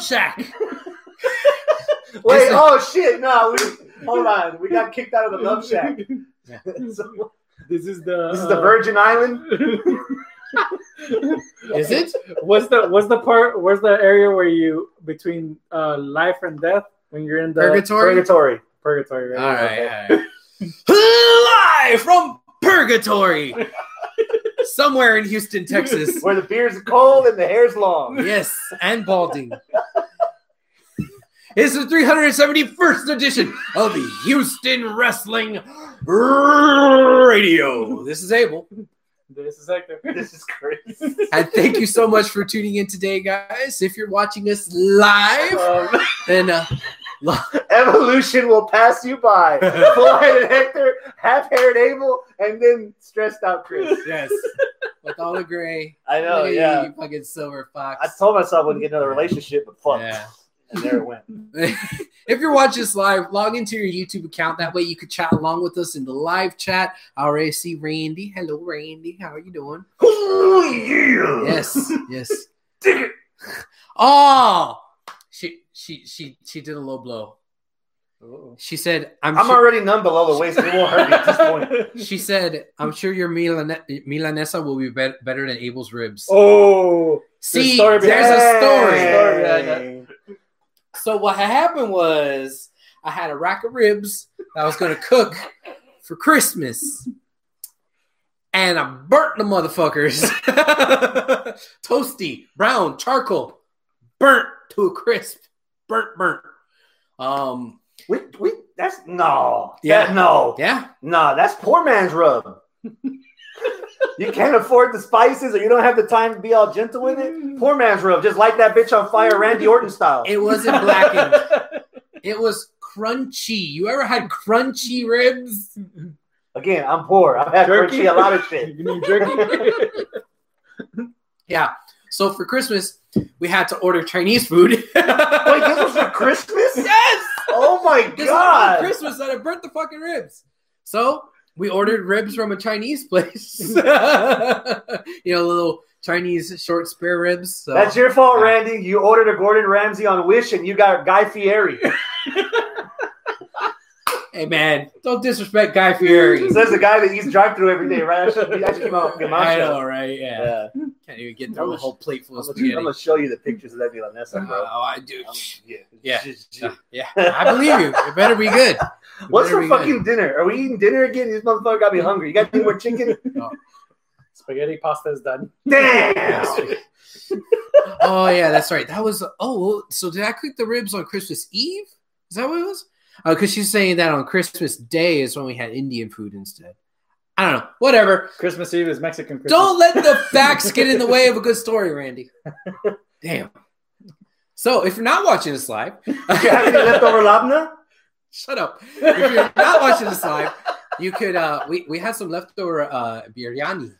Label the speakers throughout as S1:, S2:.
S1: sack.
S2: Wait, oh shit, no, we, hold on. We got kicked out of the love shack. So,
S3: This is the. uh,
S2: this is the Virgin Island.
S1: Is it?
S3: What's the What's the part? Where's the area where you between uh, life and death when you're in the
S1: Purgatory?
S2: Purgatory.
S3: Purgatory, right?
S1: All right, all right. Live from purgatory, somewhere in Houston, Texas.
S2: Where the beer's cold and the hair's long.
S1: Yes, and balding. It's the 371st edition of Houston Wrestling Radio. This is Abel.
S3: This is like the.
S2: This is crazy.
S1: And thank you so much for tuning in today, guys. If you're watching us live,
S2: Um,
S1: then uh,
S2: evolution will pass you by. Full-headed Hector, half-haired Abel, and then stressed out Chris.
S1: yes, with all the gray.
S2: I know,
S1: Hey,
S2: yeah.
S1: you fucking silver
S2: I
S1: fox.
S2: told myself I wouldn't get another relationship, but fuck.
S1: Yeah.
S2: And there it went.
S1: if you're watching us live, log into your YouTube account. That way you could chat along with us in the live chat. I already see Randy. Hello, Randy. How are you doing?
S2: Oh, yeah.
S1: Yes, yes.
S2: Dig it.
S1: Oh, she she she she did a low blow. She said, "I'm."
S2: I'm
S1: sure-
S2: already numb below the waist. It won't hurt me at this point.
S1: she said, "I'm sure your Milan- Milanesa will be, bet better than Abel's ribs."
S3: Oh,
S1: See,
S3: story
S1: there's a story.
S3: Story behind that.
S1: So what had happened was I had a rack of ribs that I was going to cook for Christmas, and I burnt the motherfuckers, toasty, brown, charcoal, burnt to a crisp, burnt, burnt. Um,
S2: We, we, that's no.
S1: Yeah.
S2: That- no.
S1: yeah,
S2: Nah, that's poor man's rub. you can't afford the spices or you don't have the time to be all gentle with it. Poor man's rub. Just light that bitch on fire, Randy Orton style.
S1: it wasn't blackened. It was crunchy. You ever had crunchy ribs?
S2: Again, I'm poor. I've had
S3: Jerky?
S2: jerky, a lot of shit.
S3: You mean jerky?
S1: Yeah. So for Christmas, we had to order Chinese food. Wait,
S2: Wait, this was for Christmas?
S1: yes.
S2: Oh my
S1: This is for
S2: god!
S1: Christmas that I burnt the fucking ribs. So we ordered ribs from a Chinese place. you know, little Chinese short spare ribs. So.
S2: That's your fault,
S1: Yeah.
S2: Randy. You ordered a Gordon Ramsay on Wish and you got Guy Fieri.
S1: hey man, don't disrespect Guy Fieri.
S2: So that's the guy that eats drive through every day, right? I should, I should keep my, my mouth
S1: I
S2: shut.
S1: know, right? Yeah.
S2: Yeah.
S1: Can't even get
S2: I'm
S1: through a
S2: gonna-
S1: whole plate full
S2: I'm
S1: of
S2: gonna- I'm
S1: spaghetti.
S2: gonna show you the pictures of that Milanesa,
S1: oh,
S2: bro.
S1: I do.
S2: I'm- yeah,
S1: Yeah. Uh-huh. Yeah, I believe you. It better be good. It
S2: What's
S1: better
S2: for
S1: be
S2: fucking dinner? Are we eating dinner again? This motherfucker got me hungry. You got any more chicken?
S3: Spaghetti pasta is done.
S2: Damn!
S1: good. Oh yeah, that's right. That was oh. well, So did I cook the ribs on Christmas Eve? Is that what it was? Oh, because she's saying that on Christmas Day is when we had Indian food instead. I don't know. Whatever.
S3: Christmas Eve is Mexican Christmas.
S1: Don't let the facts get in the way of a good story, Randy. Damn. So if you're not watching this live,
S2: you have any leftover labna?
S1: shut up. If you're not watching this live, you could uh we, we had some leftover uh biryani.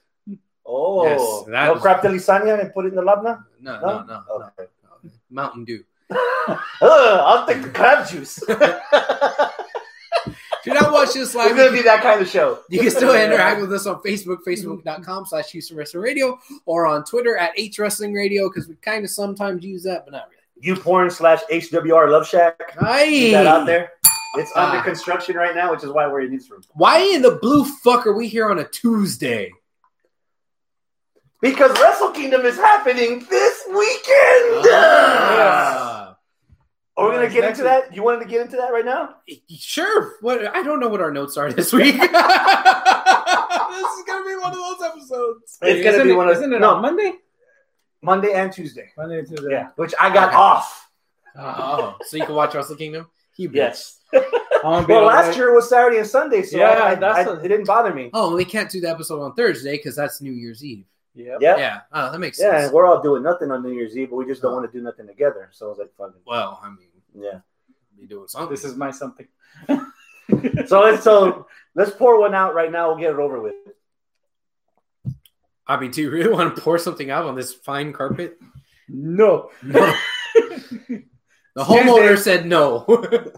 S2: Oh,
S1: Yes, that
S2: no
S1: was-
S2: crap de lasagna and put it in the labna?
S1: No,
S2: No?
S1: no, no, no.
S2: Okay.
S1: Mountain Dew.
S2: Ugh, I'll take the crab juice. We're
S1: If you're not watching this live, you
S2: gonna
S1: can,
S2: be that kind of show.
S1: you can still interact with us on Facebook, facebook.com slash Houston Wrestling Radio, or on Twitter at H Wrestling Radio, because we kind of sometimes use that, but not really.
S2: You porn slash HWR Love Shack.
S1: Nice.
S2: Is that out there? It's under
S1: Ah.
S2: construction right now, which is why we're in this room.
S1: Why in the blue fuck are we here on a Tuesday?
S2: Because Wrestle Kingdom is happening this weekend.
S1: Ah.
S2: Are we gonna get into
S3: Exactly.
S2: that? You wanted to get into that right now?
S1: Sure. What I don't know what our notes are this week. this is gonna be one of those episodes.
S2: It's
S3: Wait,
S2: gonna
S3: isn't
S2: be
S3: it-
S2: one of-
S3: Isn't it
S2: no.
S3: on Monday?
S2: Monday and Tuesday.
S3: Monday and Tuesday.
S2: Yeah, which I got
S1: Okay.
S2: off.
S1: Oh, so you can watch Wrestle Kingdom? You bitch.
S2: Yes.
S3: I'm gonna be
S2: Well,
S3: all
S2: last
S3: right.
S2: year was Saturday and Sunday, so
S3: Yeah,
S2: I- I-
S3: that's
S2: I-
S3: a-
S2: it didn't bother me.
S1: Oh, we can't do the episode on Thursday because that's New Year's Eve.
S3: Yep.
S2: Yeah, yeah.
S1: Yeah, oh, that makes
S2: and
S1: sense.
S2: we're all doing nothing on New Year's Eve, but we just don't want to do nothing together. So it's like fucking
S1: Well, I mean,
S2: yeah.
S1: we doing something.
S3: This is my something.
S2: So let's so let's pour one out right now. We'll get it over with.
S1: I mean, do you really want to pour something out on this fine carpet?
S3: No.
S1: No. the
S2: Tuesday.
S1: homeowner said no.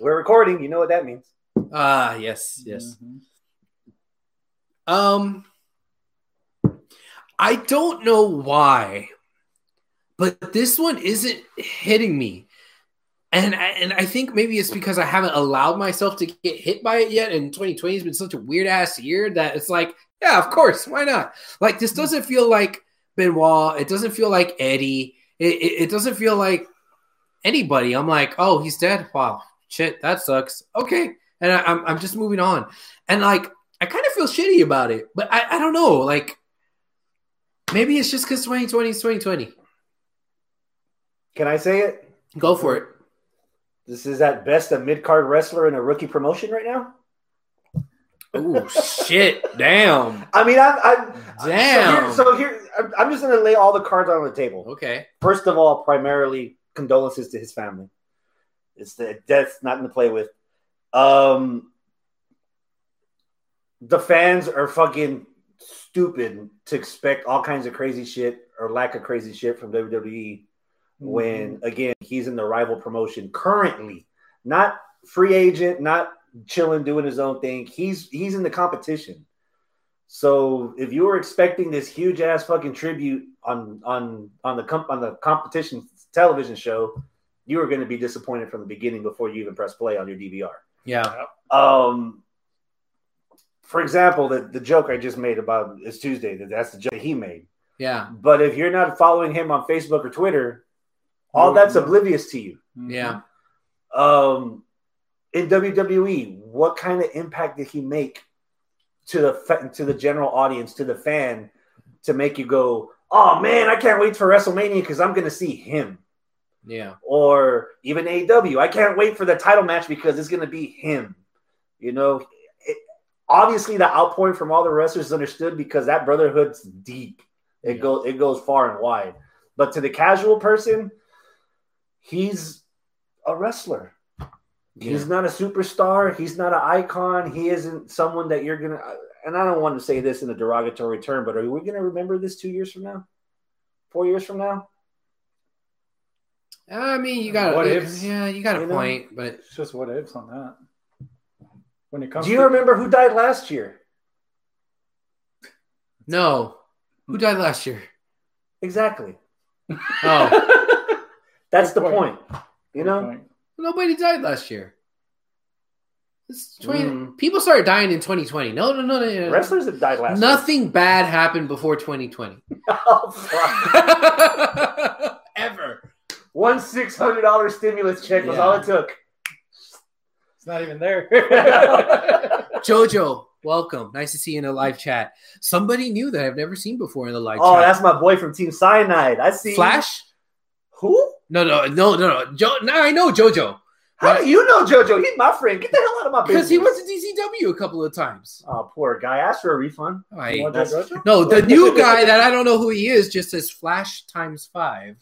S2: We're recording. You know what that means?
S1: Ah, yes, yes.
S3: Mm-hmm.
S1: Um, I don't know why, but this one isn't hitting me. And I, and I think maybe it's because I haven't allowed myself to get hit by it yet. And 2020 has been such a weird ass year that it's like, yeah, of course, why not? Like this doesn't feel like Benoit. It doesn't feel like Eddie. It, it, it doesn't feel like anybody. I'm like, oh, he's dead. Wow, shit, that sucks. Okay, and I, I'm I'm just moving on. And like, I kind of feel shitty about it, but I I don't know. Like, maybe it's just because 2020 is 2020.
S2: Can I say it?
S1: Go for it.
S2: This is at best a mid card wrestler in a rookie promotion right now.
S1: Oh shit! Damn.
S2: I mean, I'm, I'm
S1: Damn.
S2: So here, so here I'm- I'm just going to lay all the cards out on the table.
S1: Okay.
S2: First of all, primarily condolences to his family. It's the death's nothing to play with. Um, the fans are fucking stupid to expect all kinds of crazy shit or lack of crazy shit from E. WWE when again he's in the rival promotion currently, not free agent, not chilling doing his own thing. He's he's in the competition. So if you were expecting this huge ass fucking tribute on on on the comp, on the competition television show, you were going to be disappointed from the beginning before you even press play on your DVR.
S1: Yeah.
S2: Um, for example, the, the joke I just made about it's Tuesday that that's the joke that he made.
S1: Yeah.
S2: But if you're not following him on Facebook or Twitter, all
S3: You
S2: that's
S3: wouldn't know.
S2: oblivious to you.
S3: Mm-hmm.
S1: Yeah.
S2: Um, in WWE, what kind of impact did he make to the fa- to the general audience, to the fan, to make you go, "Oh man, I can't wait for WrestleMania because I'm going to see him."
S1: Yeah.
S2: or even AEW. I can't wait for the title match because it's going to be him. You know, it, obviously the outpouring from all the wrestlers is understood because that brotherhood's deep. It
S1: Yeah.
S2: goes it goes far and wide. But to the casual person, he's a wrestler. He's not a superstar. He's not an icon. He isn't someone that you're gonna. And I don't want to say this in a derogatory term, but are we gonna remember this two years from now, four years from now?
S1: I mean, you got what
S3: What ifs?
S1: Yeah, you got a
S2: You know?
S1: point, but
S3: It's just what ifs on that. When it comes
S2: Do you
S3: to
S2: remember who died last year?
S1: no. Who died last year?
S2: Exactly.
S1: Oh,
S2: That's the
S3: Good
S2: point.
S3: point.
S2: You know?
S3: Point.
S1: nobody died last year. It's 20,
S2: Mm.
S1: People started dying in 2020. No, no, no, no. no, no.
S2: Wrestlers have died last
S1: Nothing bad happened before 2020.
S2: year. Oh, fuck.
S1: Ever.
S2: One six hundred dollar stimulus check was all it took.
S3: it's not even there.
S1: Jojo, welcome. Nice to see you in the live chat. Somebody new that I've never seen before in the live
S2: Oh,
S1: chat.
S2: that's my boy from Team Cyanide. I see
S1: Flash?
S2: Who?
S1: No, no, no, no, no. Jo- no, I know Jojo
S2: How
S1: Right.
S2: do you know JoJo? He's my friend. Get the hell out of my business.
S1: because he was at DCW a couple of times.
S2: Oh, poor guy. Asked for a refund.
S1: I-
S3: You want
S2: That's-
S3: that, Jojo?
S1: no, the new guy that I don't know who he is just says Flash times five.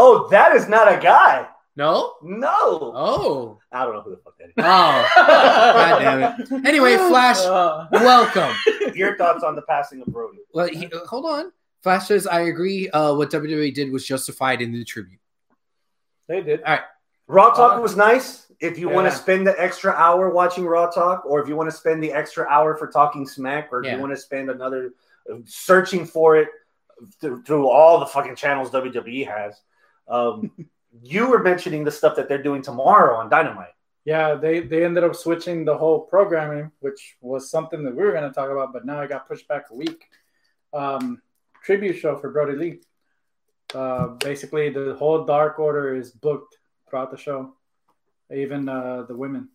S2: Oh, that is not a guy.
S1: No?
S2: No.
S1: Oh.
S2: I don't know who the fuck that is.
S1: Oh. God damn it. Anyway, Flash,
S3: Uh,
S1: welcome.
S2: Your thoughts on the passing of Brody?
S1: Well, he, uh, hold on. Flash says, I agree. Uh, what WWE did was justified in the tribute.
S3: they did.
S2: Raw Talk
S3: Uh,
S2: was nice. If you want to
S3: yeah.
S2: spend the extra hour watching Raw Talk, or if you want to spend the extra hour for talking smack, or if you
S1: Yeah.
S2: want to spend another uh, searching for it through, through all the fucking channels WWE has, um, you were mentioning the stuff that they're doing tomorrow on Dynamite.
S3: Yeah, they they ended up switching the whole programming, which was something that we were going to talk about, but now it got pushed back a week. Um, tribute show for Brody Lee. Uh, basically, the whole Dark Order is booked throughout the show, even uh, the women,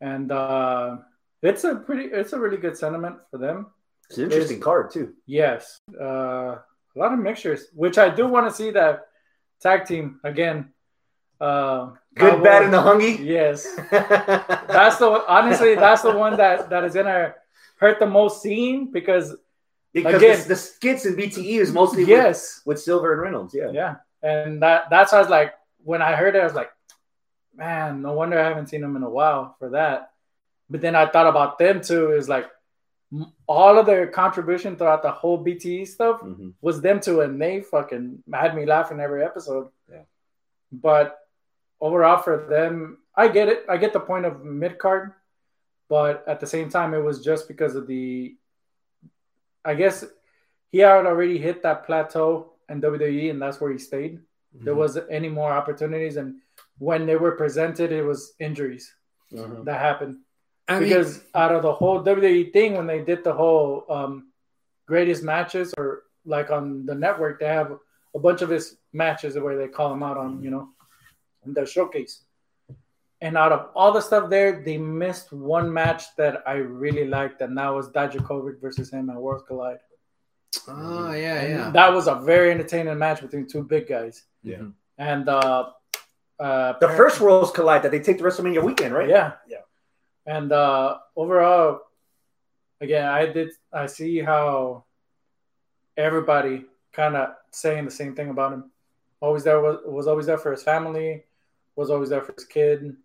S3: and uh, it's a pretty, it's a really good sentiment for them.
S2: It's an interesting
S3: Is-
S2: card too.
S3: Yes, uh, a lot of mixtures, which I do want to see that tag team again. Uh,
S2: Good,
S3: Cowboy-
S2: bad, and the hungy.
S3: Yes. That's the honestly, that's the one that that is gonna hurt the most scene because
S2: because
S3: Again.
S2: the, the skits in BTE is mostly with,
S3: yes,
S2: with Silver and Reynolds. Yeah.
S3: yeah, and that that's why I was like when I heard it, I was like, man, no wonder I haven't seen them in a while for that. But then I thought about them too. Is like m- all of their contribution throughout the whole BTE stuff
S2: Mhm.
S3: was them too, and they fucking had me laughing every episode.
S2: Yeah.
S3: But overall, for them, I get it. I get the point of mid card, but at the same time, it was just because of the. I guess he had already hit that plateau and WWE, E, and that's where he stayed. There
S1: Mm-hmm.
S3: wasn't any more opportunities, and when they were presented, it was injuries
S2: Mhm.
S3: that happened.
S1: I mean,
S3: because out of the whole WWE thing, when they did the whole um, greatest matches, or like on the network, they have a bunch of his matches where they call him out on, you know, the showcase. And out of all the stuff there, they missed one match that I really liked, and that was Dijakovic versus him at Worlds Collide.
S1: oh yeah,
S3: And
S1: yeah.
S3: That was a very entertaining match between two big guys.
S2: Yeah.
S3: And uh, uh,
S2: The first Worlds Collide that they take to WrestleMania weekend, right?
S3: yeah,
S2: Yeah.
S3: And uh, overall, again, I did. I see how everybody kind of saying the same thing about him. Always there was was always there for his family, was always there for his kid.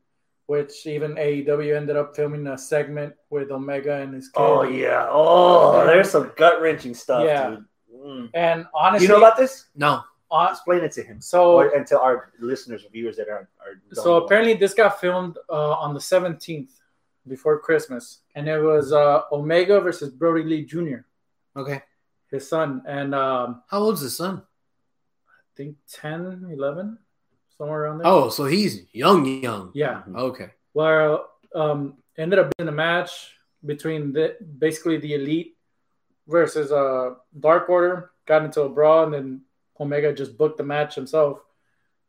S3: Which even AEW ended up filming a segment with Omega and his kid.
S2: Oh yeah. Oh, there's some gut wrenching stuff,
S3: Yeah.
S2: dude. Mm.
S3: And honestly,
S2: you know about this?
S1: No,
S3: hon-
S2: Explain it to him,
S3: so
S2: or, and to our listeners, or viewers that are. are don't
S3: so
S2: know.
S3: apparently this got filmed uh, on the 17th before christmas and it was uh, omega versus brody lee jr
S1: okay.
S3: his son and um,
S1: How old's his son?
S3: i think 10 11 somewhere around there
S1: Oh, so he's young, young.
S3: yeah
S1: Okay.
S3: well um, ended up being a match between the basically the elite versus uh, dark order got into a brawl and then omega just booked the match himself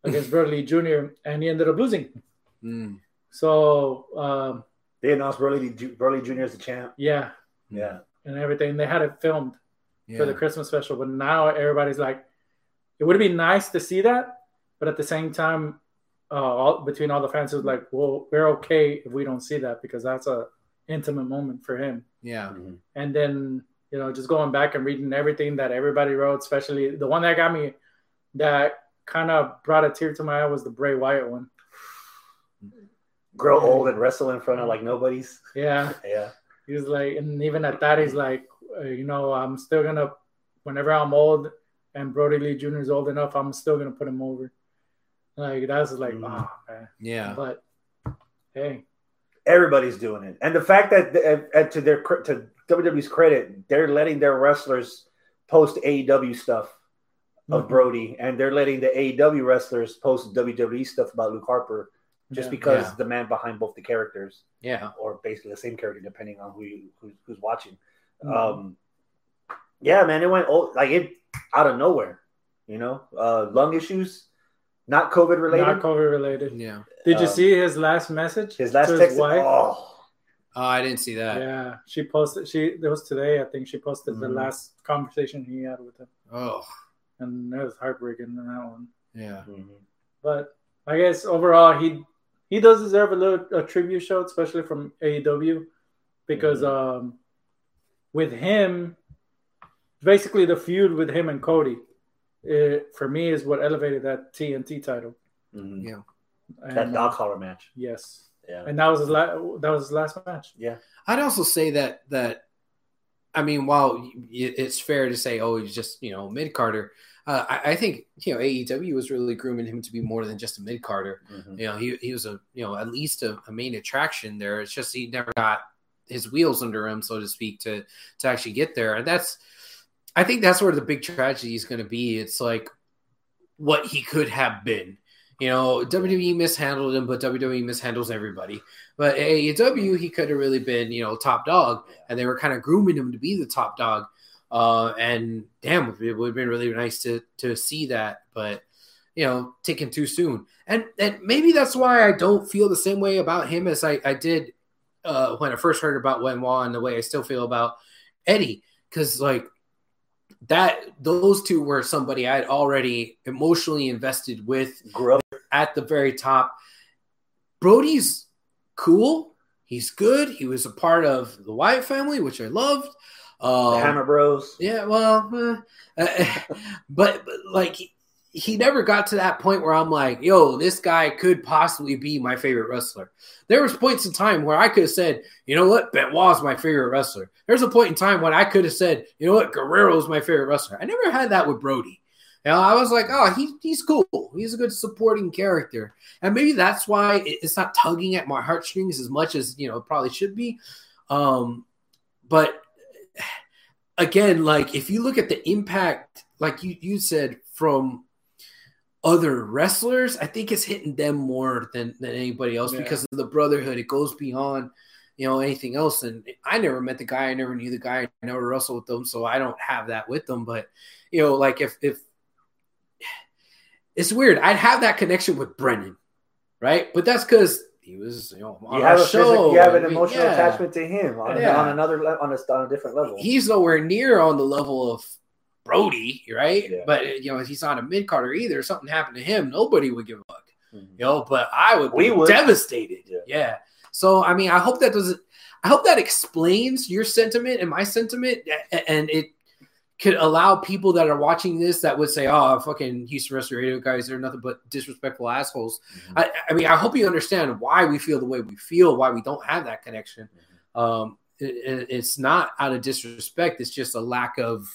S3: against brody lee jr and he ended up losing
S1: Mm.
S3: so um,
S2: they announced Burley Ju- Burley Jr. as the champ.
S3: yeah
S2: Yeah.
S3: and everything they had it filmed
S1: Yeah.
S3: for the Christmas special. But now everybody's like, it would be nice to see that, but at the same time, uh, all, between all the fans, it was like, well, we're okay if we don't see that because that's a intimate moment for him.
S1: yeah.
S3: And then you know, just going back and reading everything that everybody wrote, especially the one that got me, that kind of brought a tear to my eye was the Bray Wyatt one.
S2: Grow old and wrestle in front of like nobody's.
S3: Mm-hmm. Yeah.
S2: Yeah.
S3: He was like, and even at that, he's like, uh, you know, I'm still gonna, whenever I'm old and Brody Lee Jr. is old enough, I'm still gonna put him over. Like that's like,
S2: Mm.
S3: oh man.
S1: Yeah.
S3: But hey,
S2: Everybody's doing it, and the fact that and, and to their cre- to WWE's credit, they're letting their wrestlers post AEW stuff
S3: Mm-hmm.
S2: of Brody, and they're letting the AEW wrestlers post WWE stuff about Luke Harper, just
S3: Yeah.
S2: because
S1: Yeah.
S2: the man behind both the characters,
S1: Yeah.
S2: or basically the same character, depending on who you, who, who's watching.
S3: Mhm.
S2: Um, yeah, man, it went old, like it out of nowhere. You know, uh, lung issues, not COVID related.
S3: not COVID related.
S1: Yeah.
S3: Did you
S2: Um,
S3: see his last message?
S2: His last
S3: to
S2: text.
S3: wife?
S2: Oh,
S1: Oh, I didn't see that.
S3: Yeah, she posted. She it was today. I think she posted the
S2: Mhm.
S3: last conversation he had with him,
S1: Oh.
S3: and it was heartbreaking in that one.
S1: Yeah.
S2: mm-hmm,
S3: But I guess overall, he he does deserve a little a tribute show, especially from AEW, because
S2: Mm-hmm.
S3: um, with him, basically the feud with him and Cody, it, for me is what elevated that TNT title.
S2: Mhm.
S1: Yeah.
S3: And,
S2: that dog collar match.
S3: yes,
S2: Yeah.
S3: and that was his la- that was his last match.
S1: I'd also say that that I mean, while y- y- it's fair to say, oh, he's just you know mid Carter, uh, I, I think you know AEW was really grooming him to be more than just a mid Carter.
S2: Mhm.
S1: You know, he he was a you know at least a, a main attraction there. It's just he never got his wheels under him, so to speak, to to actually get there. And that's I think that's where the big tragedy is going to be. It's like what he could have been. You know, WWE mishandled him, but WWE mishandles everybody. But AEW, he could have really been, you know, top dog, and they were kind of grooming him to be the top dog. Uh, and damn, it would have been really nice to to see that, but you know, taken too soon. And and maybe that's why I don't feel the same way about him as I I did uh, when I first heard about Wenwa and the way I still feel about Eddie, because like that, those two were somebody I had already emotionally invested with
S2: Grew up.
S1: at the very top. Brody's cool. He's good. He was a part of the Wyatt family, which I loved.
S2: with the
S1: Um,
S2: Hammer Bros.
S1: yeah, well, eh. but, but like he, he never got to that point where I'm like, yo, this guy could possibly be my favorite wrestler. There was points in time where I could have said, you know what, Benoit's my favorite wrestler. There's a point in time when I could have said, you know what, Guerrero's my favorite wrestler. I never had that with Brody. You know, I was like, oh, he, he's cool. He's a good supporting character, and maybe that's why it- it's not tugging at my heartstrings as much as you know it probably should be. Um, but again, like if you look at the impact, like you you said from other wrestlers, I think it's hitting them more than than anybody else
S3: Yeah.
S1: because of the brotherhood. It goes beyond you know anything else. And I never met the guy. I never knew the guy. I never wrestled with them, so I don't have that with them. But you know, like if if it's weird, I'd have that connection with Brennan, right? But that's because he was you know on
S2: You
S1: our
S2: have a
S1: show.
S2: physic- you have an
S1: and we-
S2: emotional
S1: yeah.
S2: attachment to him on,
S1: Yeah.
S2: on another le- on a, on a different level.
S1: He's nowhere near on the level of Brody, right?
S2: Yeah.
S1: But you know, he's not a mid carder either. If something happened to him, nobody would give a fuck.
S2: Mhm.
S1: You know, but I would be
S2: We would.
S1: devastated.
S2: Yeah.
S1: Yeah. So I mean, I hope that doesn't. I hope that explains your sentiment and my sentiment, a- and it could allow people that are watching this that would say, "Oh, fucking Houston Wrestling Radio guys, they're nothing but disrespectful assholes."
S2: Mm-hmm.
S1: I, I mean, I hope you understand why we feel the way we feel, why we don't have that connection.
S2: Mm-hmm.
S1: Um, it- it- it's not out of disrespect; it's just a lack of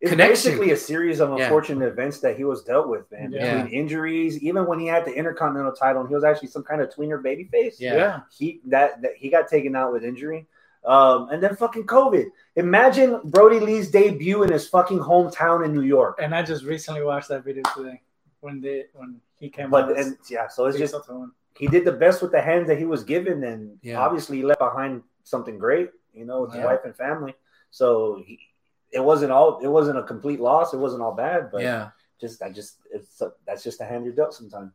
S2: it's
S1: Connection.
S2: basically a series of
S1: Yeah.
S2: unfortunate events that he was dealt with, man.
S3: Yeah.
S2: Between injuries, even when he had the Intercontinental title, and he was actually some kind of tweener babyface.
S1: Yeah.
S2: he that, that he got taken out with injury. Um, and then fucking COVID. Imagine Brody Lee's debut in his fucking hometown in New York.
S3: And I just recently watched that video today when they when he came out.
S2: But
S3: as
S2: and, yeah, so it's just
S3: Jason Tolan.
S2: he did the best with the hands that he was given, and
S1: Yeah.
S2: obviously he left behind something great, you know, with his
S3: Yeah.
S2: wife and family. So he, it wasn't all it wasn't a complete loss. It wasn't all bad, but
S1: yeah.
S2: just I just it's uh, that's just the hand you're dealt sometimes.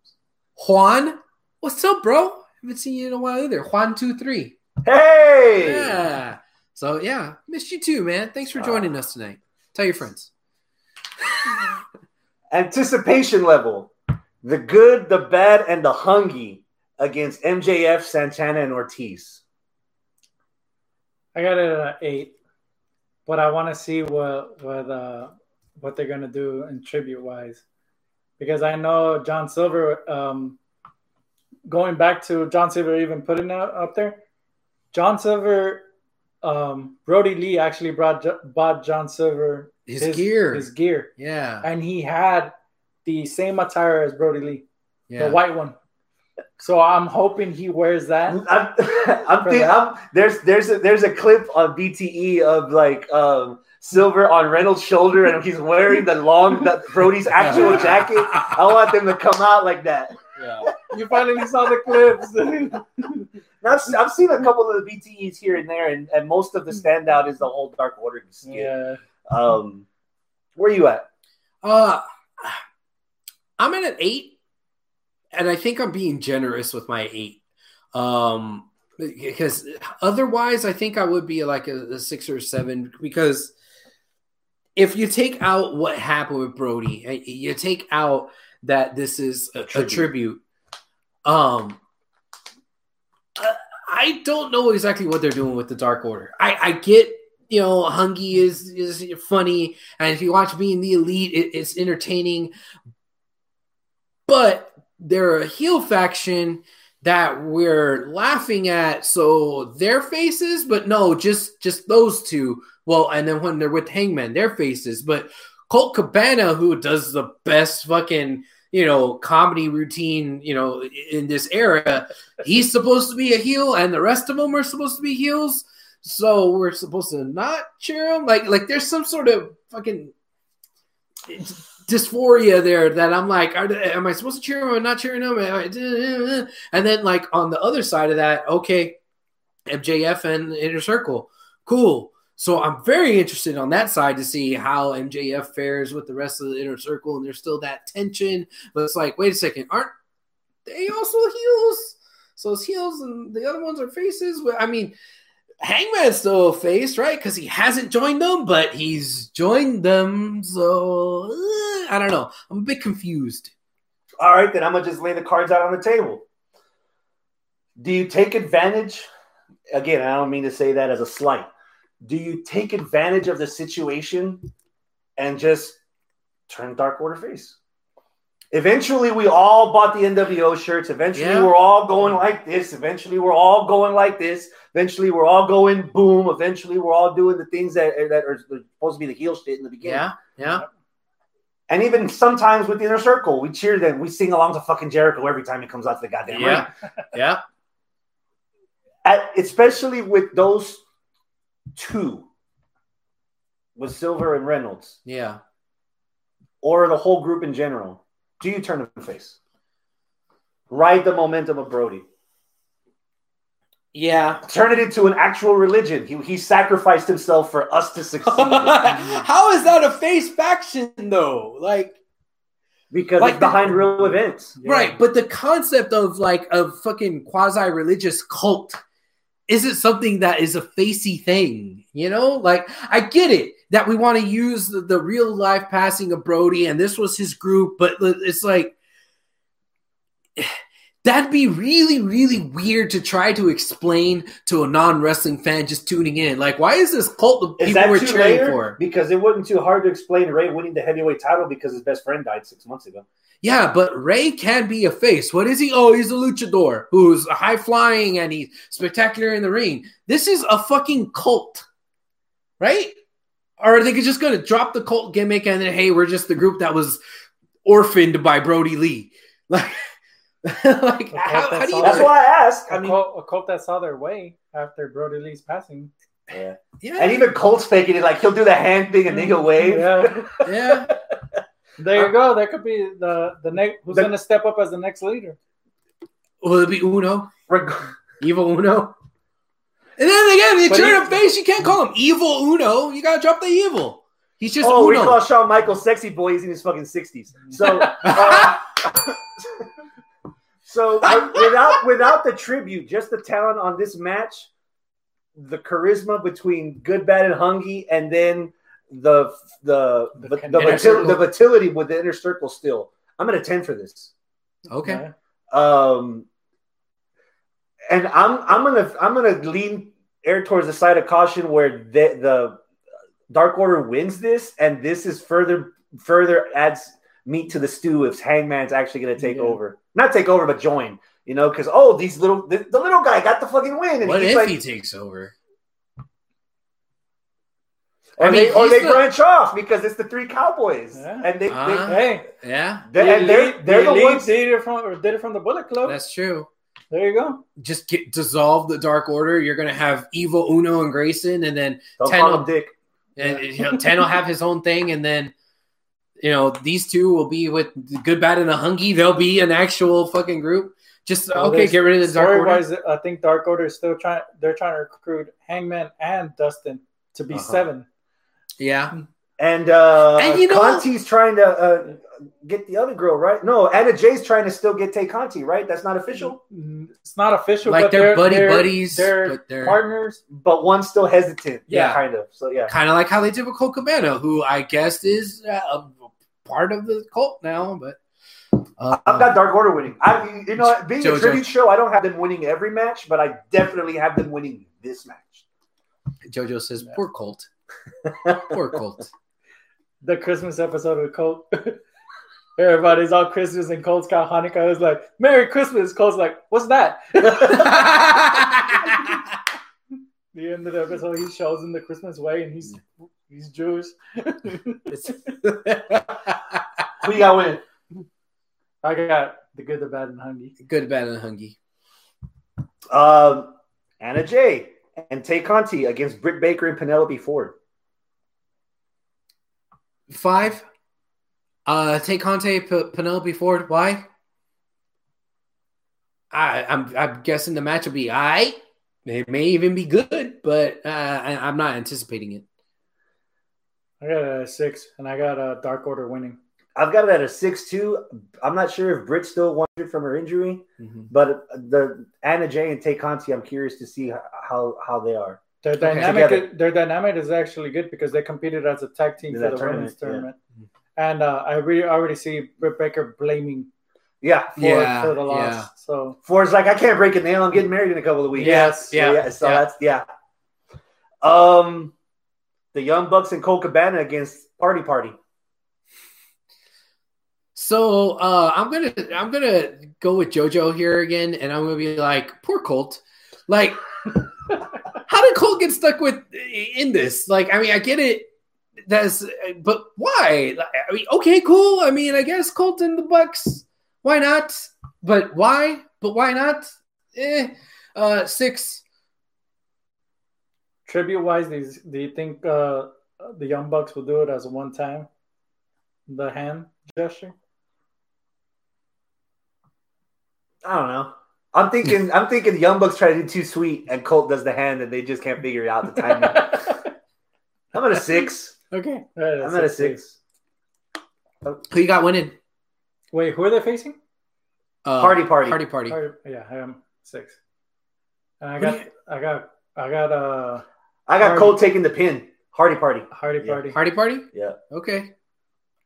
S1: Juan, what's up, bro? Haven't seen you in a while either. Juan two three.
S2: Hey,
S1: Yeah. So yeah, missed you too, man. Thanks for joining us tonight. Tell your friends.
S2: anticipation level the good the bad and the hungry against mjf santana and ortiz
S3: I got it at eight, but I want to see what what uh, what they're gonna do in tribute wise, because I know John Silver. Um, going back to John Silver, even putting it up there, John Silver, um, Brody Lee actually brought bought John Silver
S1: His, gear.
S3: his gear,
S1: yeah.
S3: and he had the same attire as Brody Lee,
S1: Yeah.
S3: the white one. So I'm hoping he wears that.
S2: i'm, I'm, think, I'm there's there's a, there's a clip on bte of like um silver on reynolds shoulder and he's wearing the long the, brody's actual jacket i want them to come out like that
S3: You finally saw the clips.
S2: And I've, I've seen a couple of the btes here and there and, and most of the standout is the whole dark order skit.
S3: yeah.
S2: um where you at
S1: Uh, I'm at an eight, and I think I'm being generous with my eight. Um, because otherwise, I think I would be like a, a six or a seven. Because if you take out what happened with Brody, and you take out that this is a, a tribute.
S2: Tribute.
S1: um. I- I don't know exactly what they're doing with the Dark Order. I, I get, you know, Hungy is is funny. And if you watch Being the Elite, it, it's entertaining. But they're a heel faction that we're laughing at. So their faces, but no, just just those two. Well, and then when they're with Hangman, their faces. But Colt Cabana, who does the best fucking you know comedy routine you know in this era, he's supposed to be a heel, and the rest of them are supposed to be heels so we're supposed to not cheer him like like there's some sort of fucking dysphoria there that i'm like are, they- am i supposed to cheer him or not cheering him Am I- and then like on the other side of that okay mjf and inner circle cool so i'm very interested on that side to see how mjf fares with the rest of the inner circle and there's still that tension but it's like wait a second aren't they also heels so it's heels and the other ones are faces Well, i mean Hangman's still a face, right? Because he hasn't joined them, but he's joined them. So uh, I don't know. I'm a bit confused.
S2: All right, then I'm gonna just lay the cards out on the table. Do you take advantage? Again, I don't mean to say that as a slight. Do you take advantage of the situation and just turn Dark Order face? Eventually, we all bought the NWO shirts. Eventually,
S1: Yeah.
S2: we're all going like this. Eventually, we're all going like this. Eventually, we're all going boom. Eventually, we're all doing the things that, that are supposed to be the heel shit in the beginning.
S1: Yeah, yeah.
S2: And even sometimes with the inner circle, we cheer them. We sing along to fucking Jericho every time he comes out to the goddamn ring.
S1: Yeah. Yeah.
S2: At, especially with those two, with Silver and Reynolds,
S1: Yeah.
S2: or the whole group in general, do you turn them face? Ride the momentum of Brody.
S1: Yeah.
S2: Turn it into an actual religion. He, he sacrificed himself for us to succeed.
S1: How is that a face faction though? Like
S2: because
S1: Like
S2: it's behind real events.
S1: right, but the concept of like a fucking quasi religious cult isn't something that is a facey thing, you know? Like I get it that we want to use the, the real life passing of Brody and this was his group, but it's like that'd be really really weird to try to explain to a non-wrestling fan just tuning in. Like why is this cult of
S2: Is
S1: people
S2: that
S1: we're
S2: too
S1: cheering
S2: layered?
S1: for?
S2: Because it wasn't too hard to explain Ray winning the heavyweight title because his best friend died six months ago.
S1: Yeah, but Ray can be a face. What is he? Oh, he's a luchador who's high flying and he's spectacular in the ring. This is a fucking cult, right? Or are they just going to drop the cult gimmick and then, hey, we're just the group that was orphaned by Brody Lee? Like, like how, how do you?
S2: That's why I asked. I
S3: A
S2: mean,
S3: cult, a cult that saw their way after Brody Lee's passing.
S2: yeah. and
S1: Yeah,
S2: even Colt's faking it. Like he'll do the hand thing and then he'll wave.
S3: Yeah.
S1: yeah.
S3: There you go. That could be the the next. Who's
S2: The-
S3: going to step up as the next leader?
S1: Will it be Uno?
S2: Reg-
S1: Evil Uno? And then again, if
S3: But
S1: you're
S3: he-
S1: a face, you can't call him evil Uno. You gotta drop the evil. He's just
S2: oh, we
S1: Uno.
S2: call Shawn Michaels sexy boy. He's in his fucking sixties. So, uh, so uh, without without the tribute, just the talent on this match, the charisma between good, bad, and hungy, and then the the
S3: The
S2: the,
S3: inner
S2: vati-
S1: circle.
S2: the vitality with the inner circle. Still, I'm at a ten for this.
S1: okay.
S3: Yeah.
S2: Um, and I'm I'm gonna I'm gonna lean air towards the side of caution where the the Dark Order wins this, and this is further further adds meat to the stew if Hangman's actually gonna take
S3: Yeah.
S2: over, not take over, but join. You know, because oh, these little the, the little guy got the fucking win, and
S1: What
S2: he's
S1: if
S2: like,
S1: he takes over?
S2: or
S1: I mean,
S2: they or
S1: he's
S2: they
S1: the-
S2: branch off because it's the three cowboys,
S3: Yeah.
S2: and they,
S1: Ah.
S3: Hey,
S1: Yeah,
S2: they, they and
S3: the
S2: they're,
S3: elite-
S2: they're the
S3: elite
S2: ones.
S3: did it from or did it from the Bullet Club.
S1: that's true.
S3: there you go.
S1: Just get dissolve the Dark Order. You're gonna have evil Uno and Grayson, and then
S2: Don't
S1: Ten
S2: call him
S1: of-
S2: Dick.
S1: and, you know, Ten will have his own thing, and then you know these two will be with Good, Bad, and the Hunky. They'll be an actual fucking group. Just
S3: Well,
S1: okay,
S3: there's-
S1: get rid of the Dark
S3: Story
S1: Order.
S3: wise, I think Dark Order is still trying. They're trying to recruit Hangman and Dustin to be
S2: Uh-huh.
S3: seven.
S1: yeah,
S2: And uh
S1: And you know-
S2: Conti's trying to uh, get the other girl, right? No, Anna Jay's trying to still get Tay Conti, right? That's not official.
S3: Mm, It's not official,
S1: like
S3: but
S1: they're, buddy
S3: they're-
S1: buddies,
S3: They're,
S1: but they're
S3: partners.
S2: But one's still hesitant. Yeah,
S1: Yeah.
S2: kind of. So yeah.
S1: kind of like how they did with Cole Cabana, who I guess is uh, a part of the cult now. But uh,
S2: I've got Dark Order winning. I you know what? being
S1: Jojo.
S2: a tribute show, I don't have them winning every match, but I definitely have them winning this match.
S1: JoJo says, "Poor Colt, poor Colt."
S3: The Christmas episode of Colt. Everybody's all Christmas and Colt's got Hanukkah. It's like Merry Christmas. Colt's like, what's that? the end of the episode, he shows him the Christmas way, and he's he's Jewish.
S2: Who you got winning?
S3: I got the good, the bad, and hungry.
S1: Good, bad, and hungry.
S2: Um Anna Jay and Tay Conti against Britt Baker and Penelope Ford.
S1: Five. Uh, take Conte, P- Penelope Ford. Why? I, I'm I'm guessing the match will be all right. It may even be good, but uh, I, I'm not anticipating it.
S3: I got a six, and I got a Dark Order winning.
S2: I've got it at a six-two. I'm not sure if Britt still wanted from her injury. But the Anna Jay and Tay Conti, I'm curious to see how how they are.
S3: Their
S1: Okay.
S3: dynamic,
S2: Together.
S3: their dynamic is actually good because they competed as a tag team
S2: In
S3: for
S2: that
S3: the women's
S2: tournament,
S3: tournament. And uh, I really already see Britt Baker blaming
S2: Yeah,
S3: Ford
S1: Yeah,
S3: for the loss.
S1: yeah.
S3: So
S2: Ford's like I can't break a nail. I'm getting married in a couple of weeks.
S1: Yes,
S2: So,
S1: yeah,
S2: yeah. So
S1: yeah.
S2: that's yeah. Um, the Young Bucks and Cole Cabana against Party Party.
S1: So uh, I'm gonna I'm gonna go with JoJo here again, and I'm gonna be like, poor Colt. Like, how did Colt get stuck with in this? Like, I mean, I get it. That's but why? Like, I mean, okay, cool. I mean, I guess Colt and the Bucks. Why not? But why? But why not? Eh. Uh, six.
S3: tribute wise, do you, do you think uh, the Young Bucks will do it as a one time? The hand gesture.
S2: I don't know. I'm thinking. I'm thinking the Young Bucks try to do too sweet, and Colt does the hand, and they just can't figure out the timing. I'm at a six.
S3: okay. All right,
S2: I'm
S3: that's
S2: at a
S3: it, please.
S2: six.
S1: Who you got winning?
S3: Wait, who are they facing?
S1: Uh,
S2: Party, party.
S1: Party party.
S3: Or- yeah, I am six. And I
S1: Who
S3: got,
S1: do
S3: I got, I got a
S2: I got
S3: Hardy.
S2: Colt taking the pin. Hardy party.
S3: Hardy
S2: Yeah.
S3: Party
S1: Party party?
S2: Yeah.
S1: Okay.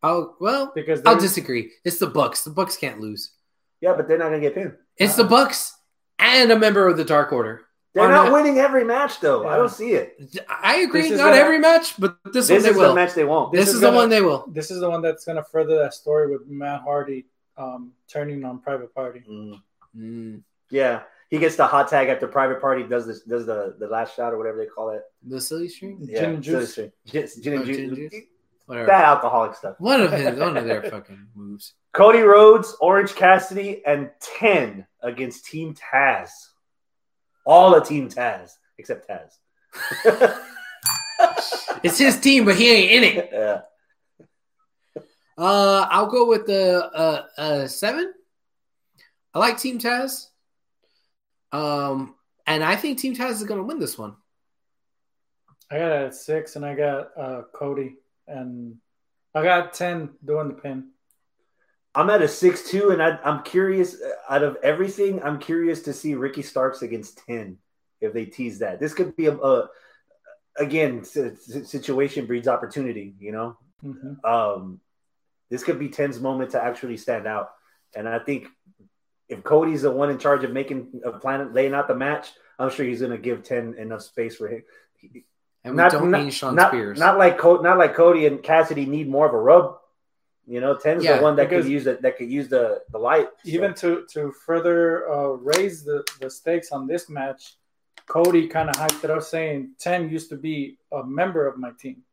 S1: I'll well
S3: because
S1: I'll
S3: they're-
S1: disagree. It's the Bucks. The Bucks can't lose.
S2: Yeah, but they're not gonna get pinned.
S1: It's the Bucks and a member of the Dark Order.
S2: They're
S1: Or
S2: not
S1: not.
S2: winning every match though. I
S3: Yeah.
S2: don't see it.
S1: I agree,
S3: This is
S1: not
S3: the-
S1: every match, but this,
S2: This
S1: one
S2: is
S1: they will.
S2: the match they won't.
S1: this,
S3: This
S1: is,
S3: is
S1: the
S3: gonna-
S1: one they will.
S3: this is the one that's going to further that story with Matt Hardy um, turning on Private Party.
S2: Mm,
S1: Mm,
S2: yeah, he gets the hot tag after private party does this does the the last shot or whatever they call it.
S1: the silly string?
S3: Gin
S2: Yeah,
S3: and juice.
S2: so it's- Gin, gin and
S1: Oh, gin and
S2: juice.
S1: juice? Whatever.
S2: That alcoholic stuff.
S1: One of his, one of their fucking moves.
S2: Cody Rhodes, Orange Cassidy, and 10 against Team Taz. All of Team Taz, except Taz.
S1: It's his team, but he ain't in it.
S2: yeah.
S1: Uh, I'll go with the uh, uh, seven. I like Team Taz. Um, and I think Team Taz is going to win this one.
S3: I got a six, and I got uh, Cody, and I got ten doing the pin.
S2: I'm at a 6 2, and I, I'm curious. uh, Out of everything, I'm curious to see Ricky Starks against 10 if they tease that. This could be a, a again, si- si- situation breeds opportunity, you know?
S3: hmm
S2: um, this could be Ten's moment to actually stand out. And I think if Cody's the one in charge of making a planet laying out the match, I'm sure he's going to give Ten enough space for him.
S1: And we
S2: Not-
S1: don't
S2: not-
S1: mean Sean
S2: Not,
S1: Spears.
S2: not like Co- not like Cody and Cassidy need more of a rub. You know, Ten's
S1: Yeah,
S2: the one that could
S3: because-
S2: use the, that could use the the light. So,
S3: Even to to further uh, raise the, the stakes on this match, Cody kind of hyped it up, saying ten used to be a member of my team,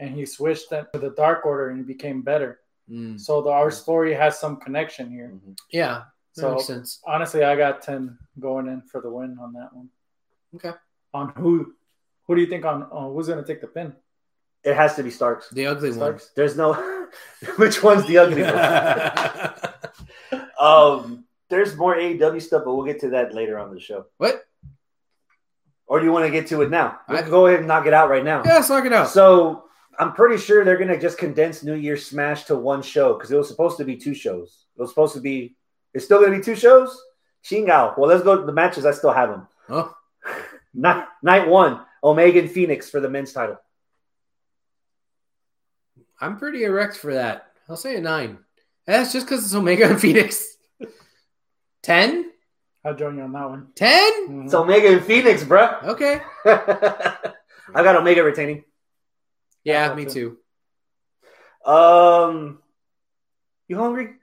S3: and he switched them to the Dark Order and he became better.
S1: Mm,
S3: So the, our story has some connection here.
S2: Mhm.
S1: yeah, that
S3: So-
S1: makes sense.
S3: Honestly, I got ten going in for the win on that one.
S1: Okay.
S3: On who? Who do you think on, on who's going to take the pin?
S2: it has to be Starks.
S1: The ugly one.
S2: Starks. There's no which one's the ugly one. Um, there's more AEW stuff, but we'll get to that later on the show.
S1: what?
S2: Or do you want to get to it now? We
S1: I-
S2: can go ahead and knock it out right now.
S1: Yeah, let's knock it out.
S2: So I'm pretty sure they're gonna just condense New Year's Smash to one show because it was supposed to be two shows. It was supposed to be. It's still gonna be two shows. Chingao. Well, let's go to the matches. I still have them.
S1: Oh.
S2: Night, night one, Omega and Phoenix for the men's title.
S1: I'm pretty erect for that. I'll say a nine. And That's just because it's Omega and Phoenix. Ten?
S3: I'll join you on that one.
S1: Ten?
S3: Mhm.
S2: It's Omega and Phoenix, bruh.
S1: Okay.
S2: I got Omega retaining.
S1: Yeah,
S3: Yeah,
S1: me
S3: too.
S1: too.
S2: Um, you hungry?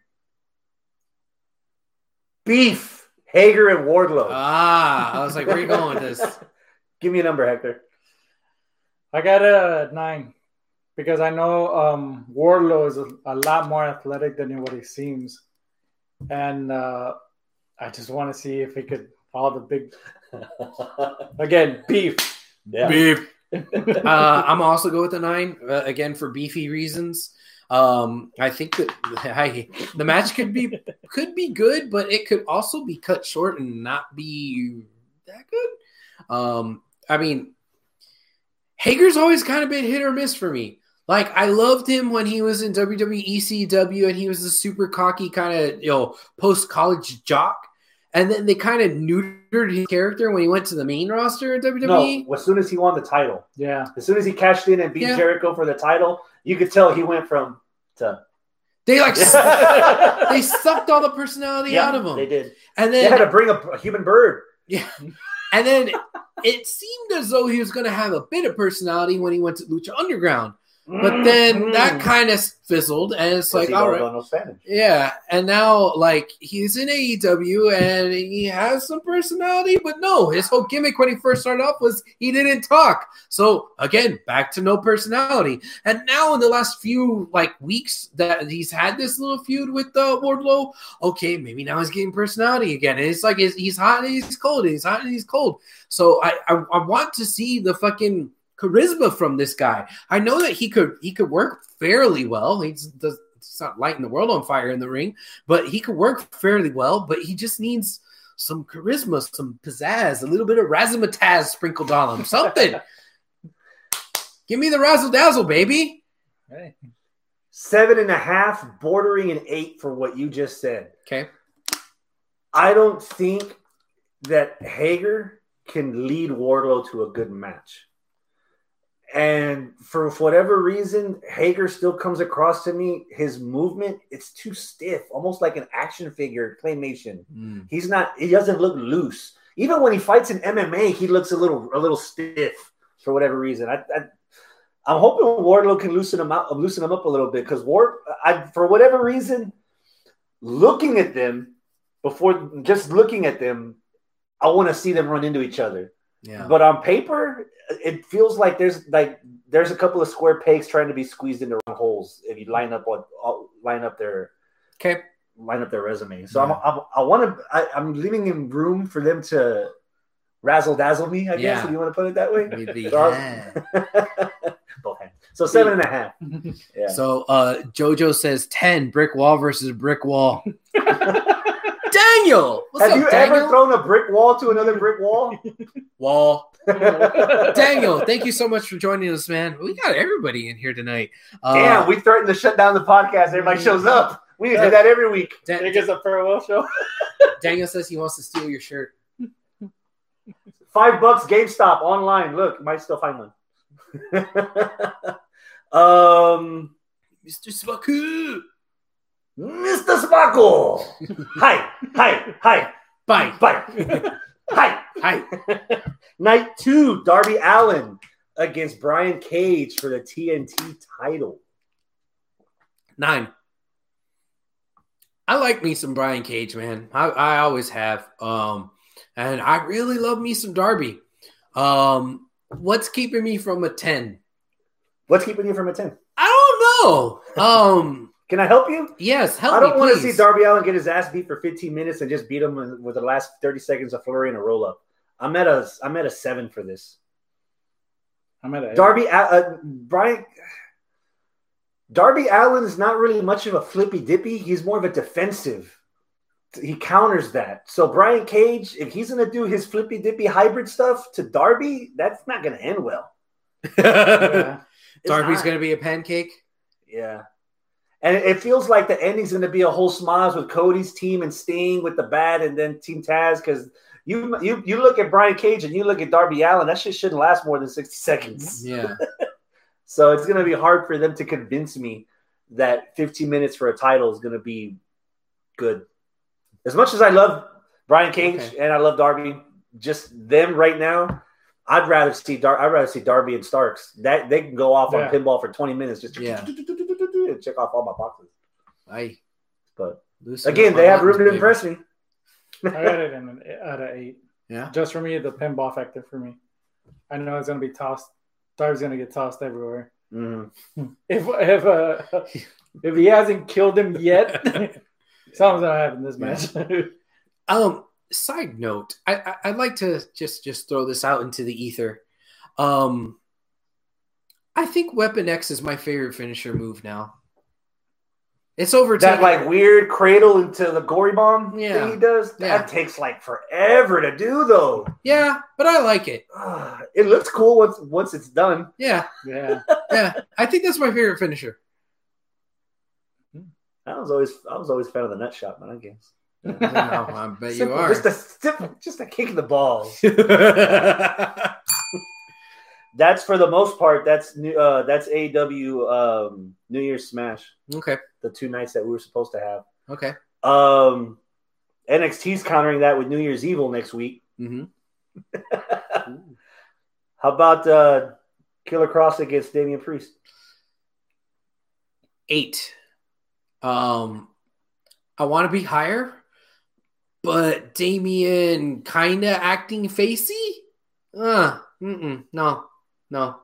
S2: Beef. Hager and Wardlow.
S1: Ah, I was like, where you going with this?
S2: Give me a number, Hector.
S3: I got a nine because I know um, Warlow is a, a lot more athletic than what he seems, and uh, I just want to see if he could follow the big again beef.
S2: yeah.
S1: Beep. uh, I'm also go with the nine uh, again for beefy reasons. Um, I think that I, the match could be could be good, but it could also be cut short and not be that good. Um, I mean, Hager's always kind of been hit or miss for me. Like I loved him when he was in WWE CW and he was the super cocky kind of you know post college jock, and then they kind of neutered his character when he went to the main roster of WWE.
S2: No, as soon as he won the title,
S3: Yeah,
S2: as soon as he cashed in and beat
S1: Yeah.
S2: Jericho for the title, you could tell he went from to.
S1: They like
S2: they
S1: they sucked all the personality out of him.
S2: They did.
S1: And
S2: They had
S1: then
S2: to bring a, a human bird.
S1: and then it seemed as though he was going to have a bit of personality when he went to Lucha Underground. But then
S3: Mm-hmm.
S1: that
S2: Mm.
S1: kind of fizzled and it's like all right.
S2: No Spanish.
S1: Yeah, and now like he's in AEW and he has some personality, but no, his whole gimmick when he first started off was he didn't talk. So again, back to no personality. And now in the last few like weeks that he's had this little feud with uh, Wardlow, okay, maybe now he's getting personality again. And it's like he's, he's hot and he's cold, and he's hot and he's cold. So I, I I want to see the fucking charisma from this guy. I know that he could he could work fairly well. He's does it's not lighting the world on fire in the ring, but he could work fairly well. But he just needs some charisma, some pizzazz, a little bit of razzmatazz sprinkled on him, something. Give me the razzle dazzle, baby.
S3: Hey,
S2: Seven and a half, bordering an eight for what you just said.
S1: Okay.
S2: I don't think that Hager can lead Wardlow to a good match. And for whatever reason, Hager still comes across to me. His movement, it's too stiff, almost like an action figure claymation.
S1: Mm.
S2: He's not. He doesn't look loose. Even when he fights in MMA, he looks a little a little stiff for whatever reason. I, I I'm hoping Wardlow can loosen him out, loosen him up a little bit because Ward, I for whatever reason, looking at them before just looking at them, I want to see them run into each other.
S1: Yeah.
S2: But on paper, it feels like there's like there's a couple of square pegs trying to be squeezed into round holes if you line up on uh, line up their
S1: Okay.
S2: line up their resume. So I'm, I'm I want to I'm leaving him room for them to razzle dazzle me. I guess
S1: Yeah.
S2: if you want to put it that way.
S1: With the
S2: So-
S1: hand.
S2: Both hands. So seven and a half.
S3: Mm-hmm.
S2: Yeah.
S1: So uh Jojo says 10 brick wall versus brick wall. Daniel! What's
S2: Have
S1: up,
S2: you
S1: Daniel?
S2: ever thrown a brick wall to another brick wall?
S1: wall.
S2: Damn,
S1: Daniel, thank you so much for joining us, man. We got everybody in here tonight. Uh,
S2: we threatened to shut down the podcast. Everybody shows up. We need to do that every week.
S1: Dan-
S3: Think it's a farewell show.
S1: Daniel says he wants to steal your shirt.
S2: Five bucks GameStop online. Look, you might still find one. um,
S1: Mr. Svaku.
S2: Mr. Sparkle. hi, hi, hi,
S1: Bye.
S2: bye, hi.
S1: Hi.
S2: Night two, Darby Allen against Brian Cage for the TNT title.
S1: Nine. I like me some Brian Cage, man. I, I always have. Um, and I really love me some Darby. Um, what's keeping me from a 10?
S2: What's keeping you from a ten?
S1: I don't know. Um,
S2: Can I help you?
S1: yes, help
S2: I don't
S1: me,
S2: want to
S1: please.
S2: see Darby Allen get his ass beat for 15 minutes and just beat him with- with the last 30 seconds of flurry and a roll up. I'm at a I'm at a seven for this.
S3: I'm at a
S2: Darby uh, uh, Brian Darby Allen is not really much of a flippy dippy. He's more of a defensive. He counters that. So Brian Cage, if he's gonna do his flippy dippy hybrid stuff to Darby, that's not gonna end well.
S3: Yeah.
S2: It's
S1: Darby's
S2: not.
S1: going to be a pancake.
S2: Yeah. And it- it feels like the ending's going to be a whole smiles with Cody's team and Sting with the bat and then Team Taz because you, you you look at Brian Cage and you look at Darby Allen, that shit shouldn't last more than 60 seconds.
S1: Yeah.
S2: So it's going to be hard for them to convince me that 15 minutes for a title is going to be good. As much as I love Brian Cage
S1: Okay.
S2: and I love Darby, just them right now, I'd rather see Dar- I'd rather see Darby and Starks. That they can go off
S3: Yeah.
S2: on pinball for 20 minutes just
S1: Yeah.
S2: and check off all my boxes.
S1: I,
S2: But
S1: loosen
S2: again,
S1: up my
S2: they have room
S1: buttons,
S2: to
S1: baby.
S2: impress me.
S3: I got it in an, at an eight.
S1: Yeah.
S3: Just for me, the pinball factor for me. I know it's gonna be tossed. Darby's gonna get tossed everywhere.
S1: Mm-hmm.
S2: Mhm.
S3: If if uh, if he hasn't killed him yet, something's gonna happen this match.
S1: Um, side note, I, I I'd like to just just throw this out into the ether. Um, I think Weapon X is my favorite finisher move now. It's over
S2: That like weird cradle into the gory bomb
S1: Yeah.
S2: thing he does. That
S1: Yeah.
S2: takes like forever to do though.
S1: yeah, but I like it.
S2: Ah, it looks cool once once it's done.
S1: Yeah,
S3: yeah.
S1: yeah. I think that's my favorite finisher.
S2: I was always I was always a fan of the nut shot, man. I guess
S1: I don't know, I bet you
S2: Simple,
S1: are.
S2: just a simple, just a kick in the balls. That's for the most part. That's new. Uh, that's AW um, New Year's Smash.
S1: okay,
S2: The two nights that we were supposed to have.
S1: okay.
S2: Um, NXT's countering that with New Year's Evil next week.
S1: hmm Mm-hmm.
S2: How about uh, Killer Cross against Damian Priest?
S1: Eight. Um, I want to be higher, but Damien kind of acting facey. Uh, mm-mm, no, no,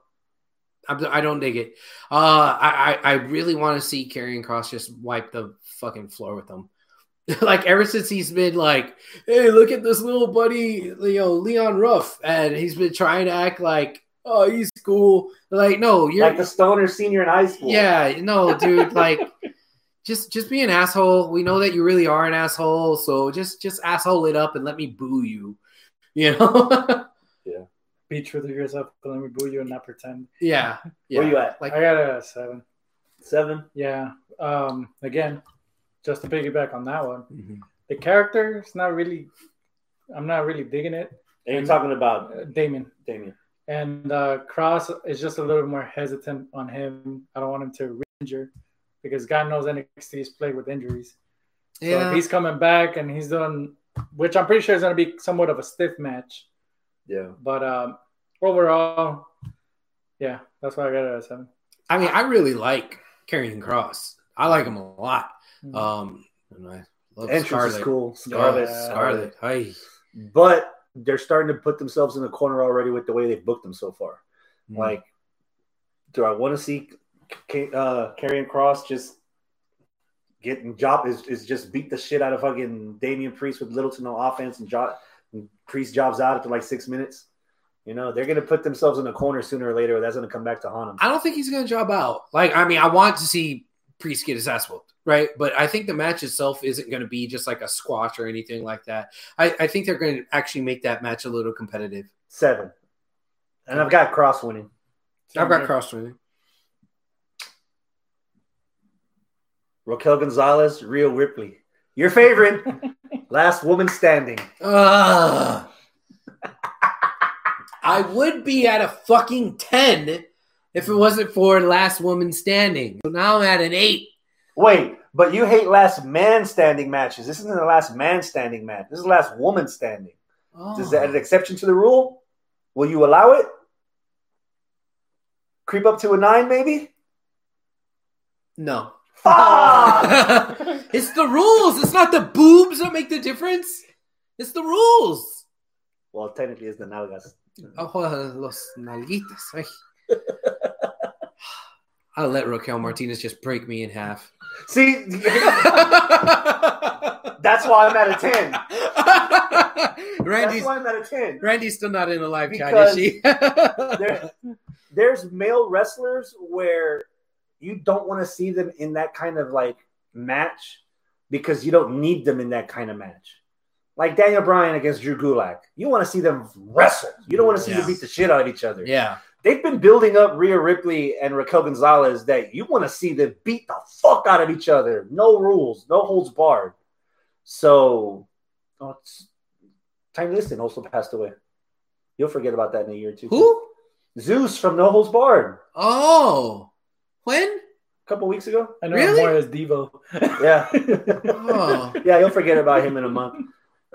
S1: I'm, I don't dig it. Uh, I, I, I really want to see Karrion Cross just wipe the fucking floor with him. like ever since he's been like, hey, look at this little buddy, you know, Leon Ruff, and he's been trying to act like, oh, he's cool. Like, no, you're
S2: like the stoner senior in high school.
S1: yeah, no, dude, like just just be an asshole. We know that you really are an asshole, so just just asshole it up and let me boo you. You know?
S3: Be true to yourself, but let me boo you and not pretend.
S1: yeah. Yeah.
S2: Where you at?
S1: Like
S3: I got a seven.
S2: Seven.
S3: Yeah. Um. Again, just to piggyback on that one,
S1: Mhm.
S3: the character is not really. I'm not really digging it.
S2: And you're talking about
S3: Uh, Damon
S2: Damien.
S3: and uh, Cross is just a little more hesitant on him. I don't want him to injure because God knows NXT's plagued with injuries. So
S1: yeah.
S3: if he's coming back and he's doing, which I'm pretty sure is going to be somewhat of a stiff match.
S2: Yeah.
S3: But um, overall, yeah, that's why I got it at a seven.
S1: I mean, I really like Karrion Cross. I like him a lot.
S3: Mhm.
S1: Um, and I love
S2: Hmm. Entrance
S1: Scarlet.
S2: is cool.
S1: Scarlet,
S2: Scarlet.
S3: Yeah.
S1: Scarlet. Hey.
S2: But they're starting to put themselves in the corner already with the way they've booked them so far.
S1: Mm-hmm.
S2: Like, do I want to see K- uh, Karrion Cross just getting job is, is just beat the shit out of fucking Damian Priest with little to no offense and job Priest jobs out after like six minutes? You know, they're going to put themselves in the corner sooner or later. That's going to come back to haunt them.
S1: I don't think he's gonna job out. Like, I mean, I want to see Priest get his ass whooped, right? But I think the match itself isn't gonna be just like a squash or anything like that. I, I think they're gonna actually make that match a little competitive.
S2: Seven. And I've got Cross winning.
S1: I've got Cross with you.
S2: Raquel Gonzalez, Rhea Ripley. Your favorite, last woman standing.
S1: Ugh. I would be at a fucking ten if it wasn't for Last Woman Standing. So now I'm at an eight.
S2: Wait, but you hate last man standing matches. This isn't the last man standing match. This is the last woman standing. Is that an exception to the rule? Will you allow it? Creep up to a nine, maybe?
S1: No.
S2: Fuck!
S1: it's the rules. It's not the boobs that make the difference. It's the rules.
S2: well, technically, it's the nalgas.
S1: Ojo a los nalguitas. Ay. I'll let Raquel Martinez just break me in half.
S2: See, that's why I'm at a 10.
S1: Randy's
S2: That's why I'm at a 10.
S1: Randy's still not in the live
S2: Because
S1: chat, is she?
S2: there, there's male wrestlers where you don't want to see them in that kind of like match because you don't need them in that kind of match. Like Daniel Bryan against Drew Gulak. You want to see them wrestle. You don't want to see
S1: Yeah.
S2: them beat the shit out of each other.
S1: yeah.
S2: They've been building up Rhea Ripley and Raquel Gonzalez that you want to see them beat the fuck out of each other. No rules, no holds barred. So, oh, it's- Time Liston also passed away. You'll forget about that in a year or two.
S1: Who?
S2: Zeus from No Holds Barred
S1: Oh. When?
S2: a couple weeks ago.
S3: I know
S1: Really?
S3: more as Devo.
S2: Yeah,
S1: Oh.
S2: yeah, you'll forget about him in a month.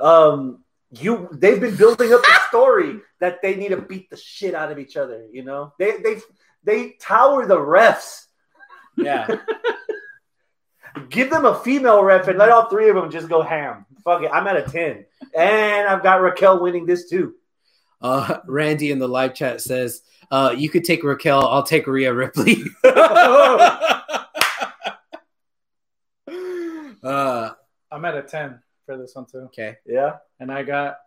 S2: Um, you they've been building up the story that they need to beat the shit out of each other. You know, they they they tower the refs.
S1: Yeah.
S2: Give them a female ref and let all three of them just go ham. Fuck it, I'm at a ten, and I've got Raquel winning this too.
S1: Uh, Randy in the live chat says, uh, "You could take Raquel. I'll take Rhea Ripley." uh,
S3: I'm at a ten for this one too,
S1: okay.
S2: Yeah,
S3: and I got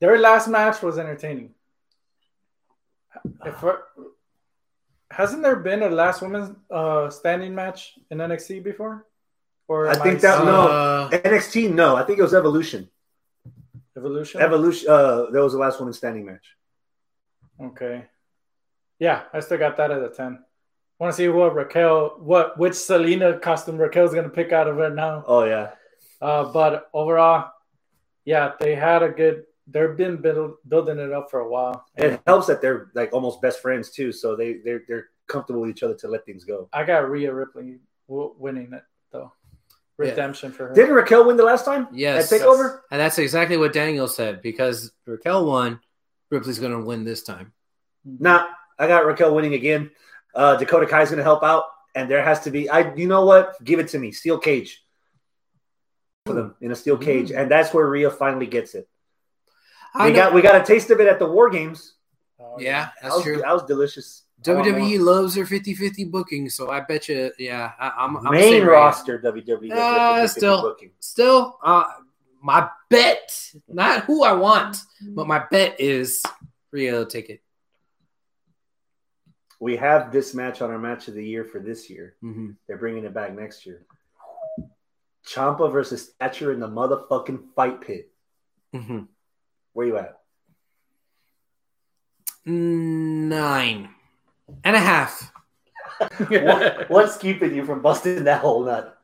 S3: their last match was entertaining. If we're- hasn't there been a last woman's uh, standing match in NXT before? Or
S2: I
S3: am
S2: think that-
S3: seeing
S2: no.
S1: Uh,
S2: NXT. No, I think it was Evolution.
S3: evolution.
S2: Evolution. Uh, that was the last woman standing match.
S3: Okay. Yeah, I still got that at a ten. Want to see what Raquel, what which Selena costume Raquel's gonna pick out of it now?
S2: Oh yeah,
S3: Uh, but overall, yeah, they had a good. They've been build, building it up for a while.
S2: it helps that they're like almost best friends too, so they they're they're comfortable with each other to let things go.
S3: I got Rhea Ripley w- winning it though.
S1: Yeah.
S3: Redemption for her.
S2: Didn't Raquel win the last time?
S1: yes.
S2: At Takeover?
S1: And that's exactly what Daniel said because Raquel won. Ripley's going to win this time.
S2: Nah, I got Raquel winning again. Uh, Dakota Kai's gonna help out, and there has to be I. You know what? Give it to me. Steel cage. For them in a steel cage, and that's where Rhea finally gets it.
S1: Mm. I
S2: We
S1: know-
S2: got we got a taste of it at the War Games.
S3: Oh,
S1: yeah, that's
S2: that was,
S1: true. E,
S2: That was delicious. I want
S1: WWE loves their 50-50 booking, so I bet you, yeah, I, I'm,
S2: more.
S1: I'm saying
S2: main
S1: Rhea.
S2: roster E. WWE.
S1: Uh, still.
S2: booking.
S1: Still, uh, my bet, not who I want, but my bet is Rio ticket.
S2: We have this match on our match of the year for this year.
S1: Mm-hmm.
S2: They're bringing it back next year. Champa versus Thatcher in the motherfucking fight pit.
S1: Mm-hmm.
S2: Where you at?
S1: Nine and a half.
S2: What, what's keeping you from busting that whole nut?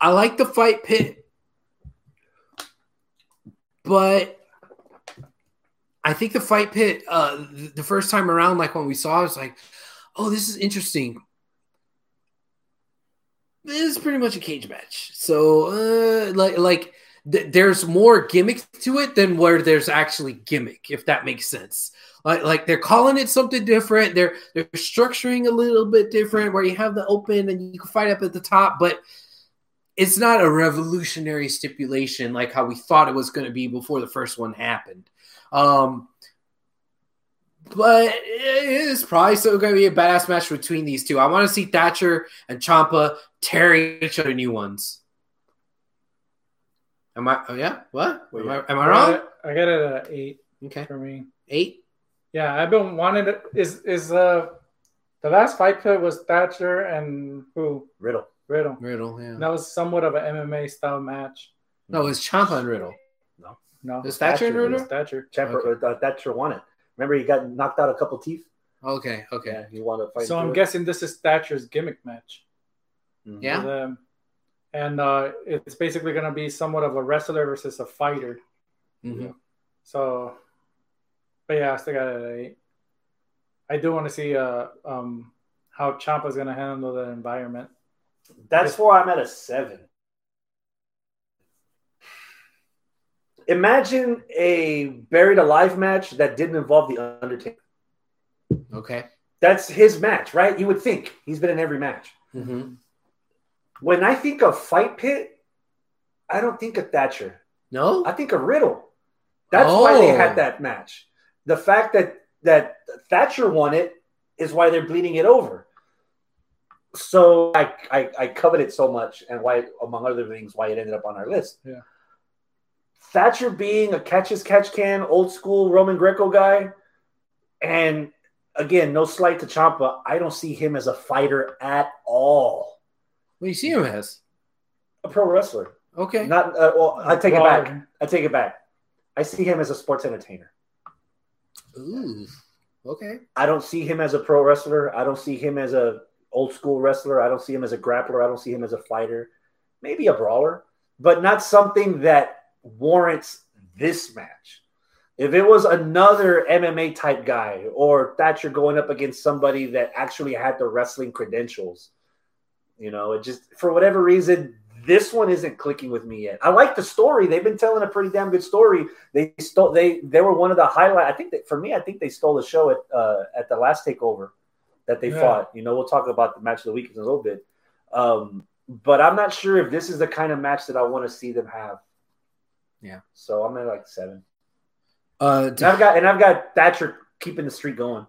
S1: I like the fight pit, but I think the fight pit uh, th- the first time around, like when we saw, it, was like, "Oh, this is interesting." This is pretty much a cage match, so uh, like like th- there's more gimmicks to it than where there's actually gimmick, if that makes sense. Like like they're calling it something different. They're they're structuring a little bit different, where you have the open and you can fight up at the top, but it's not a revolutionary stipulation like how we thought it was going to be before the first one happened. Um, but it's probably still going to be a badass match between these two. I want to see Thatcher and Champa tearing each other new ones. Am I? Oh yeah. What? Am I, am I wrong?
S3: I got it at eight
S1: Okay.
S3: for me.
S1: Eight.
S3: Yeah, I've been wanting to. Is is uh the last fight pit was Thatcher and who
S2: Riddle.
S3: Riddle.
S1: Riddle. Yeah. No,
S3: That was somewhat of an MMA style match.
S1: no it's Champa and Riddle.
S3: No,
S1: It's Oh, Thatcher and
S3: It was
S1: Riddle.
S3: Thatcher.
S2: Champa, uh, Thatcher won it. Remember, he got knocked out a couple teeth.
S1: Okay. Okay.
S2: Yeah, he wanted to fight.
S3: So I'm
S2: through it.
S3: guessing this is Thatcher's gimmick match.
S2: Mhm.
S1: Yeah.
S3: with them. And uh, it's basically going to be somewhat of a wrestler versus a fighter.
S1: Mhm.
S3: So, but yeah, I still got it at eight. I do want to see uh, um, how Ciampa's going to handle the environment.
S2: That's why I'm at a seven. Imagine a buried alive match that didn't involve the Undertaker.
S1: Okay.
S2: That's his match, right? You would think he's been in every match.
S1: Mm-hmm.
S2: When I think of Fight Pit, I don't think of Thatcher.
S1: No.
S2: I think of Riddle. That's why they
S1: Oh.
S2: had that match. The fact that that Thatcher won it is why they're bleeding it over. So I, I I covet it so much, and why, among other things, why it ended up on our list.
S3: Yeah.
S2: Thatcher being a catch as catch can, old school Roman Greco guy, and again, no slight to Champa, I don't see him as a fighter at all.
S1: What do you see him as?
S2: A pro wrestler,
S1: Okay.
S2: not. Uh, well, I take it
S3: Raw.
S2: back. I take it back. I see him as a sports entertainer.
S1: Ooh. Okay.
S2: I don't see him as a pro wrestler. I don't see him as a old school wrestler. I don't see him as a grappler. I don't see him as a fighter. Maybe a brawler, but not something that warrants this match. If it was another MMA type guy or Thatcher going up against somebody that actually had the wrestling credentials, you know, it just for whatever reason, this one isn't clicking with me yet. I like the story; they've been telling a pretty damn good story they stole they they were one of the highlight i think that for me i think they stole the show at uh at the last takeover that they
S3: Yeah.
S2: fought you know we'll talk about the match of the week in a little bit um but i'm not sure if this is the kind of match that i want to see them have
S1: Yeah.
S2: so i'm at like seven
S1: Uh,
S2: and i've got and i've got thatcher keeping the streak going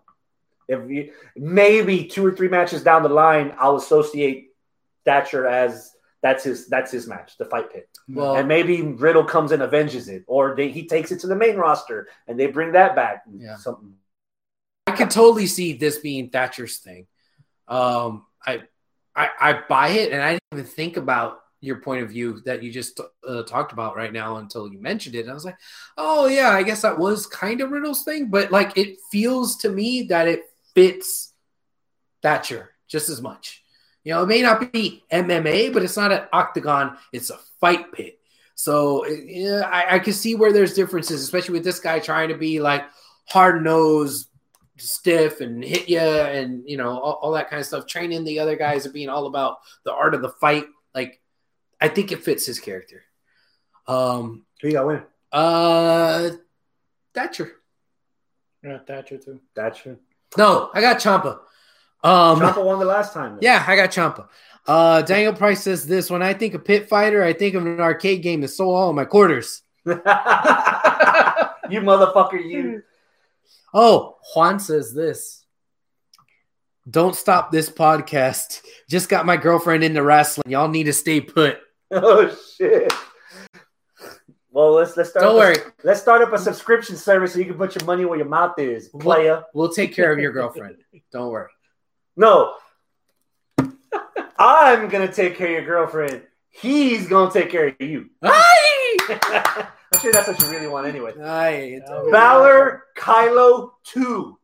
S2: if you, maybe two or three matches down the line i'll associate thatcher as that's his that's his match the fight pit
S1: well,
S2: and maybe Riddle comes and avenges it, or they, he takes it to the main roster and they bring that back.
S1: Yeah.
S2: Something.
S1: I could totally see this being Thatcher's thing. Um, I, I, I buy it, and I didn't even think about your point of view that you just uh, talked about right now until you mentioned it. And I was like, oh yeah, I guess that was kind of Riddle's thing, but like it feels to me that it fits Thatcher just as much. You know, it may not be MMA, but it's not an octagon; it's a fight pit. So it- yeah, I, I can see where there's differences, especially with this guy trying to be like hard nosed, stiff and hit you and you know all, all that kind of stuff training the other guys and being all about the art of the fight like i think it fits his character um
S2: Who you got winning?
S1: uh thatcher
S3: Yeah, uh, Thatcher too.
S2: Thatcher.
S1: no i got champa um
S2: Ciampa won the last time. though.
S1: yeah i got champa uh daniel price says this when i think of pit fighter i think of an arcade game that sold all my quarters
S2: you motherfucker, you.
S1: oh juan says this don't stop this podcast just got my girlfriend into wrestling y'all need to stay put
S2: Oh, shit. Oh, Well, let's let's start.
S1: Don't
S2: up a-
S1: worry,
S2: let's start up a subscription service so you can put your money where your mouth is,
S1: What?
S2: player.
S1: we'll take care of your girlfriend. Don't worry.
S2: No, I'm gonna take care of your girlfriend. He's gonna take care of you.
S1: Aye!
S2: I'm sure that's what you really want anyway.
S1: Aye.
S3: Oh,
S2: Valor Kylo two.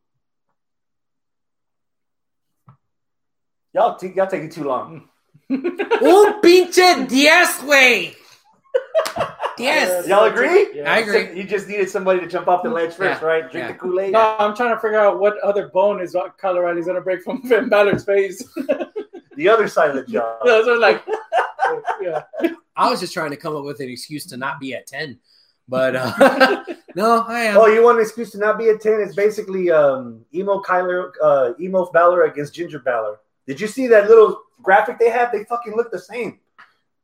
S2: Y'all, t- y'all taking too long.
S1: Un pinche diez, güey. Yes.
S2: Y'all agree?
S3: Yeah.
S1: I agree.
S2: You just needed somebody to jump off the ledge first,
S1: Yeah.
S2: right? Drink
S1: Yeah.
S2: the Kool Aid.
S3: No, I'm trying to figure out what other bone is what Kyle O'Reilly's gonna break from Finn Balor's face.
S2: The other side of the jaw.
S3: Those are like, yeah.
S1: I was just trying to come up with an excuse to not be at 10. But uh, no, I am.
S2: Oh, you want an excuse to not be at ten? It's basically um, emo Kyler, uh, emo Balor against Ginger Balor. Did you see that little graphic they have? They fucking look the same,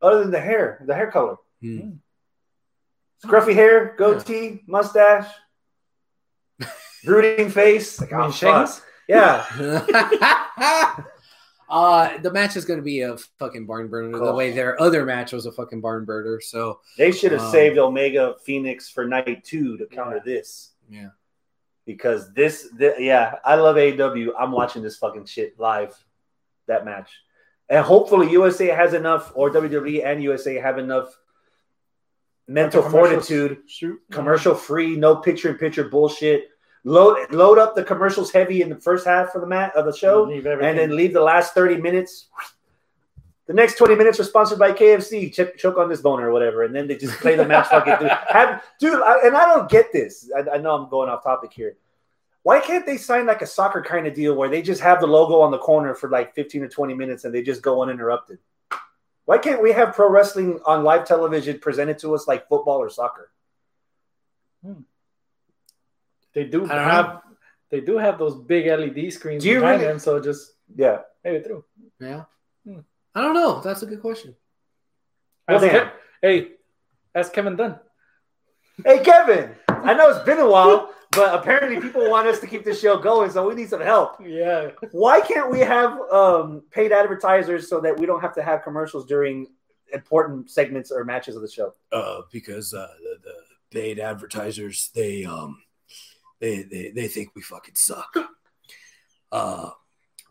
S2: other than the hair, the hair color.
S1: Hmm.
S2: Scruffy hair, goatee, mustache, brooding face. Like,
S3: I mean,
S2: oh,
S3: Sheamus?
S2: fuck. Yeah,
S1: Hmm. uh, the match is going to be a fucking barn burner the
S2: Cool.
S1: way their other match was a fucking barn burner. So,
S2: they should have
S1: Um,
S2: saved Omega Phoenix for night two to counter this
S1: yeah.
S2: because this, thi- yeah, I love AEW. I'm watching this fucking shit live. That match, and hopefully USA has enough, or WWE and USA have enough mental
S3: Commercials.
S2: fortitude
S3: Shoot.
S2: commercial free, no picture in picture bullshit. Load load up the commercials heavy in the first half of the mat of the
S1: Mm-hmm.
S2: show,
S3: Leave
S2: and
S3: everything.
S2: then leave the last thirty minutes. The next twenty minutes are sponsored by KFC. Ch- choke on this boner or whatever, and then they just play the match fucking through. Have, dude, I, and I don't get this. I, I know I'm going off topic here. Why can't they sign like a soccer kind of deal where they just have the logo on the corner for like fifteen or twenty minutes and they just go uninterrupted? Why can't we have pro wrestling on live television presented to us like football or soccer?
S3: they do
S1: I don't
S3: have they do have those big LED screens
S2: Do you
S3: behind
S2: really-
S3: them, so just
S2: Yeah.
S3: hey it through.
S1: Yeah.
S3: Hmm.
S1: I don't know. That's a good question.
S2: Well,
S3: Ask
S2: damn.
S3: Kev- hey, ask Kevin Dunn.
S2: Hey, Kevin, I know it's been a while, but apparently people want us to keep this show going, so we need some help.
S3: Yeah,
S2: Why can't we have um, paid advertisers so that we don't have to have commercials during important segments or matches of the show?
S4: uh, because uh, the, the paid advertisers they um they, they they think we fucking suck. Uh,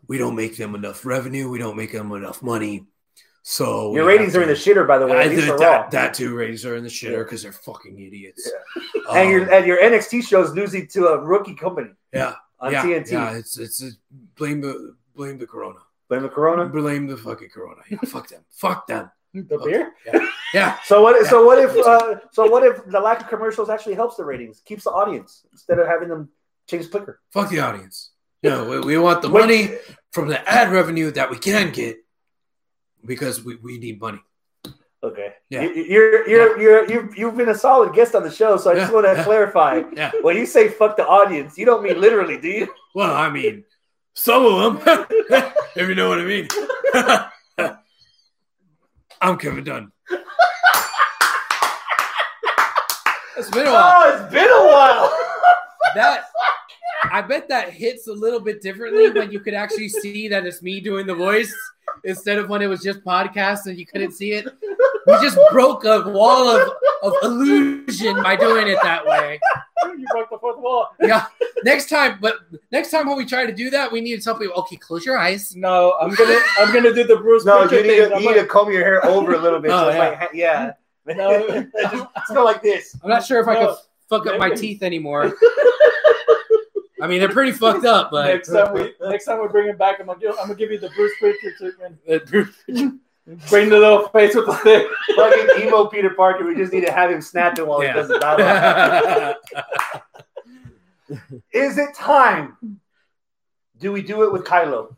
S4: we don't make them enough revenue. We don't make them enough money. So
S2: Your
S4: we
S2: ratings
S4: have
S2: are in the
S4: to-
S2: shitter, by the way.
S4: Oh, I
S2: at least
S4: think
S2: for Raw.
S4: that, that too. Ratings are in the shitter because they're fucking idiots. Um,
S2: and, your, and your NXT show is losing to a rookie company
S4: yeah,
S2: on
S4: yeah,
S2: TNT.
S4: yeah. It's it's it's- blame the blame the corona.
S2: Blame the Corona.
S4: Blame the fucking corona. Yeah, fuck them. Fuck them.
S3: the
S4: Okay.
S3: beer.
S2: So what? So what if?
S4: Yeah.
S2: Uh, so what if the lack of commercials actually helps the ratings, keeps the audience instead of having them change clicker?
S4: Fuck the audience. No, we, we want the
S2: Which-
S4: money from the ad revenue that we can get because we, we need money.
S2: Okay.
S4: Yeah.
S2: You, you're you're you're you've you've been a solid guest on the show, so I just
S4: Yeah,
S2: want to
S4: yeah.
S2: clarify.
S4: Yeah.
S2: When you say "fuck the audience," you don't mean literally, do you?
S4: Well, I mean, some of them, if you know what I mean. I'm Kevin Dunn.
S1: It's been a while.
S2: Oh, it's been a while.
S1: That I bet that hits a little bit differently when you could actually see that it's me doing the voice instead of when it was just podcast and you couldn't see it. We just broke a wall of, of illusion by doing it that way.
S3: You broke the fourth wall.
S1: Yeah. Next time, but next time when we try to do that, we need to tell people, okay, close your eyes.
S3: No, I'm gonna I'm gonna do the Bruce.
S2: no, you
S3: Pritchard
S2: need,
S3: thing.
S2: to,
S3: I'm
S2: you need
S3: like,
S2: to comb your hair over a little bit.
S1: Oh,
S2: so it's
S1: yeah.
S2: like, ha- yeah.
S3: No.
S2: just, just go like this.
S1: I'm not sure if I
S3: No.
S1: can fuck up my
S3: Maybe.
S1: teeth anymore. I mean, they're pretty fucked up, but
S3: next time we next time we bring it back, I'm gonna give, I'm gonna give you the Bruce Pritchard treatment. Bring the little face with the thing.
S2: Fucking emo Peter Parker. We just need to have him snapping while
S1: Yeah.
S2: he does the dialogue. Is it time? Do we do it with Kylo?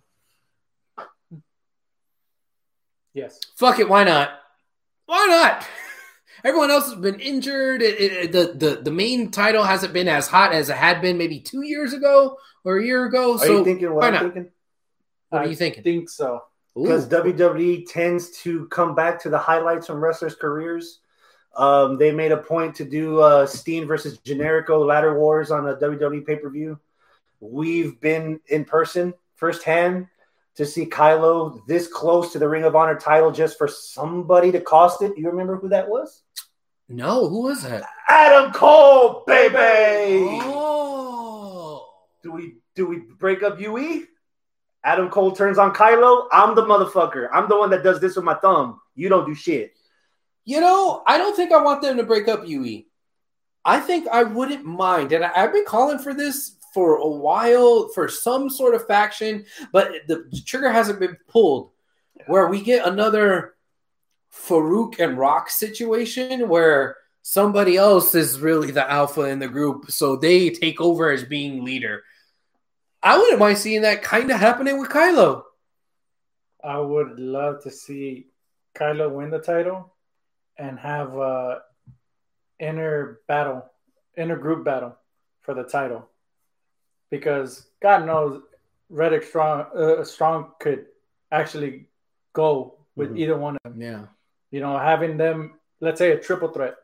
S3: Yes.
S1: fuck it, why not? Why not? Everyone else has been injured. It, it- it- the, the the main title hasn't been as hot as it had been maybe two years ago or a year ago.
S2: Are
S1: so
S2: you thinking what
S1: why
S2: I'm
S1: not?
S2: thinking?
S1: what are
S3: I
S1: you thinking?
S3: think so.
S1: Ooh.
S2: because WWE E tends to come back to the highlights from wrestlers' careers. Um, they made a point to do uh, Steen versus Generico ladder wars on a WWE pay per view. We've been in person firsthand to see Kylo this close to the Ring of Honor title just for somebody to cost it. You remember who that was?
S1: No, who was that?
S2: Adam Cole, baby.
S1: Oh.
S2: Do we do we break up UE? Adam Cole turns on Kylo. I'm the motherfucker. I'm the one that does this with my thumb. You don't do shit.
S1: You know, I don't think I want them to break up UE. I think I wouldn't mind. And I, have been calling for this for a while for some sort of faction, but the trigger hasn't been pulled. Where we get another Farouk and Rock situation where somebody else is really the alpha in the group, so they take over as being leader. I wouldn't mind seeing that kind of happening with Kylo.
S3: I would love to see Kylo win the title and have a inner battle, inner group battle for the title, because God knows Reddick Strong uh, Strong could actually go with
S2: Mhm.
S3: either one of them.
S1: Yeah.
S3: You know, having them, let's say, a triple threat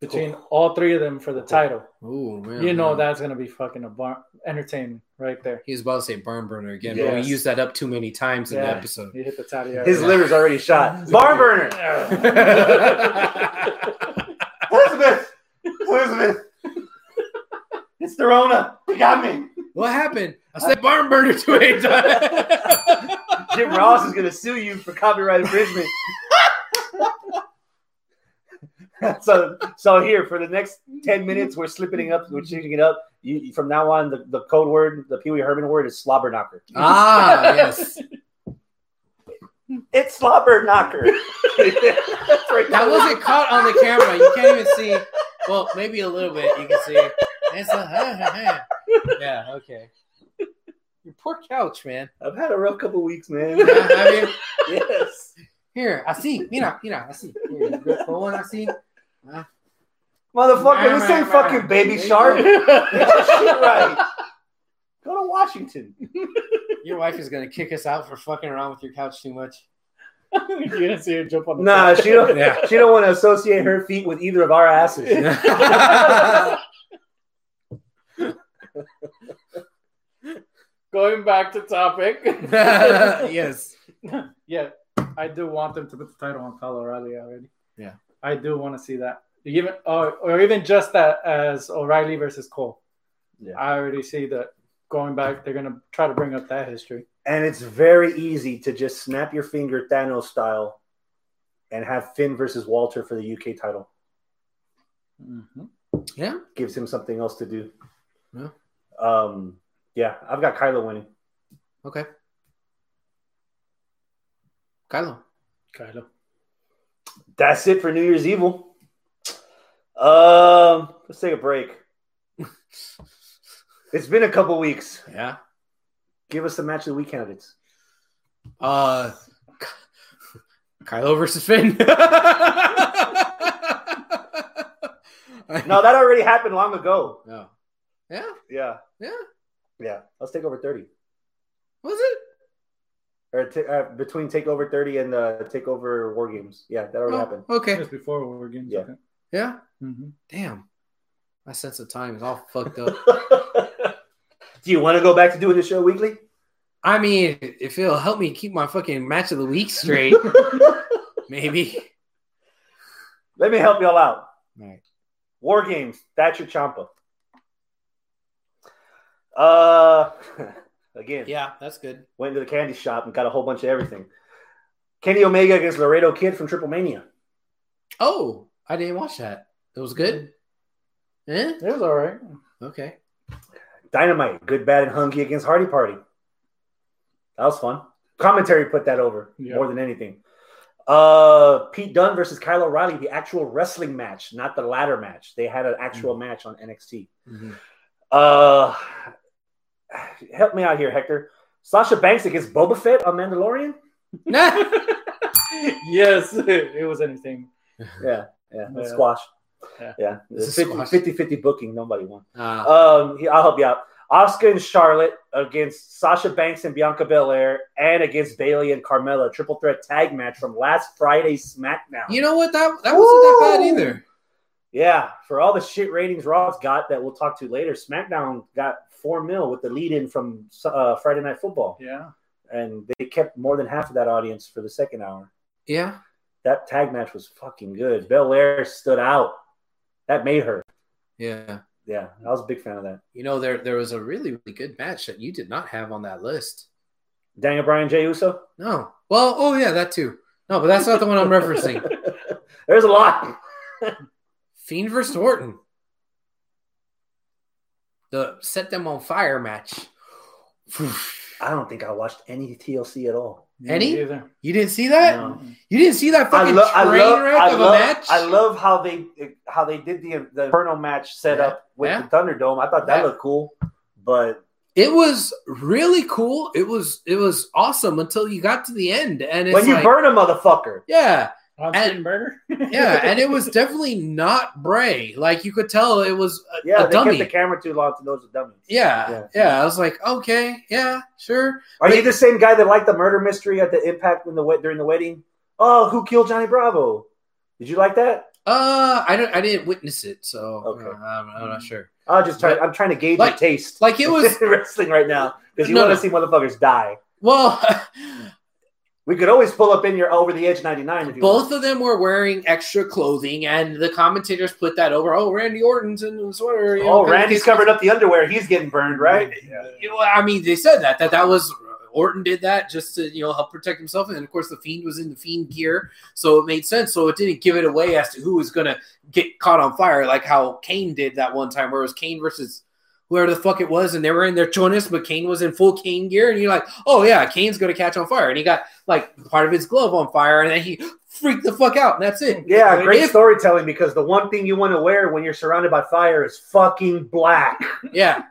S3: between all three of them for the title.
S1: Oh man.
S3: you know
S1: yeah.
S3: that's gonna be fucking a bar- entertainment right there.
S1: He was about to say barn burner again, but we
S3: Yes.
S1: used that up too many times in
S3: Yeah.
S1: the episode.
S3: You hit the tally.
S2: His liver's already shot. Barn burner. Elizabeth. Elizabeth. It's the Rona. They got me.
S1: What happened? I said barn burner too many times.
S2: Jim Ross is gonna sue you for copyright infringement. so, so here for the next ten minutes, we're slipping it up. We're changing it up. You, from now on, the, the code word, the Pee Wee Herman word, is slobber knocker.
S1: ah, yes.
S2: It's slobber knocker.
S1: That wasn't caught on the camera. You can't even see. Well, maybe a little bit. You can see. It's a, yeah. Okay. Your poor couch, man.
S2: I've had a rough couple weeks, man.
S1: I mean,
S2: yes.
S1: here I see. Mira, mira, I see. Here, you go for one. I see.
S2: Motherfucker, this ain't fucking baby shark. Get your shit right. Go to Washington.
S1: Your wife is gonna kick us out for fucking around with your couch too much.
S3: you didn't see her jump on the
S2: Nah, she don't.
S1: Yeah.
S2: She don't want to associate her feet with either of our asses.
S3: Going back to topic.
S1: yes.
S3: yeah, I do want them to put the title on Kyle O'Reilly already.
S1: Yeah.
S3: I do want to see that. Even or, or even just that as O'Reilly versus Cole.
S2: Yeah.
S3: I already see that going back. They're gonna try to bring up that history.
S2: And it's very easy to just snap your finger Thanos style and have Finn versus Walter for the UK title. Mm-hmm.
S1: Yeah.
S2: Gives him something else to do.
S1: Yeah.
S2: Um, yeah, I've got Kylo winning.
S1: Okay. Kylo.
S3: Kylo.
S2: That's it for New Year's Evil. Um, let's take a break. it's been a couple weeks.
S1: Yeah.
S2: Give us the match of the week candidates.
S1: Uh, Ky- Kylo versus Finn.
S2: No, that already happened long ago.
S1: No. Yeah.
S2: Yeah,
S1: Yeah.
S2: yeah. Let's take over thirty.
S1: Was it?
S2: or t- uh, between Takeover 30 and uh, Takeover War Games. Yeah, that already happened.
S1: Oh, okay.
S3: Just before we were getting
S2: Yeah.
S1: Yeah.
S3: Mhm.
S1: Damn. My sense of time is all fucked up.
S2: Do you want to go back to doing the show weekly?
S1: I mean, if it'll help me keep my fucking match of the week straight, maybe.
S2: Let me help y'all out.
S1: All right.
S2: War Games, Thatcher Champa. Uh, again,
S1: Yeah, that's good.
S2: went to the candy shop and got a whole bunch of everything. Kenny Omega against Laredo Kid from Triple Mania.
S1: Oh, I didn't watch that. It was good.
S2: Mm-hmm.
S1: Eh?
S3: It was all right.
S1: Okay.
S2: Dynamite, Good, Bad, and Hunky against Hardy Party. That was fun. Commentary put that over
S3: Yeah.
S2: more than anything. Uh, Pete Dunne versus Kyle O'Reilly, the actual wrestling match, not the ladder match. They had an actual
S3: Hmm.
S2: match on NXT. Uh, help me out here, Hector. Sasha Banks against Boba Fett on Mandalorian.
S1: Nah.
S3: yes, it was anything.
S2: Yeah, yeah,
S3: Yeah.
S2: squash.
S3: Yeah.
S2: Yeah,
S1: This is
S2: 50,
S1: squash.
S2: 50 50 booking. Nobody won.
S1: Uh,
S2: Um, he- I'll help you out. Oscar and Charlotte against Sasha Banks and Bianca Belair, and against Bailey and Carmella. Triple threat tag match from last Friday's SmackDown.
S1: you know what? That that wasn't that bad
S2: Woo!
S1: either.
S2: yeah, for all the shit ratings Raw's got that we'll talk to later, SmackDown got four mil with the lead in from uh, Friday Night Football,
S3: Yeah.
S2: and they kept more than half of that audience for the second hour.
S1: Yeah.
S2: that tag match was fucking good. Belair stood out. That made her.
S1: Yeah.
S2: Yeah, I was a big fan of that.
S1: You know, there there was a really, really good match that you did not have on that list.
S2: Daniel Bryan, Jey Uso.
S1: No. Well, oh yeah, that too. No, but that's not the one I'm referencing.
S2: There's a lot.
S1: Fiend versus Orton. The set them on fire match.
S2: I don't think I watched any TLC at all.
S1: Any?
S3: Me neither. Mm-hmm.
S1: You didn't see that?
S2: No.
S1: You didn't see that
S2: I,
S1: fucking
S2: lo- I
S1: train
S2: love,
S1: wreck
S2: I,
S1: of
S2: love,
S1: a match?
S2: I love how they how they did the the Inferno match setup with
S1: yeah.
S2: the Thunderdome. I thought that
S1: Yeah.
S2: looked cool, but
S1: it was really cool. It was it was awesome until you got to the end, and it's
S2: when you
S1: like,
S2: burn a motherfucker,
S1: yeah,
S3: Hans
S1: And-
S3: Gutenberg?
S1: yeah, and it was definitely not Bray. Like you could tell, it was a,
S2: yeah,
S1: a
S2: they
S1: dummy.
S2: kept the camera too long to know it's a dummy.
S1: yeah,
S2: Yeah.
S1: yeah, I was like, okay, yeah, sure.
S2: Are you
S1: Wait.
S2: the same guy that liked the murder mystery at the impact when the wed- during the wedding? Oh, who killed Johnny Bravo? Did you like that?
S1: Uh, I don't, I didn't witness it, so
S2: Okay.
S1: uh, I'm, I'm not sure.
S2: I'll just try.
S1: But-
S2: I'm trying to gauge
S1: like-
S2: your taste.
S1: Like it was
S2: wrestling right now because you
S1: No,
S2: want to
S1: no.
S2: see motherfuckers die.
S1: well,
S2: We could always pull up in your over the edge ninety nine if you
S1: both of them were wearing extra clothing, and the commentators put that over. Oh, Randy Orton's in the sweater.
S2: Want.
S1: you
S2: Oh,
S1: know, 'cause-
S2: Randy's covering up the underwear. He's getting burned, right?
S1: Yeah, well, I mean, they said that that that was Orton did that just to you know help protect himself, and then, of course the Fiend was in the Fiend gear, so it made sense. So it didn't give it away as to who was gonna get caught on fire, like how Kane did that one time, where it was Kane versus whoever the fuck it was, and they were in their chonis, but Kane was in full Kane gear, and you're like, oh yeah, Kane's gonna catch on fire, and he got like part of his glove on fire, and then he freaked the fuck out, and that's it.
S2: Yeah, great
S1: If-
S2: storytelling because the one thing you want to wear when you're surrounded by fire is fucking black.
S1: Yeah.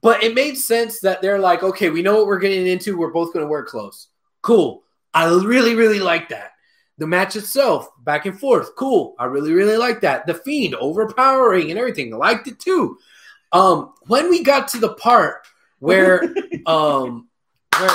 S1: But it made sense that they're like, okay, we know what we're getting into. We're both going to wear clothes. Cool. I really, really like that. The match itself, back and forth, cool. I really, really like that. The Fiend overpowering and everything. I liked it too. Um, when we got to the part where um where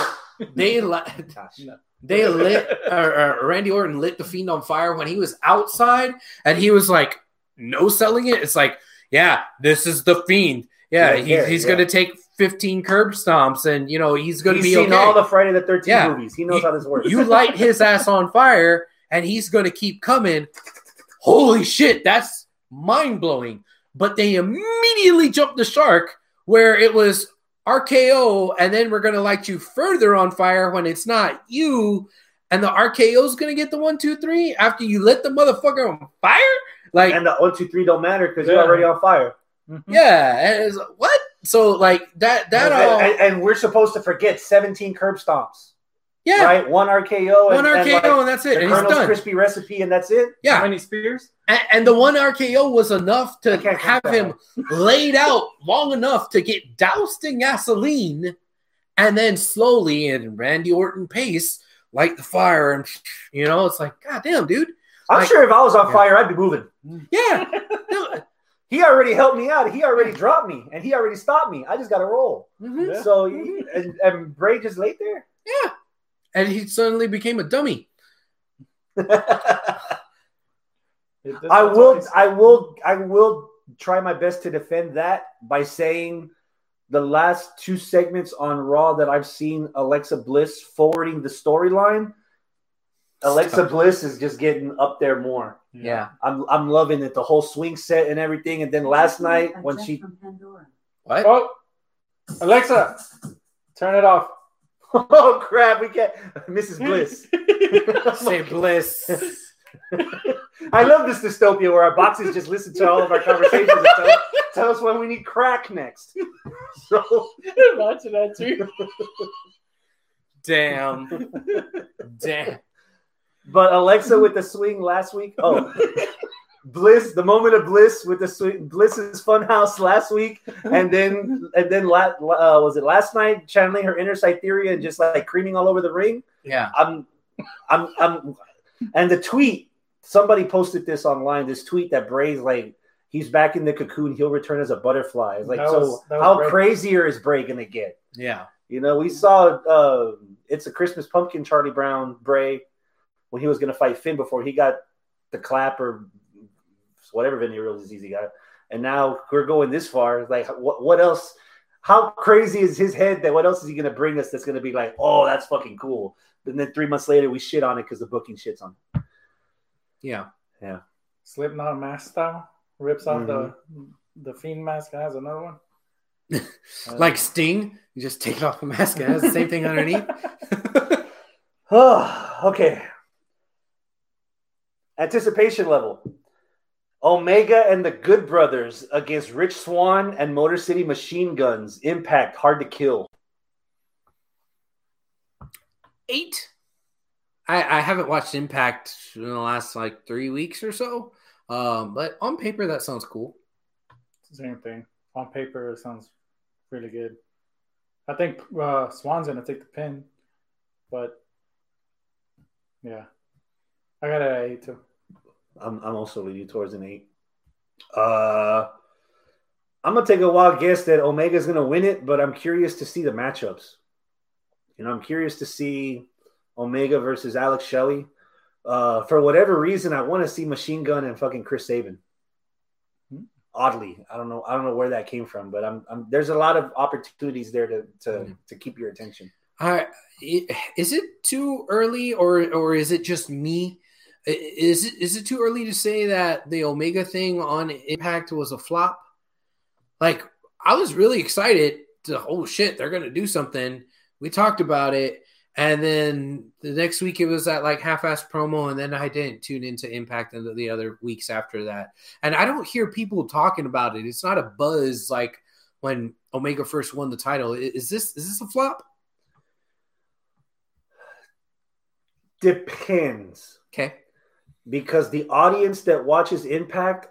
S1: they li-
S2: Gosh.
S1: they lit or, or Randy Orton lit the fiend on fire when he was outside and he was like no selling it. It's like, yeah, this is the fiend. Yeah,
S2: Yeah,
S1: he,
S2: yeah,
S1: he's
S2: yeah.
S1: gonna take 15 curb stomps and you know he's gonna
S2: He's
S1: be
S2: seen
S1: okay.
S2: all the Friday the Thirteenth
S1: Yeah.
S2: movies. He knows
S1: You-
S2: how this works.
S1: you light his ass on fire and he's gonna keep coming. Holy shit, that's mind blowing. But they immediately jumped the shark where it was RKO, and then we're gonna light you further on fire when it's not you, and the RKO's gonna get the one, two, three after you lit the motherfucker on fire. Like,
S2: and the one, two, three don't matter because you're
S3: Yeah.
S2: already on fire.
S3: Mm-hmm.
S1: yeah, and it's like, what? So like that, that all,
S2: and, and we're supposed to forget 17 curb stomps,
S1: yeah,
S2: right? One RKO,
S1: one
S2: and,
S1: RKO,
S2: and
S1: and,
S2: like
S1: that's
S2: the
S1: it, and he's
S2: Colonel's
S1: done.
S2: crispy recipe, and that's it.
S1: Yeah,
S3: How many spears?
S1: And, and the one RKO was enough
S2: I
S1: to
S2: can't
S1: have
S2: count
S1: him laid out long enough to get doused in gasoline and then slowly in Randy Orton pace light the fire. And, you know, it's like, God damn, dude.
S2: I'm
S1: Like-
S2: sure if I was on
S1: Yeah.
S2: fire, I'd be moving.
S1: Yeah. No,
S2: He already helped me out. He already dropped me, and he already stopped me. I just got to roll.
S1: mhm.
S3: Yeah.
S2: So, and, and Bray just laid there.
S1: And he suddenly became a dummy.
S3: It does
S2: I
S3: not
S2: will,
S3: twice.
S2: I will, I will try my best to defend that by saying the last two segments on Raw that I've seen Alexa Bliss forwarding the storyline. Alexa Bliss is just getting up there more. I'm, I'm loving it. The whole swing set and everything. And then last night when she,
S1: What?
S3: Oh, Alexa, turn it off.
S2: oh crap, we can't, Mrs. Bliss.
S1: Say bliss.
S2: I love this dystopia where our boxes just listen to all of our conversations and tell, tell us when we need crack next. So
S3: Watching that too.
S1: Damn. Damn.
S2: But Alexa with the swing last week. Oh, Bliss, the moment of bliss with the swing. Bliss's funhouse last week, and then and then la- uh, was it last night? Channeling her inner Cytheria and just like creaming all over the ring.
S1: Yeah.
S2: I'm, I'm, I'm, and the tweet. Somebody posted this online. This tweet that Bray's like he's back in the cocoon. He'll return as a butterfly. It's like
S3: That
S2: so.
S3: was- that was
S2: how
S3: Bray.
S2: crazier is Bray gonna get?
S1: Yeah.
S2: You know, we saw uh, it's a Christmas pumpkin, Charlie Brown Bray, when he was going to fight Finn before he got the clap or whatever venereal disease he got, and now we're going this far. Like, what what else? how crazy is his head that what else is he going to bring us that's going to be like, oh, that's fucking cool? And then three months later, we shit on it because the booking shits on it.
S1: Yeah.
S3: Slipknot mask style rips off
S1: Mm-hmm.
S3: the the fiend mask and has another one. Uh,
S1: Like Sting, you just take off the mask. It has the same thing underneath.
S2: Oh, okay. Anticipation level. Omega and the Good Brothers against Rich Swan and Motor City Machine Guns. Impact hard to kill.
S1: Eight. I, I haven't watched Impact in the last like three weeks or so. Um, but on paper, that sounds cool.
S3: Same thing. On paper, it sounds really good. I think uh, Swan's gonna take the pin, but yeah, I got it at eight too.
S2: I'm, I'm also leaning towards an eight. Uh, I'm gonna take a wild guess that Omega's gonna win it, but I'm curious to see the matchups. You know, I'm curious to see Omega versus Alex Shelley. Uh, for whatever reason, I want to see Machine Gun and fucking Chris Sabin.
S3: Hmm.
S2: Oddly, I don't know. I don't know where that came from, but I'm, I'm there's a lot of opportunities there to to,
S1: Hmm.
S2: to keep your attention.
S1: I- i- Is it too early, or or is it just me? I- Is it is it too early to say that the Omega thing on Impact was a flop? Like I was really excited. To, oh shit, they're gonna do something. We talked about it, and then the next week it was that like half-assed promo, and then I didn't tune into Impact and the other weeks after that. And I don't hear people talking about it. It's not a buzz like when Omega first won the title. I- Is this is this a flop?
S2: Depends.
S1: Okay.
S2: because the audience that watches Impact,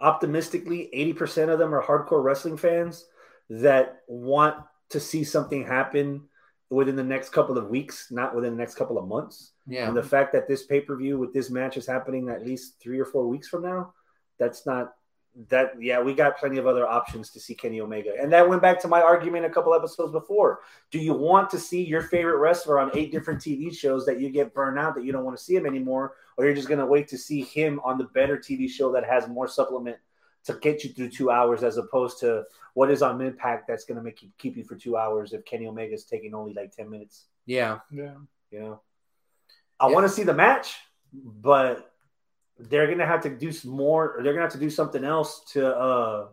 S2: optimistically, 80% of them are hardcore wrestling fans that want to see something happen within the next couple of weeks, not within the next couple of months.
S1: Yeah.
S2: And the fact that this pay per view with this match is happening at least three or four weeks from now, that's not that. Yeah, we got plenty of other options to see Kenny Omega. And that went back to my argument a couple episodes before. Do you want to see your favorite wrestler on eight different TV shows that you get burned out that you don't want to see him anymore? Or you're just going to wait to see him on the better TV show that has more supplement to get you through two hours as opposed to what is on Impact that's going to make you keep you for two hours if Kenny Omega is taking only like 10 minutes?
S1: Yeah.
S3: Yeah,
S2: You know, I
S1: Yeah.
S2: want to see the match, but they're gonna have to do some more, or they're gonna have to do something else to uh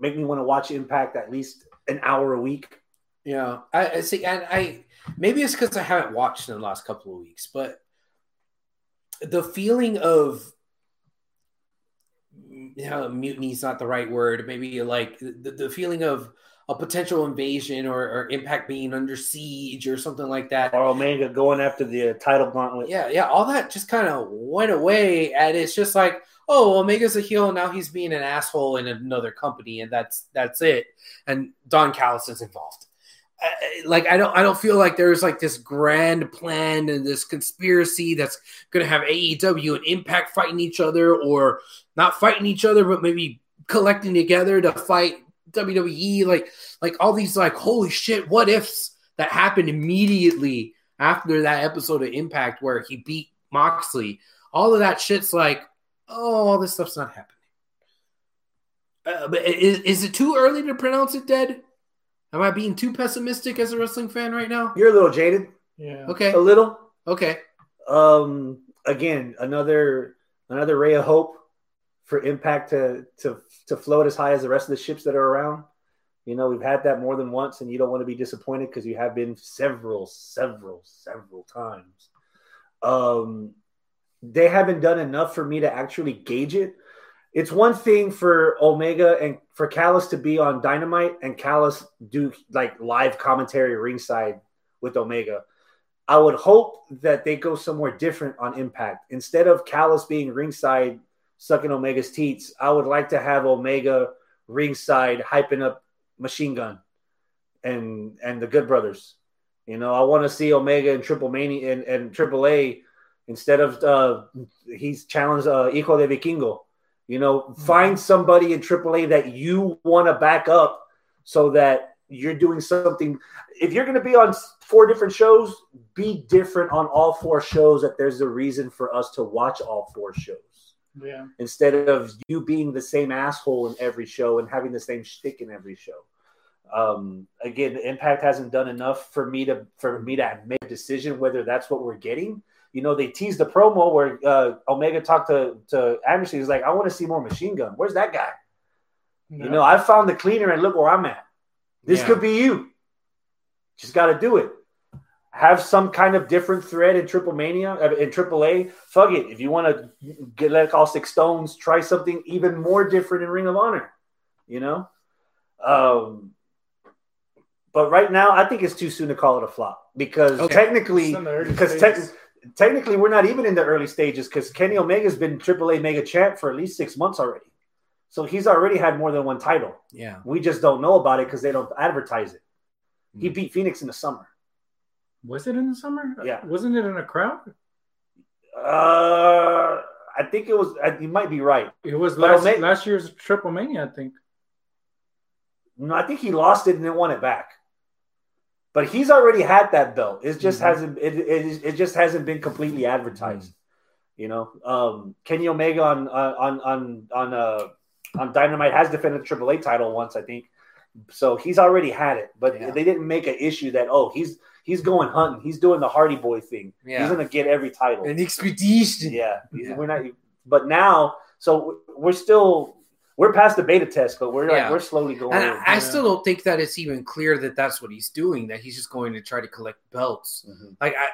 S2: make me want to watch Impact at least an hour a week.
S1: Yeah. I, I see. And I maybe it's because I haven't watched in the last couple of weeks, but the feeling of you know, mutiny is not the right word. Maybe like the, the feeling of a potential invasion or, or impact being under siege or something like that.
S2: Or Omega going after the title gauntlet.
S1: yeah, yeah, all that just kind of went away, and it's just like, oh, Omega's a heel, and now he's being an asshole in another company, and that's that's it. And Don Callis is involved. I- I- Like I don't, I don't feel like there's like this grand plan and this conspiracy that's going to have AEW and Impact fighting each other, or not fighting each other, but maybe collecting together to fight WWE. E, Like, like all these like, holy shit, what ifs that happened immediately after that episode of Impact where he beat Moxley, all of that shit's like, oh, all this stuff's not happening. Uh, but i- is, is it too early to pronounce it dead? Am I being too pessimistic as a wrestling fan right now?
S2: You're a little jaded,
S3: yeah.
S1: Okay,
S2: a little.
S1: okay,
S2: Um, again, another another ray of hope for Impact to to to float as high as the rest of the ships that are around. You know, we've had that more than once, and you don't want to be disappointed because you have been several, several, several times. Um, they haven't done enough for me to actually gauge it. It's one thing for Omega and for Callus to be on Dynamite and Callus do like live commentary ringside with Omega. I would hope that they go somewhere different on Impact. Instead of Callus being ringside sucking Omega's teats, I would like to have Omega ringside hyping up Machine Gun and and the Good Brothers. You know, I want to see Omega and Triple Mania and, and Triple A instead of uh, he's challenged uh, Hijo de Vikingo. You know, find somebody in AAA that you want to back up so that you're doing something. If you're going to be on s- four different shows, be different on all four shows. That there's a reason for us to watch all four shows.
S3: Yeah.
S2: instead of you being the same asshole in every show and having the same shtick in every show. Um, again, Impact hasn't done enough for me to for me to make a decision whether that's what we're getting. You know, they teased the promo where uh, Omega talked to to Anderson. He's like, "I want to see more Machine Gun. Where's that guy?
S3: yeah.
S2: You know, I found the cleaner and look where I'm at. This
S1: Yeah.
S2: could be you. Just got to do it. Have some kind of different thread in Triple Mania uh, in Triple A. Fuck it. If you want to get let all six stones, try something even more different in Ring of Honor. You know. Um, but right now, I think it's too soon to call it a flop because
S1: Okay.
S2: technically,
S3: It's in the early
S2: because
S3: stages.
S2: technically, we're not even in the early stages because Kenny Omega's been Triple A Mega Champ for at least six months already. So he's already had more than one title.
S1: Yeah.
S2: We just don't know about it because they don't advertise it. He
S1: Mm.
S2: beat Phoenix in the summer.
S3: was it in the summer?
S2: Yeah.
S3: Wasn't it in a crowd?
S2: Uh, I think it was. I, you might be right.
S3: It was
S2: But
S3: last,
S2: Omega-
S3: last year's Triple Mania, I think.
S2: No, I think he lost it and then won it back. But he's already had that belt. It just
S3: Mhm.
S2: hasn't. It, it it just hasn't been completely advertised. You know, um, Kenny Omega on uh, on on on uh, on Dynamite has defended the AAA title once, I think. So he's already had it, but
S1: Yeah.
S2: they didn't make an issue that oh he's he's going hunting, he's doing the Hardy Boy thing.
S1: Yeah.
S2: He's gonna get every title.
S1: An expedition.
S2: yeah,
S1: Yeah.
S2: we're not. But now, so we're still we're past the beta test, but we're
S1: Yeah.
S2: like we're slowly going.
S1: And
S2: in.
S1: I, I still don't think that it's even clear that that's what he's doing. That he's just going to try to collect belts.
S2: Mhm.
S1: Like I,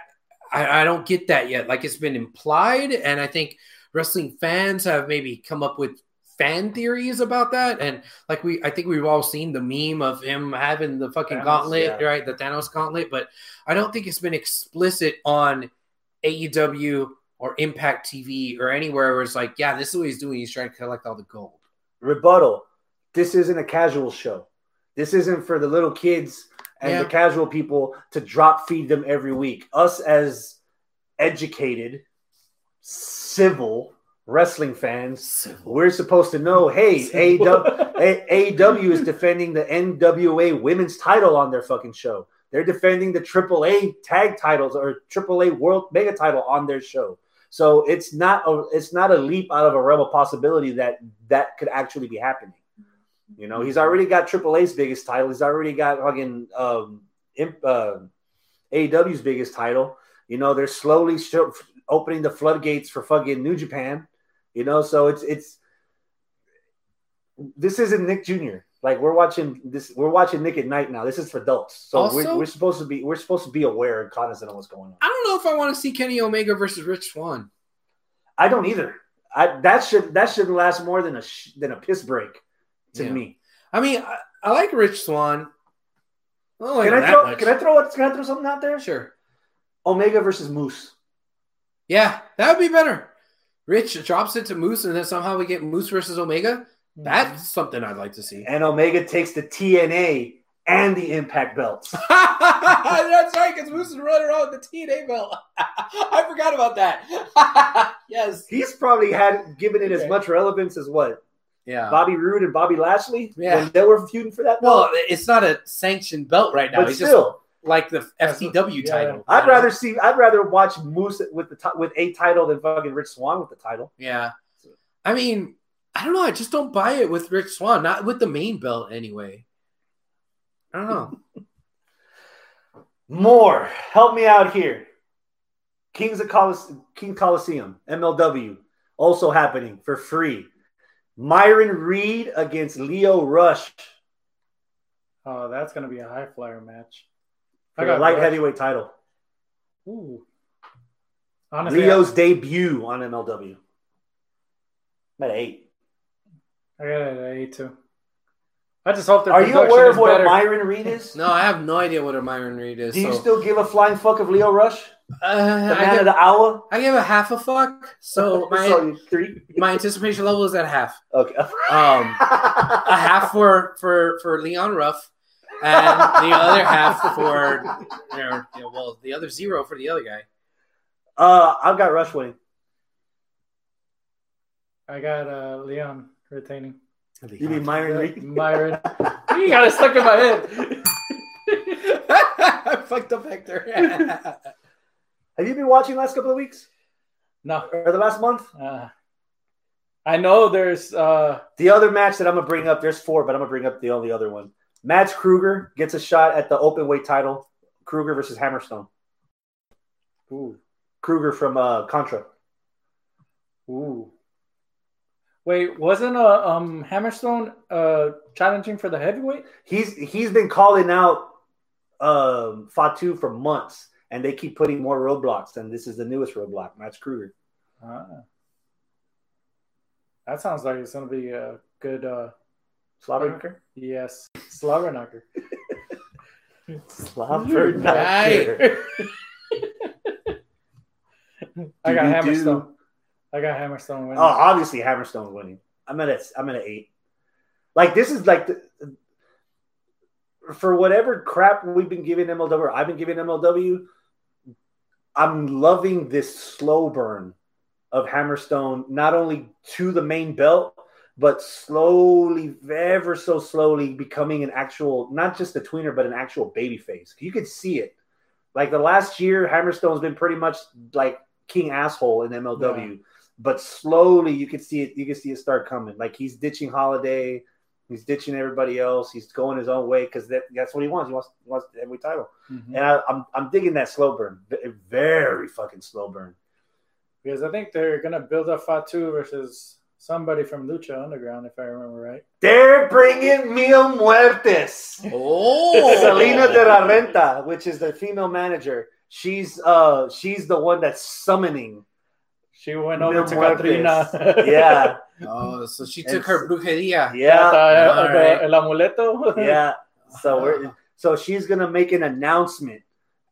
S1: I, I don't get that yet. Like it's been implied, and I think wrestling fans have maybe come up with fan theories about that. And like we, I think we've all seen the meme of him having the fucking
S3: Thanos,
S1: gauntlet,
S2: yeah.
S1: right? The Thanos gauntlet. But I don't think it's been explicit on AEW or Impact TV or anywhere where it's like, yeah, this is what he's doing. He's trying to collect all the gold.
S2: rebuttal. This isn't a casual show. This isn't for the little kids and
S1: Yeah.
S2: the casual people to drop feed them every week. Us as educated, civil wrestling fans, we're supposed to know, hey, AEW A- AEW is defending the NWA women's title on their fucking show. They're defending the AAA tag titles or AAA world mega title on their show. So it's not a it's not a leap out of a realm of possibility that that could actually be happening. You know, he's already got AAA's biggest title. He's already got fucking um, imp, uh, AEW's biggest title. You know, they're slowly sho- opening the floodgates for fucking New Japan. You know, so it's it's this isn't Nick Jr. Like we're watching this, we're watching Nick at Night now. This is for adults, so
S1: Also-
S2: we're, we're supposed to be we're supposed to be aware and cognizant of what's going on.
S1: I don't know if I want to see Kenny Omega versus Rich Swan.
S2: I don't either. I that should that shouldn't last more than a sh- than a piss break to
S1: Yeah.
S2: me.
S1: I mean, I, I like Rich Swan. I don't like him
S2: Can I
S1: that
S2: throw
S1: much.
S2: can I throw can I throw something out there?
S1: Sure.
S2: Omega versus Moose.
S1: Yeah, that would be better. Rich drops it to Moose, and then somehow we get Moose versus Omega. That's something I'd like to see.
S2: And Omega takes the TNA and the Impact belts.
S1: That's right, because Moose is running around with the TNA belt. I forgot about that. yes.
S2: He's probably had given it as
S3: Okay.
S2: much relevance as what
S1: Yeah.
S2: Bobby Roode and Bobby Lashley
S1: Yeah.
S2: when they were feuding for that.
S1: Well,
S2: belt?
S1: it's not a sanctioned belt right now.
S2: but
S1: it's
S2: still.
S1: just like the
S3: That's
S1: FCW
S3: what- yeah.
S1: title.
S2: I'd rather see. I'd rather watch Moose with the ti- with a title than fucking Rich Swan with the title.
S1: Yeah. I mean, I don't know. I just don't buy it with Rich Swan, not with the main belt anyway. I don't know.
S2: More, help me out here. Kings of Colise- King Coliseum, MLW, also happening for free. Myron Reed against Leo Rush
S3: Oh, that's gonna be a high flyer match.
S2: for the light
S3: Rush.
S2: heavyweight title.
S3: Ooh. Honestly,
S2: Leo's debut on MLW. i at eight.
S3: I, I got it at eight too. I just hope their
S2: Are you
S3: production
S2: aware
S3: is
S2: of what
S3: better.
S2: a Myron Reed is?
S1: No, I have no idea what a Myron Reed is.
S2: Do you
S1: so-
S2: still give a flying fuck of Leo Rush, the
S1: Uh,
S2: man
S1: I,
S2: of
S1: give,
S2: the hour?
S1: I give a half a fuck. So my
S2: So you- three.
S1: my anticipation level is at half.
S2: Okay.
S1: Um, a half for for for Leon Ruff, and the other half for or, you know, well the other zero for the other guy.
S2: Uh, I've got Rush winning.
S3: I got uh, Leon retaining.
S2: You mean Myron Reed?
S3: Myron, you got it stuck in my head.
S1: I fucked up Hector.
S2: Have you been watching the last couple of weeks
S3: no,
S2: or the last month?
S3: uh, I know there's uh
S2: The other match that I'm gonna bring up, there's four, but I'm gonna bring up the only other one. Mads Kruger gets a shot at the open weight title. Kruger versus Hammerstone.
S3: ooh,
S2: Kruger from uh, Contra.
S3: ooh. Wait, wasn't uh, um Hammerstone uh challenging for the heavyweight?
S2: He's he's been calling out um, Fatu for months, and they keep putting more roadblocks. And this is the newest roadblock, Mads Kruger.
S3: Ah. That sounds like it's gonna be a good uh E
S2: Slobberknocker.
S3: yes slobber knocker.
S2: Slobberknocker.
S1: Right.
S3: I
S2: Do-do-do.
S3: got Hammerstone. I got Hammerstone winning.
S2: Oh, obviously Hammerstone winning. I'm at a, I'm at an eight. Like this is like the, for whatever crap we've been giving MLW, or I've been giving MLW. I'm loving this slow burn of Hammerstone, not only to the main belt, but slowly, ever so slowly, becoming an actual, not just a tweener, but an actual baby face. You could see it. Like the last year, Hammerstone's been pretty much like king asshole in MLW but slowly you could see it you could see it start coming like he's ditching holiday he's ditching everybody else he's going his own way because that, that's what he wants he wants, he wants every title
S3: Mhm.
S2: and I, I'm, I'm digging that slow burn V- very fucking slow burn
S3: Because I think they're gonna build up Fatu versus somebody from Lucha Underground, if I remember right.
S2: they're bringing Mil Muertes
S1: Oh,
S2: Selena de la Renta which is the female manager she's uh she's the one that's summoning
S3: She went over
S2: Mil
S3: to
S2: Muertes.
S3: Katrina.
S2: yeah
S1: Oh, so she took her brujeria.
S2: yeah
S3: The- uh, the-
S1: Alright.
S3: el amuleto.
S2: yeah. So we're so she's gonna make an announcement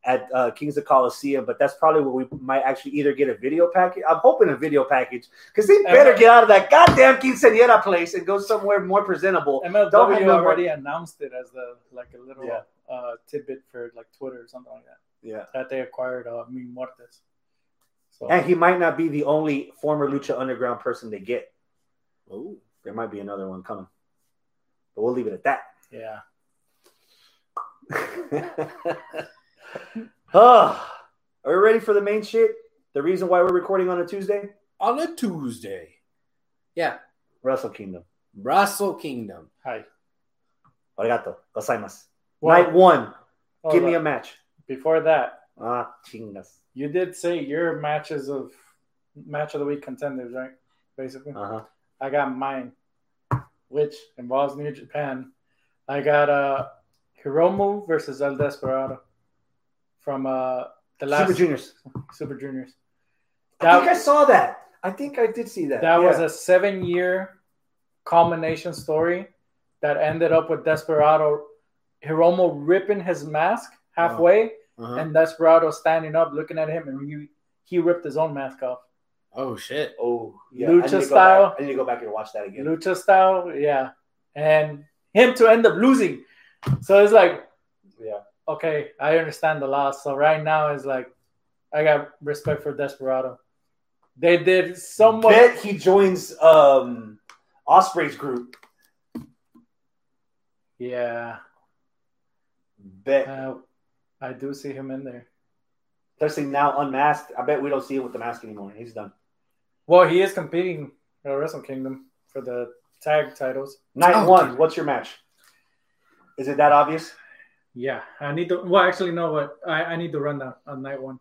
S2: at uh, Kings of Coliseum, but that's probably what we might actually either get a video package. I'm hoping a video package because they better get out of that goddamn quinceañera place and go somewhere more presentable. Don't have
S3: MLW
S2: no more-
S3: already announced it as the like a little
S2: Yeah.
S3: uh, tidbit for like Twitter or something like that
S2: Yeah,
S3: that they acquired uh, Mi Muertes. So
S2: and he might not be the only former Lucha Underground person they get.
S1: Oh,
S2: There might be another one coming, but we'll leave it at
S3: yeah,
S2: that. oh, are we ready for the main shit? The reason why we're recording on a Tuesday,
S1: on a Tuesday. Yeah,
S2: Wrestle Kingdom.
S1: Wrestle Kingdom.
S3: hi.
S2: Arigato. Gozaimasu.
S3: Well,
S2: Night one.
S3: hold
S2: Give me a
S3: on.
S2: match.
S3: Before that,
S2: Ah, chingas.
S3: you did say your matches of match of the week contenders, right? Basically,
S2: Uh-huh.
S3: I got mine, which involves New Japan. I got uh Hiromu versus El Desperado from uh the last
S2: Super Juniors.
S3: Super Juniors.
S2: I think I saw that. I think I did see that.
S3: That
S2: Yeah.
S3: was a seven year culmination story that ended up with Desperado Hiromo ripping his mask halfway
S1: Uh-huh.
S3: and Desperado standing up looking at him and he, he ripped his own mask off.
S1: oh shit.
S2: oh yeah.
S3: Lucha
S2: I need to go
S3: style.
S2: back- I need to go back and watch that again.
S3: Lucha style, yeah. And him to end up losing. So it's like,
S2: Yeah.
S3: okay, I understand the loss. So right now it's like I got respect for Desperado. They did somewhat
S2: Bet he joins um Osprey's group.
S3: Yeah.
S2: Bet
S3: Uh, I do see him in there.
S2: especially now unmasked. I bet we don't see him with the mask anymore. He's done.
S3: Well, he is competing at Wrestle Kingdom for the tag titles.
S2: Night
S1: Oh,
S2: one.
S1: dude.
S2: What's your match? Is it that obvious?
S3: Yeah, I need to. Well, actually, no. What I, I need to run down on night one.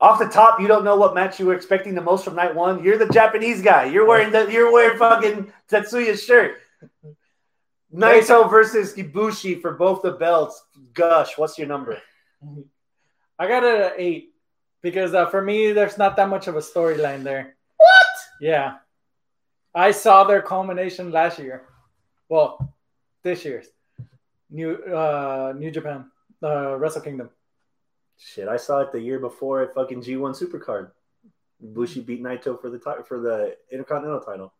S2: Off the top, you don't know what match you were expecting the most from night one. You're the Japanese guy. You're wearing the you're wearing fucking Tetsuya's shirt. Naito versus Ibushi for both the belts. Gosh, what's your number?
S3: I got it at eight because uh, for me, there's not that much of a storyline there. What? Yeah, I saw their culmination last year. Well, this year's new uh, New Japan uh, Wrestle Kingdom.
S2: Shit, I saw it the year before at fucking G1 Supercard. Ibushi beat Naito for the ti- for the Intercontinental title.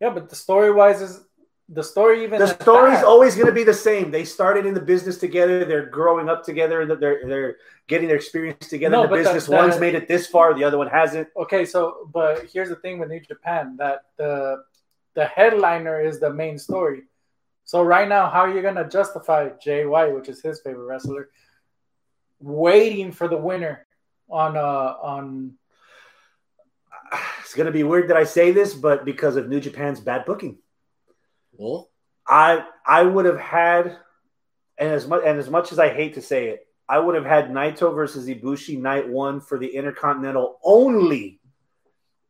S3: Yeah, but the story wise is the story even
S2: The
S3: at
S2: story's
S3: that-
S2: always going to be the same. They started in the business together. They're growing up together. and They're they're getting their experience together
S3: No,
S2: in the
S3: but the-
S2: business.
S3: the-
S2: One's made it this far, the other one hasn't.
S3: okay so but here's the thing with new japan that the the headliner is the main story so right now how are you going to justify jay white which is his favorite wrestler waiting for the winner on uh on
S2: it's gonna be weird that I say this, but because of New Japan's bad booking,
S1: Well,
S2: I I would have had, and as much and as much as I hate to say it, I would have had Naito versus Ibushi night one for the Intercontinental only,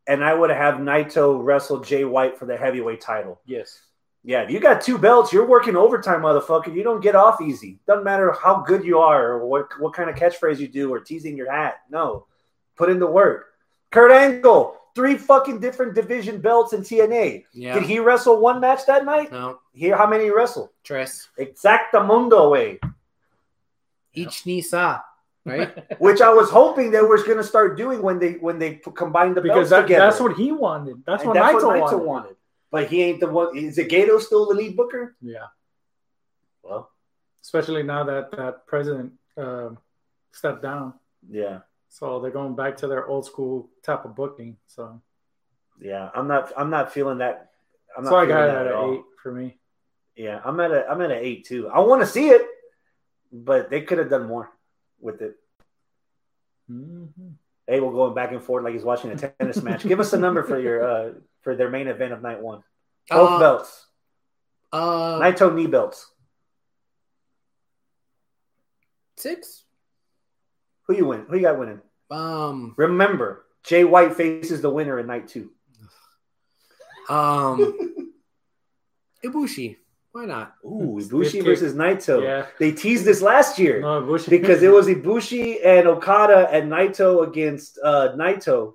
S2: and I would have Naito wrestle Jay White for the heavyweight title.
S3: Yes.
S2: Yeah, if you got two belts, you're working overtime, motherfucker. You don't get off easy. Doesn't matter how good you are or what what kind of catchphrase you do or teasing your hat. No, put in the work. Kurt Angle, three fucking different division belts in TNA.
S1: yeah.
S2: Did he wrestle one match that night?
S1: no,
S2: Here, how many he wrestled?
S1: Tres.
S2: Exactamundo way,
S1: Each Nisa, right?
S2: which I was hoping they were going to start doing when they when they p- combined the belts
S3: Because that,
S2: together.
S3: that's what he wanted. That's
S2: And
S3: what
S2: that's
S3: Naito
S2: what
S3: wanted.
S2: But he ain't the one. Is Gato still the lead booker?
S3: Yeah.
S2: Well,
S3: Especially now that that president um stepped down.
S2: yeah.
S3: So they're going back to their old school type of booking. So,
S2: Yeah, I'm not. I'm not feeling that. I'm not
S3: so I
S2: feeling
S3: got it
S2: that
S3: at
S2: at
S3: an
S2: all.
S3: eight for me.
S2: Yeah, I'm at a. I'm at an eight too. I want to see it, but they could have done more with it.
S3: Mm-hmm.
S2: Abel going back and forth like he's watching a tennis match. Give us a number for your uh for their main event of night one. Both
S1: Uh,
S2: belts,
S1: uh,
S2: Naito knee belts.
S1: six.
S2: Who you win? Who you got winning?
S1: Um,
S2: Remember, Jay White faces the winner in night two.
S1: um, Ibushi. Why not?
S2: Ooh,
S3: Stiff
S2: Ibushi
S3: kick.
S2: versus Naito.
S3: Yeah.
S2: They teased this last year.
S3: No, Bush.
S2: because it was Ibushi and Okada and Naito against uh, Naito,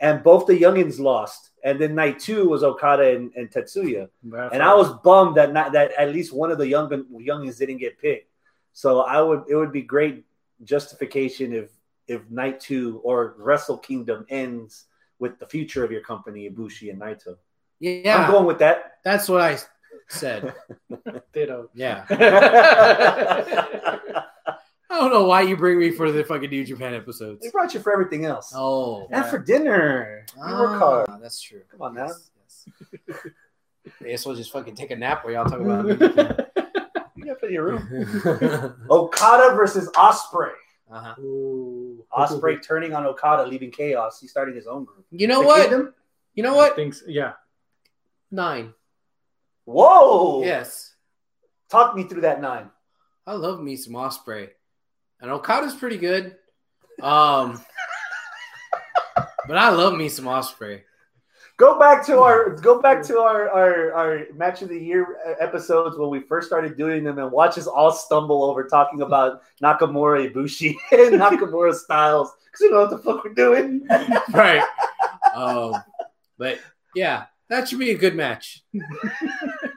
S2: and both the youngins lost. And then night two was Okada and, and Tetsuya, and I was bummed that not, that at least one of the young youngins didn't get picked. So I would it would be great justification if if night two or Wrestle Kingdom ends with the future of your company Ibushi and Naito. I'm
S1: Yeah,
S2: going with that.
S1: that's what I said.
S3: Ditto.
S1: Yeah,
S3: yeah.
S1: I don't know why you bring me for the fucking New Japan episodes.
S2: They brought you for everything else.
S1: Oh,
S2: And for dinner, you work hard.
S1: Ah, That's true.
S2: Come on now.
S1: Yes, yes. May as well just fucking take a nap while y'all talk about
S2: You got to your room.
S1: it.
S2: Okada versus Osprey.
S1: uh-huh.
S3: Ooh.
S2: Osprey turning on Okada, leaving chaos. He's starting his own group.
S1: You know
S2: The
S1: what?
S2: Kingdom?
S1: You know what?
S3: Things, yeah.
S1: Nine.
S2: Whoa!
S1: Yes,
S2: Talk me through that nine.
S1: I love me some Osprey, and Okada's pretty good. Um, but I love me some Osprey.
S2: Go back to our go back to our our, our match of the year uh, episodes when we first started doing them and watch us all stumble over talking about Nakamura Ibushi and Nakamura Styles because we don't know what the fuck we're doing.
S1: right. Um, but yeah, that should be a good match.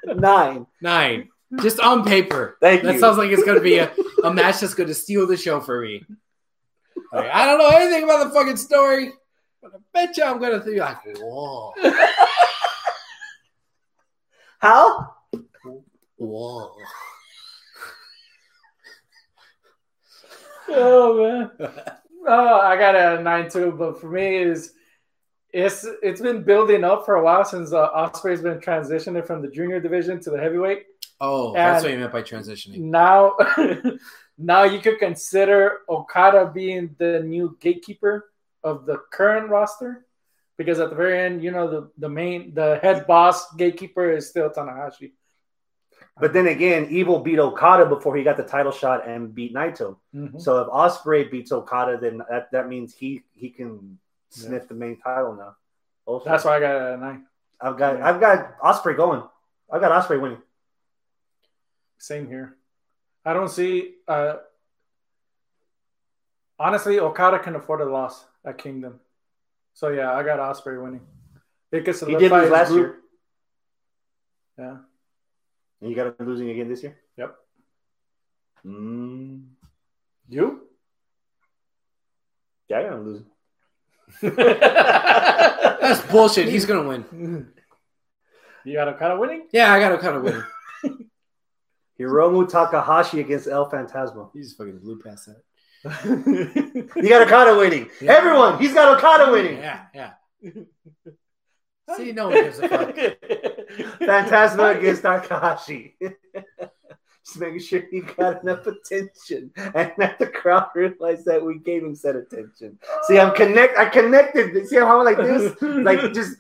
S2: Nine.
S1: Nine, just on paper.
S2: Thank
S1: That
S2: you.
S1: sounds like it's going to be a, a match that's going to steal the show for me. Like, I don't know anything about the fucking story, but I bet you I'm going to be like, whoa,
S2: How?
S1: whoa.
S3: Oh man. Oh, I got a nine too, but for me is it's it's been building up for a while since uh, Osprey's been transitioning from the junior division to the heavyweight.
S1: Oh, that's
S3: And-
S1: what you meant by transitioning.
S3: Now, now you could consider Okada being the new gatekeeper of the current roster because at the very end, you know, the, the main the head boss gatekeeper is still Tanahashi.
S2: But then again, Evil beat Okada before he got the title shot and beat Naito.
S3: Mhm.
S2: So if Osprey beats Okada, then that, that means he he can sniff the main title now. Also,
S3: That's why I got a nine.
S2: I've got I've got Osprey going. I've got Osprey winning.
S3: Same here. I don't see. Uh, honestly, Okada can afford a loss at Kingdom. So yeah, I got Osprey winning. It could
S2: He did
S3: solidify
S2: lose
S3: his
S2: last
S3: group.
S2: year.
S3: Yeah.
S2: And you got him losing again this year.
S3: Yep.
S2: Mm.
S3: You?
S2: Yeah, I got him losing.
S1: That's bullshit. He's going to win.
S3: You got Okada winning?
S1: Yeah, I got to kind of win.
S2: Hiromu Takahashi against El Fantasma.
S1: He just fucking blew past that.
S2: You got Okada winning.
S1: Yeah.
S2: Everyone, he's got Okada winning.
S1: Yeah, yeah. See, no one gives a fuck.
S2: Phantasma against Takahashi. just making sure he got enough attention, and that the crowd realized that we gave him said attention. See, I'm connect. I connected. See how I'm like this, like just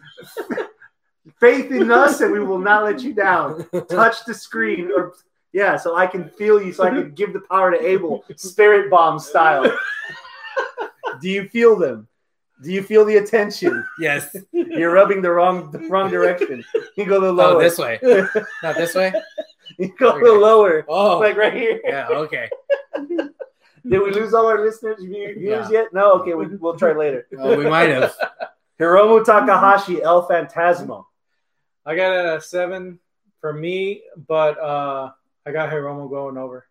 S2: faith in us, and we will not let you down. Touch the screen, or yeah, so I can feel you, so I can give the power to Abel, spirit bomb style. Do you feel them? Do you feel the attention?
S1: Yes.
S2: You're rubbing the wrong the wrong direction. You go a little
S1: Oh,
S2: lower.
S1: this way. Not this way.
S2: you go a little lower.
S1: Oh,
S2: Like right here.
S1: yeah. Okay.
S2: Did we lose all our listeners view- viewers
S1: Yeah.
S2: yet? No. Okay, we, we'll try later.
S1: Oh, we might have.
S2: Hiromu Takahashi, El Fantasma.
S3: I got a seven for me, but uh, I got Hiromu going over.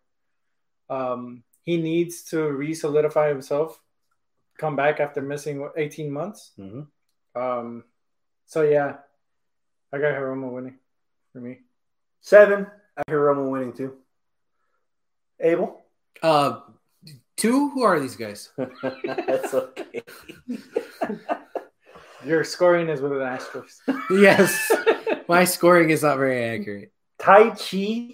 S3: Um, he needs to re-solidify himself, come back after missing what, 18 months.
S2: Mhm.
S3: Um, so yeah, I got Hiromu winning for me.
S2: Seven. I hear Hiromu winning too. Abel.
S1: Uh, two. Who are these guys?
S2: That's okay.
S3: Your scoring is with an asterisk.
S1: Yes. My scoring is not very accurate.
S2: Tai Chi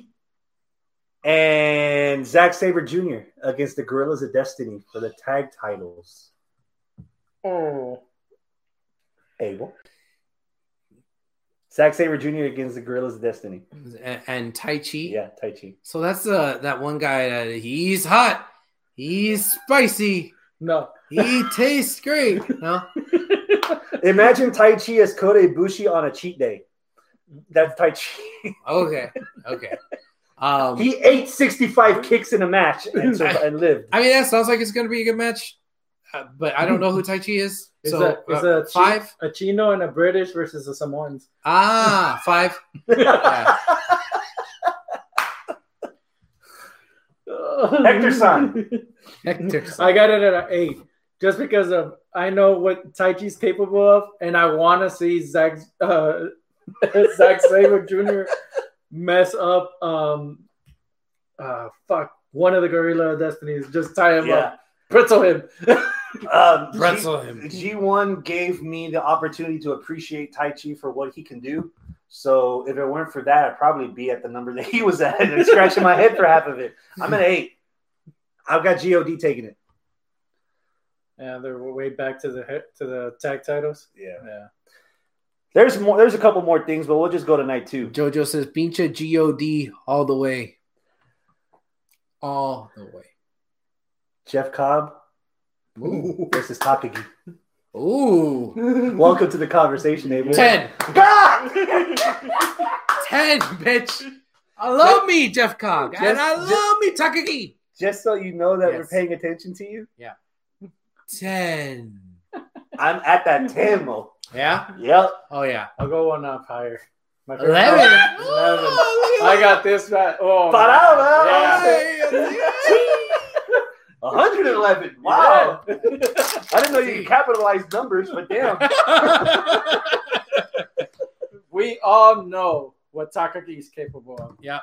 S2: and Zack Saber Jr. against the Gorillas of Destiny for the tag titles.
S3: Oh,
S2: Abel. Zack Saber Jr. against the Gorillas of Destiny.
S1: And, and Tai Chi.
S2: Yeah, Tai Chi.
S1: So that's uh that one guy that he's hot, he's spicy,
S3: no.
S1: he tastes great. No,
S2: Imagine Tai Chi as Kota Ibushi on a cheat day. That's Tai Chi.
S1: okay, okay. Um,
S2: He ate 65 kicks in a match and, sur- and lived.
S1: I mean that sounds like it's gonna be a good match, uh, but I don't know who Tai Chi is.
S3: Is
S1: so
S3: that is
S1: uh,
S3: a chi-
S1: five?
S3: a Chino and a British versus the Samoans?
S1: Ah, five. Yeah.
S2: Hector San.
S1: Hector.
S3: I got it at an eight, just because of I know what Tai Chi's capable of, and I want to see Zach uh, Zach Saber Jr. mess up. Um, uh, fuck, one of the Gorilla Destinies, just tie him
S2: Yeah.
S3: up, pretzel him.
S2: Um,
S1: Pretzel him.
S2: G- G1 gave me the opportunity to appreciate Tai Chi for what he can do. So if it weren't for that, I'd probably be at the number that he was at and scratching my head for half of it. I'm at eight. I've got God taking it.
S3: Yeah, they're way back to the he- to the tag titles.
S2: Yeah.
S3: Yeah,
S2: There's more. There's a couple more things, but we'll just go to night two.
S1: Jojo says pincha god all the way, all the way.
S2: Jeff Cobb
S1: Ooh.
S2: versus Takagi.
S1: Ooh.
S2: Welcome to the conversation, Abel.
S1: Ten.
S2: God!
S1: Ten, bitch. I love me, Jeff Cog. And
S2: Just-
S1: I
S2: just-
S1: love me, Takagi.
S2: Just so you know that we're
S1: Yes.
S2: paying attention to you,
S1: Ten.
S2: I'm at that ten, Mo.
S1: Yeah?
S2: Yep.
S1: Oh, yeah.
S3: I'll go one up higher. My favorite-
S1: Eleven.
S3: Oh, I got this right. Oh,
S2: Parada!
S3: yeah.
S1: got.
S2: 111. Wow. I didn't know you could capitalize numbers, but damn.
S1: Oh.
S3: we all know what Takagi is capable of.
S1: Yep.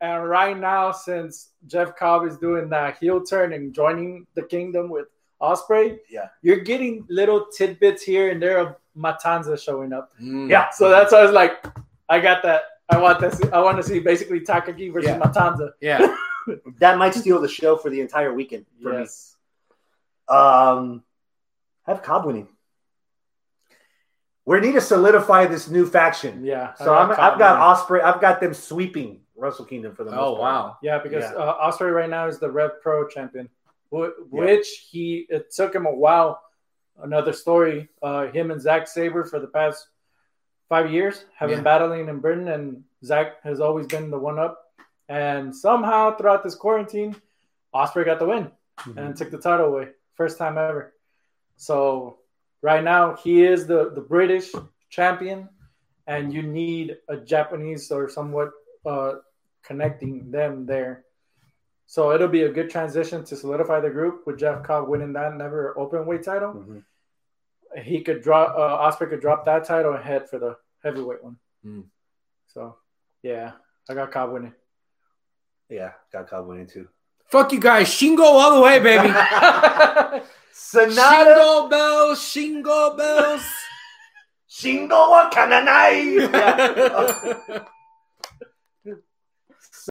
S3: And right now, since Jeff Cobb is doing that heel turn and joining the kingdom with Osprey,
S2: Yeah.
S3: you're getting little tidbits here and there of Matanza showing up.
S1: Mm.
S2: Yeah.
S3: So that's why I was like, I got that. I want this. I want to see basically Takagi versus
S1: Yeah.
S3: Matanza.
S1: Yeah.
S2: That might steal the show for the entire weekend for
S3: Yes.
S2: me. Um, have Cobb winning. We need to solidify this new faction.
S3: Yeah. I
S2: So I'm, I've
S3: Cobb
S2: got
S3: winning.
S2: Osprey. I've got them sweeping Wrestle Kingdom for the most
S1: Oh,
S2: part.
S1: wow.
S3: Yeah, because
S2: Yeah.
S3: Uh, Osprey right now is the Rev Pro champion, wh-
S2: Yeah.
S3: which he it took him a while. Another story. Uh, him and Zack Saber for the past five years have
S1: Yeah.
S3: been battling in Britain, and Zack has always been the one up. And somehow throughout this quarantine, Osprey got the win and took the title away, first time ever. So right now he is the the British champion, and you need a Japanese or somewhat uh, connecting them there. So it'll be a good transition to solidify the group with Jeff Cobb winning that never open weight title.
S2: Mhm.
S3: He could drop uh, Osprey could drop that title and head for the heavyweight one.
S1: Mm.
S3: So yeah, I got Cobb winning.
S2: Yeah, got Cobb winning too.
S1: Fuck you guys. Shingo all the way, baby.
S2: Sonata
S1: Shingo bells. Shingo bells.
S2: Shingo wa Kananai. Yeah.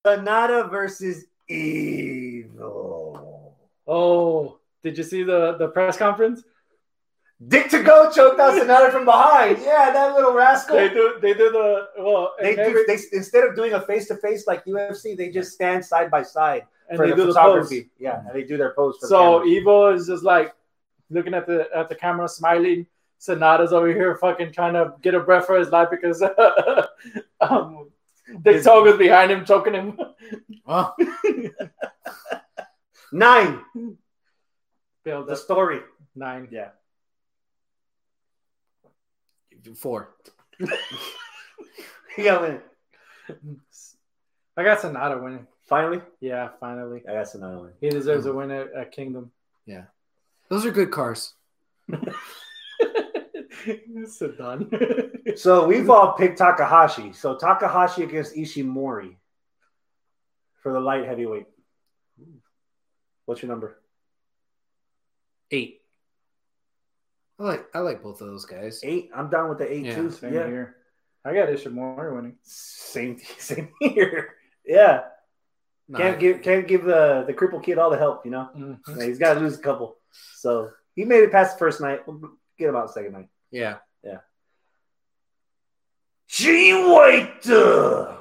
S2: Sonata versus Evil.
S3: Oh, did you see the, the press conference?
S2: Dick to go choked out Sonata from behind. Yeah, that little rascal.
S3: They do they do the well
S2: They
S3: and
S2: do,
S3: every-
S2: they instead of doing a face to face like UFC, they just stand side by side
S3: and
S2: for
S3: they
S2: the
S3: do the pose.
S2: photography. yeah, and they do their pose. For the
S3: So e-
S2: camera.
S3: Evo is just like looking at the at the camera, smiling. Sonata's over here fucking trying to get a breath for his life because um, Dick
S2: Is-
S3: Togo's behind him, choking him.
S1: Oh,
S2: nine,
S3: Build
S2: the
S3: up
S2: story.
S3: nine.
S2: Yeah.
S1: four.
S2: Yeah, man.
S3: I got Sonata winning.
S2: Finally,
S3: Yeah, finally.
S2: I got Sonata. win.
S3: He deserves
S2: Mm.
S3: a win at, at Kingdom.
S1: Those are good cars.
S3: Sedan.
S2: So we've all picked Takahashi. So Takahashi against Ishimori for the light heavyweight. What's your number?
S1: Eight. I like I like both of those guys.
S2: Eight. I'm down with the eight
S1: Yeah,
S2: too.
S3: Same
S2: yeah.
S3: here. I got Ishimori winning.
S2: Same. Same here. Yeah.
S1: Nah,
S2: Can't give can't give the the cripple kid all the help. You know.
S3: Mhm.
S2: Yeah, he's got to lose a couple. So he made it past the first night. We'll get him out second night.
S1: Yeah.
S2: Jay White. uh,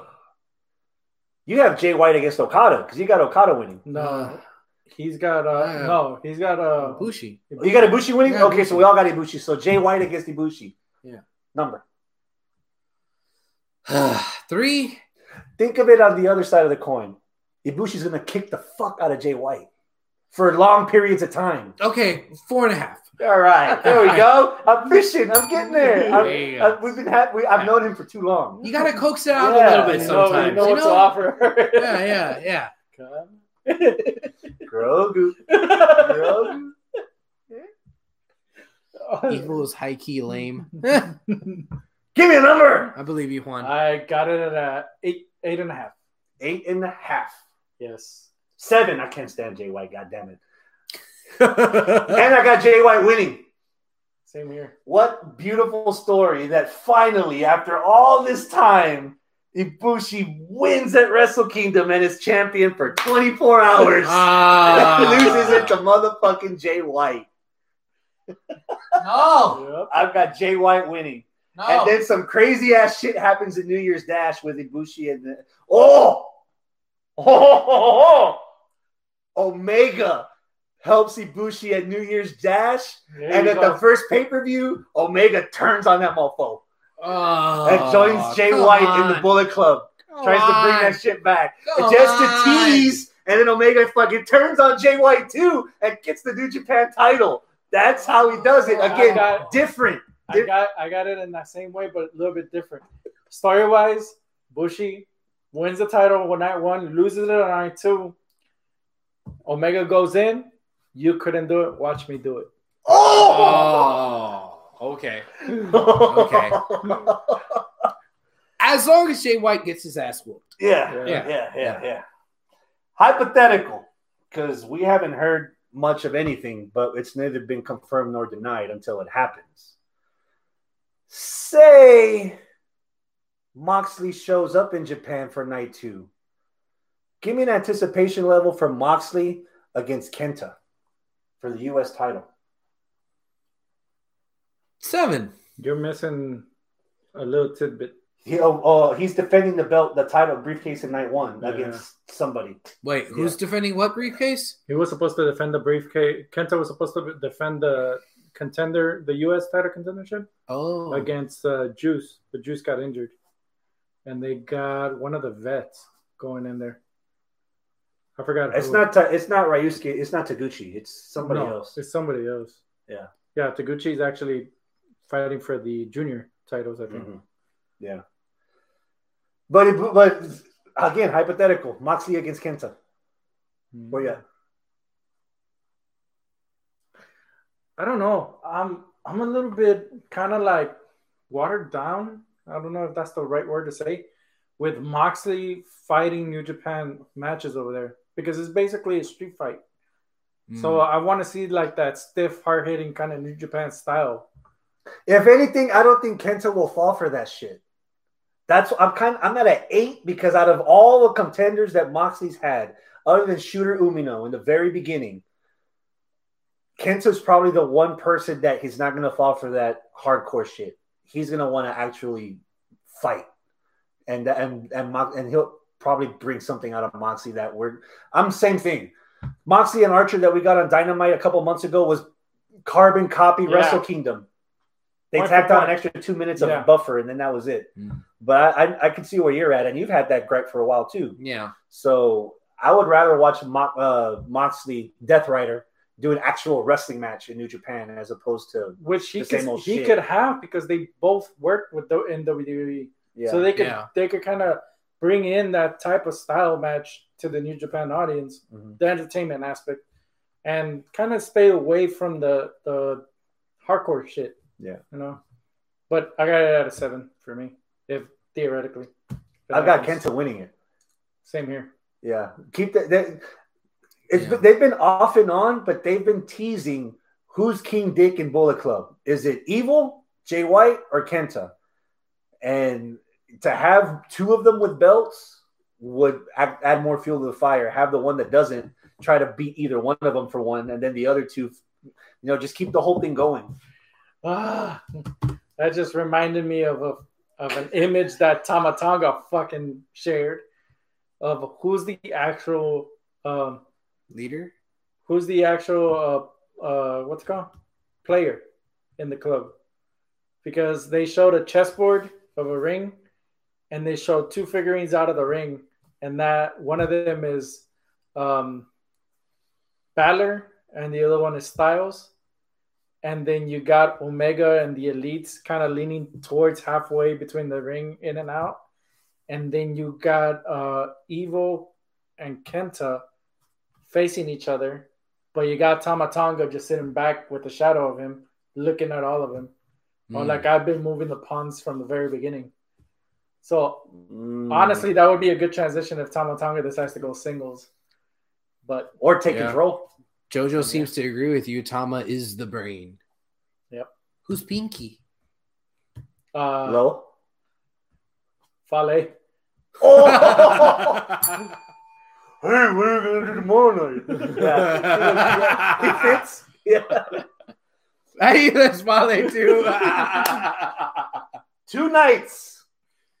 S2: You have Jay White against Okada because you got Okada winning.
S3: No,
S1: Uh,
S3: he's got uh,
S1: yeah.
S3: no, he's got
S2: Oh.
S3: uh,
S1: Bushi.
S2: You got Ibushi winning.
S1: Yeah,
S2: okay, so
S1: Ibushi.
S2: we all got Ibushi. So Jay White against Ibushi.
S1: Yeah.
S2: Number.
S1: Three.
S2: Think of it on the other side of the coin. Ibushi's gonna kick the fuck out of Jay White for long periods of time.
S1: Okay, four and a half.
S2: All right, there we go. I'm fishing. I'm getting there. I'm-
S1: There you go.
S2: I- we've been ha- Uh, we, I've known him for too long.
S1: You gotta coax it out a
S2: Yeah,
S1: little bit
S2: you
S3: know-
S1: sometimes.
S3: You know what to offer.
S1: yeah, yeah, yeah.
S3: Come.
S2: Grogu. Grogu.
S1: Equal is high key lame.
S2: Give me a number.
S1: I believe you won.
S3: I got it at uh, eight, eight and a half.
S2: Eight and a half.
S3: Yes.
S2: Seven. I can't stand Jay White. God damn it. And I got Jay White winning.
S3: Same here.
S2: What beautiful story that finally, after all this time, Ibushi wins at Wrestle Kingdom and is champion for 24 hours.
S1: Ah.
S2: Loses it to motherfucking Jay White.
S1: No,
S3: Yep.
S2: I've got Jay White winning.
S1: no.
S3: Oh.
S2: And then some crazy ass shit happens in New Year's Dash with Ibushi and the, oh! Oh, oh, oh, oh! Omega helps Ibushi at New Year's Dash,
S3: There
S2: and
S3: you
S2: at
S3: go.
S2: the first pay per view, Omega turns on that mofo
S1: Oh,
S2: and joins Jay
S1: come
S2: White in
S1: on.
S2: the Bullet Club,
S1: Come
S2: tries to bring
S1: on.
S2: that shit back
S1: Come
S2: just
S1: on.
S2: to tease, and then Omega fucking turns on Jay White too and gets the New Japan title. That's how he does it
S3: I
S2: again.
S3: got-
S2: different.
S3: I got I got it in that same way, but a little bit different. Story wise, Bushi wins the title on night one, loses it on night two. Omega goes in. You couldn't do it. Watch me do it.
S2: Oh,
S1: Oh, okay. Oh.
S2: okay.
S1: As long as Jay White gets his ass whooped.
S2: yeah, yeah,
S1: Yeah.
S2: yeah, yeah, Hypothetical, because we haven't heard much of anything, but it's neither been confirmed nor denied until it happens. Say Moxley shows up in Japan for night two. Give me an anticipation level for Moxley against Kenta for the U.S. title.
S1: Seven.
S3: You're missing a little tidbit.
S2: He, oh, oh, he's defending the belt, the title briefcase in night one
S3: Yeah.
S2: against somebody.
S1: Wait,
S2: Yeah.
S1: who's defending what briefcase?
S3: He was supposed to defend the briefcase. Kenta was supposed to defend the contender, the U.S. title contendership
S1: Oh,
S3: against uh, Juice, but Juice got injured, and they got one of the vets going in there. I forgot.
S2: It's
S3: who.
S2: not. Ta- it's not Ryusuke. It's not Taguchi. It's somebody
S3: No,
S2: else.
S3: It's somebody else.
S2: Yeah.
S3: Yeah, Taguchi is actually fighting for the junior titles. I think.
S2: Mhm. Yeah. But it, but again, hypothetical. Moxley against Kenta.
S3: Mm-hmm.
S2: Well, yeah.
S3: I don't know. I'm I'm a little bit kind of like watered down. I don't know if that's the right word to say. With Moxley fighting New Japan matches over there because it's basically a street fight.
S1: Mm.
S3: So I want to see like that stiff, hard hitting kind of New Japan style.
S2: If anything, I don't think Kenta will fall for that shit. That's I'm kind. I'm at an eight because out of all the contenders that Moxley's had, other than Shooter Umino in the very beginning, Kenta's probably the one person that he's not going to fall for that hardcore shit. He's going to want to actually fight, and and and Mox, and he'll probably bring something out of Moxley that we're. I'm same thing. Moxley and Archer that we got on Dynamite a couple months ago was carbon copy
S3: Yeah.
S2: Wrestle Kingdom. They
S3: Point for
S2: tacked on an
S3: point.
S2: extra two minutes of
S3: Yeah.
S2: buffer, and then that was it.
S4: Mm.
S2: But I, I, I can see where you're at, and you've had that gripe for a while too.
S1: Yeah.
S2: So I would rather watch Mo- uh, Moxley Death Rider do an actual wrestling match in New Japan as opposed to
S3: which he
S2: The
S3: could,
S2: same old
S3: he
S2: shit.
S3: could have because they both worked with the in E. WWE,
S2: yeah.
S3: so they could
S1: Yeah.
S3: they could kind of bring in that type of style match to the New Japan audience,
S2: Mhm.
S3: the entertainment aspect, and kind of stay away from the the hardcore shit.
S2: Yeah.
S3: you know. But I got it at a seven for me, if theoretically.
S2: I've got Kenta winning it.
S3: Same here.
S2: Yeah, keep that. They, it's
S1: Yeah.
S2: been they've been off and on, but they've been teasing who's King Dick in Bullet Club. Is it Evil Jay White or Kenta? And to have two of them with belts would add, add more fuel to the fire. Have the one that doesn't try to beat either one of them for one, and then the other two, you know, just keep the whole thing going.
S3: Ah, that just reminded me of a of an image that Tamatanga fucking shared of who's the actual um,
S1: Leader.
S3: who's the actual uh, uh, what's it called player in the club because they showed a chessboard of a ring and they showed two figurines out of the ring and that one of them is um, Balor and the other one is Styles and then you got Omega and the Elites kind of leaning towards halfway between the ring in and out and then you got uh, Evil and Kenta facing each other, but you got Tamatanga just sitting back with the shadow of him, looking at all of him. Or
S4: Mm.
S1: Hmm.
S3: like I've been moving the pawns from the very beginning. So
S2: Mm.
S3: honestly, that would be a good transition if Tamatanga decides to go singles. But
S2: or take
S1: Yeah.
S2: control.
S1: Jojo seems to agree with you. Tama is the brain.
S3: Yep.
S1: Who's Pinky?
S3: uh
S2: Hello.
S3: Fale,
S2: Oh. hey, what are we gonna do tomorrow night? yeah. He fits. Yeah.
S1: Hey, that's Molly too.
S2: Two nights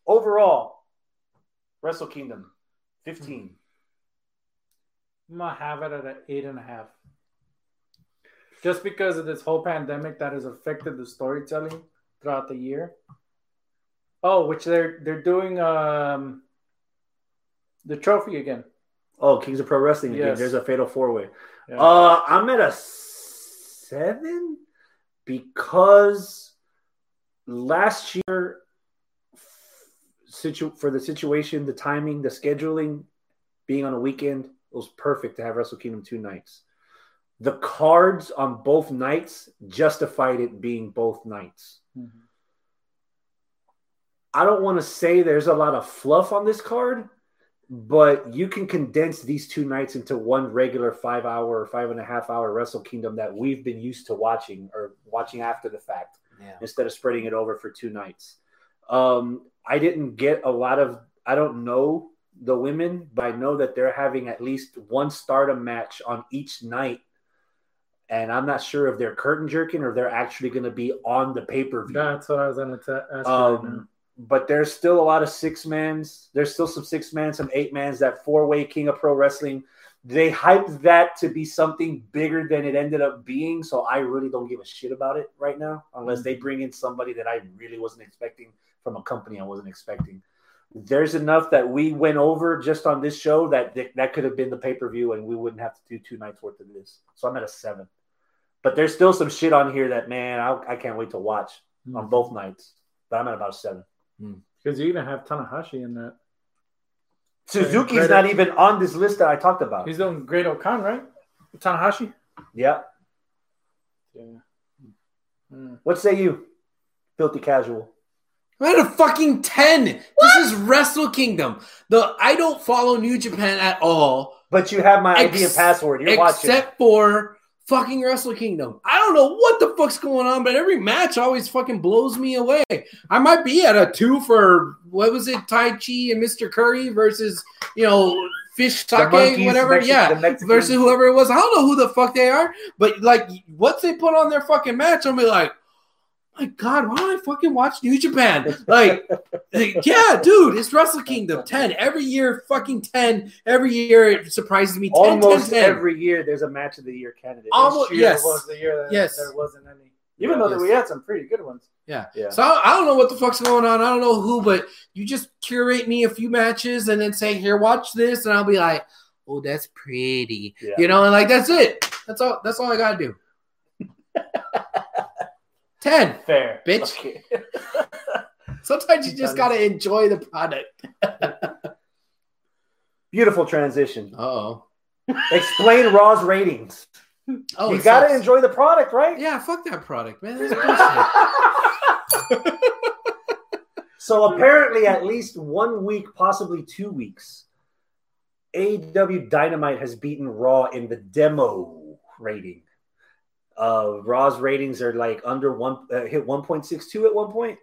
S2: overall. Wrestle Kingdom, fifteen.
S3: I'm gonna have it at an eight and a half. Just because of this whole pandemic that has affected the storytelling throughout the year. Oh, which they're they're doing um the trophy again.
S2: Oh, Kings of Pro Wrestling again.
S3: Yes.
S2: There's a fatal four way.
S3: Yeah.
S2: Uh, I'm at a seven because last year, situ- for the situation, the timing, the scheduling, being on a weekend, it was perfect to have Wrestle Kingdom two nights. The cards on both nights justified it being both nights.
S3: Mm-hmm.
S2: I don't want to say there's a lot of fluff on this card, but you can condense these two nights into one regular five hour or five and a half hour Wrestle Kingdom that we've been used to watching or watching after the fact
S1: yeah.
S2: instead of spreading it over for two nights. Um, I didn't get a lot of, I don't know the women, but I know that they're having at least one stardom match on each night. And I'm not sure if they're curtain jerking or they're actually going to be on the pay per view.
S3: That's what I was gonna ta- ask you right now.
S2: Um, but there's still a lot of six mans. There's still some six mans, some eight mans. That four way King of Pro Wrestling, they hyped that to be something bigger than it ended up being. So I really don't give a shit about it right now, unless they bring in somebody that I really wasn't expecting from a company I wasn't expecting. There's enough that we went over just on this show that th- that could have been the pay per view, and we wouldn't have to do two nights worth of this. So I'm at a seven. But there's still some shit on here that man, I, I can't wait to watch
S1: um,
S2: on both nights. But I'm at about a seven.
S3: Because Mm. you even have Tanahashi in that.
S2: Suzuki's not even on this list that I talked about.
S3: He's doing Great Okan, right? Tanahashi?
S2: yeah.
S3: Yeah. Mm.
S2: What say you, filthy casual?
S1: I'm at a fucking 10. This is Wrestle Kingdom. The I don't follow New Japan at all.
S2: But you have my
S1: Ex-
S2: ID and password. You're watching.
S1: except for fucking Wrestle Kingdom. I don't know what the fuck's going on, but every match always fucking blows me away. I might be at a two for what was it, Tai Chi and Mr. Curry versus you know Fish Sake,
S2: monkeys,
S1: whatever.
S2: Mexi-
S1: yeah,
S2: the Mexicans.
S1: versus whoever it was. I don't know who the fuck they are, but like once they put on their fucking match, I'll be like. My God, why don't I fucking watch New Japan? Like, yeah, dude, it's Wrestle Kingdom 10. Every year, fucking 10. Every year, it surprises me 10, 10,
S2: Almost
S1: 10.
S2: every year, there's a match of the year candidate.
S1: Almost-
S3: year
S1: yes.
S3: was the year that
S1: Yes.
S3: there wasn't any. Even though that
S1: Yes.
S3: we had some pretty good ones.
S2: Yeah.
S1: So I, I don't know what the fuck's going on. I don't know who, but you just curate me a few matches and then say, "Here, watch this," and I'll be like, "Oh, that's pretty,"
S2: Yeah.
S1: you know, and like that's it. That's all. That's all I gotta do. Ten,
S3: Fair.
S1: bitch.
S3: Okay.
S1: Sometimes you just gotta enjoy the product.
S2: Beautiful transition.
S1: Oh,
S2: Explain Raw's ratings.
S1: oh,
S2: you
S1: it
S2: got to
S1: sucks.
S2: enjoy the product, right?
S1: Yeah, fuck that product, man. That's bullshit.
S2: so apparently, at least one week, possibly two weeks, AEW Dynamite has beaten Raw in the demo rating. Uh, Raw's ratings are like under one, uh, hit one point six two at one point.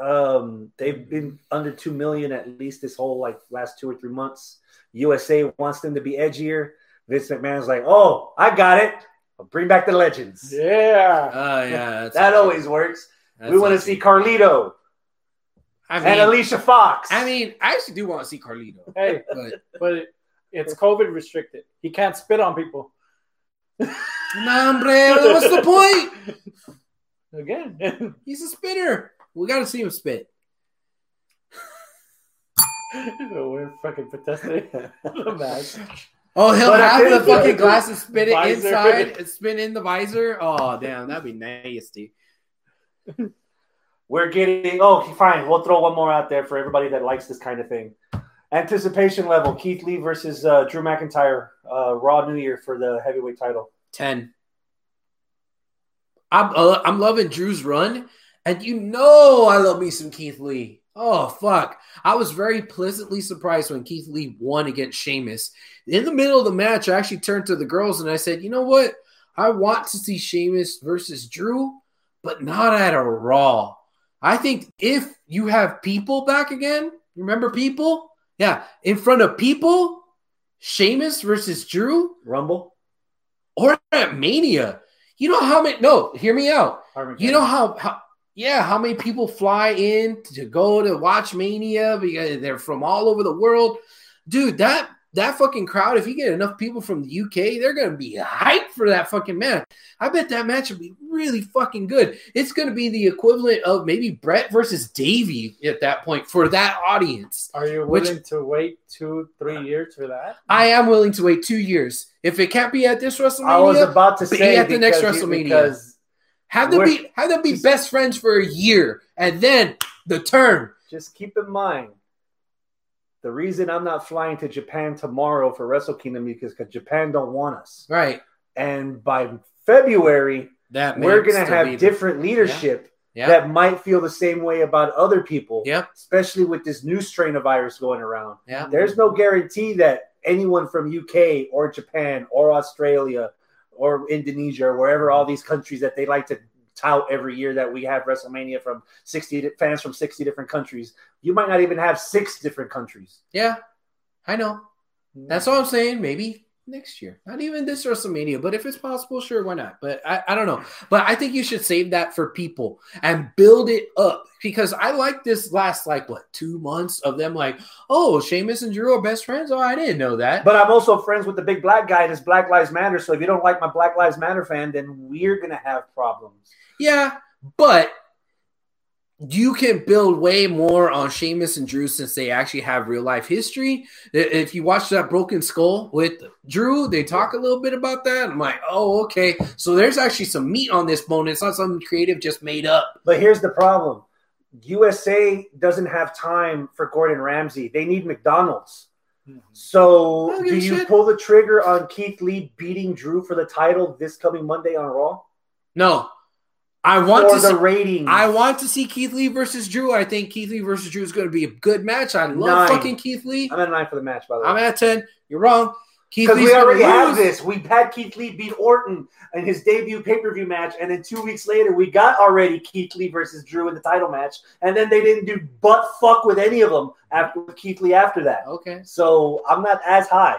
S2: Um, they've been under two million at least this whole like last two or three months. USA wants them to be edgier. Vince McMahon's like, oh, I got it. I'll bring back the legends.
S3: Yeah.
S1: Oh yeah, that's
S2: That always works
S1: that's
S2: we want to
S1: actually-
S2: see Carlito
S1: I
S2: and
S1: mean,
S2: Alicia Fox.
S1: I mean, I actually do want to see Carlito,
S3: Hey,
S1: but
S3: but it's COVID restricted. He can't spit on people.
S1: nah, hombre, what's the point?
S3: Again.
S1: He's a spinner. We got to see him spit.
S3: We're fucking protesting the match.
S1: Oh, he'll
S2: But I
S1: have the
S2: think-
S1: fucking glass and spin it
S3: Visor.
S1: inside and spin in the visor. Oh, damn. That'd be nasty.
S2: We're getting oh fine. We'll throw one more out there for everybody that likes this kind of thing. Anticipation level: Keith Lee versus uh, Drew McIntyre, uh, Raw New Year for the heavyweight title.
S1: 10. I'm, uh, I'm loving Drew's run. And you know I love me some Keith Lee. Oh, fuck. I was very pleasantly surprised when Keith Lee won against Sheamus. In the middle of the match, I actually turned to the girls and I said, you know what? I want to see Sheamus versus Drew, but not at a Raw. I think if you have people back again, remember people? Yeah, in front of people, Sheamus versus Drew,
S2: Rumble.
S1: or at Mania. You know how many? No, hear me out. You know how, how yeah, how many people fly in to go to watch Mania because they're from all over the world, dude. That that fucking crowd. If you get enough people from the UK, they're gonna be hyped for that fucking match. I bet that match will be really fucking good. It's gonna be the equivalent of maybe Brett versus Davey at that point for that audience.
S3: Are you
S1: Which-
S3: willing to wait two, three years for that?
S1: I am willing to wait two years if it can't be at this WrestleMania.
S2: I was about to
S1: Be
S2: say
S1: at the next
S2: because-
S1: WrestleMania.
S2: because
S1: Have them
S2: We're-
S1: be have them be best friends for a year, and then the turn.
S2: just keep in mind. The reason I'm not flying to Japan tomorrow for Wrestle Kingdom because 'cause Japan don't want us.
S1: Right.
S2: And by February,
S1: That
S2: we're
S1: may
S2: going to
S1: still
S2: have
S1: be the-
S2: different leadership
S1: Yeah.
S2: that might feel the same way about other people,
S1: Yep.
S2: especially with this new strain of virus going around.
S1: Yeah.
S2: There's no guarantee that anyone from UK or Japan or Australia or Indonesia or wherever all these countries that they like to tout every year that we have WrestleMania from 60 di- fans from 60 different countries. You might not even have six different countries.
S1: Yeah. I know. That's all I'm saying. Maybe next year. Not even this WrestleMania, but if it's possible, sure, why not? But I, I don't know. But I think you should save that for people and build it up because I like this last like what two months of them like, oh, Sheamus and Drew are best friends. Oh, I didn't know that.
S2: But I'm also friends with the big black guy and his Black Lives Matter. So if you don't like my Black Lives Matter fan, then we're going to have problems.
S1: Yeah, but you can build way more on Sheamus and Drew since they actually have real life history. I- If you watch that Broken Skull with Drew, they talk a little bit about that. I'm like, oh, okay. So there's actually some meat on this bone. It's not something creative just made up.
S2: But here's the problem: USA doesn't have time for Gordon Ramsay. They need McDonald's.
S3: Hmm.
S2: So,
S1: I don't give
S2: do
S1: a
S2: you
S1: shit.
S2: pull the trigger on Keith Lee beating Drew for the title this coming Monday on Raw?
S1: No, I want
S2: or
S1: to.
S2: the
S1: See,
S2: ratings?
S1: I want to see Keith Lee versus Drew. I think Keith Lee versus Drew is going to be a good match. I love
S2: Nine.
S1: fucking Keith Lee.
S2: I'm at nine for the match, by the way.
S1: I'm at 10. You're wrong. Keith
S2: Because
S1: Lee's
S2: we already
S1: gonna
S2: have
S1: lose.
S2: this. We had Keith Lee beat Orton in his debut pay per view match, and then two weeks later, we got already Keith Lee versus Drew in the title match, and then they didn't do but fuck with any of them after with Keith Lee after that.
S1: Okay.
S2: So I'm not as high,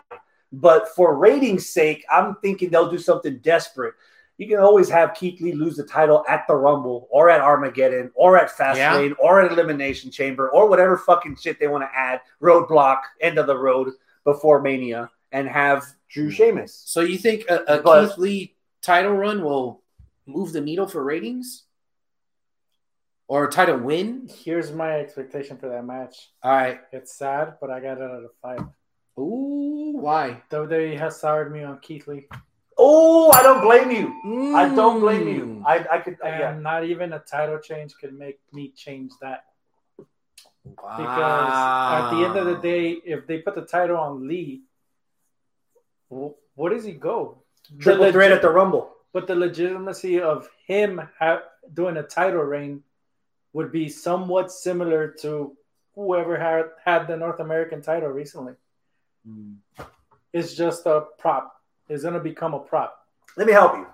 S2: but for ratings' sake, I'm thinking they'll do something desperate. You can always have Keith Lee lose the title at the Rumble or at Armageddon or at Fastlane or at Elimination Chamber or whatever fucking shit they want to add. Roadblock, end of the road before Mania, and have Drew Sheamus.
S1: So you think a, a
S2: But-
S1: Keith Lee title run will move the needle for ratings? Or a title win?
S3: Here's my expectation for that match.
S1: All right.
S3: It's sad, but I got it out of five.
S1: Ooh, why?
S3: WWE has soured me on Keith Lee.
S2: Oh, I don't blame you. I don't blame you.
S1: Hmm.
S2: I, I could,
S3: And
S2: Oh, yeah.
S3: not even a title change could make me change that.
S1: Wow. Mm.
S3: Because at the end of the
S2: Ah.
S3: day, if they put the title on Lee, wh- what does he go? The
S2: Triple threat
S3: legi-
S2: at the Rumble.
S3: but the legitimacy of him ha- doing a title reign would be somewhat similar to whoever had, had the North American title recently.
S2: Hmm.
S3: It's just a prop. It's going to become a prop.
S2: Let me help you.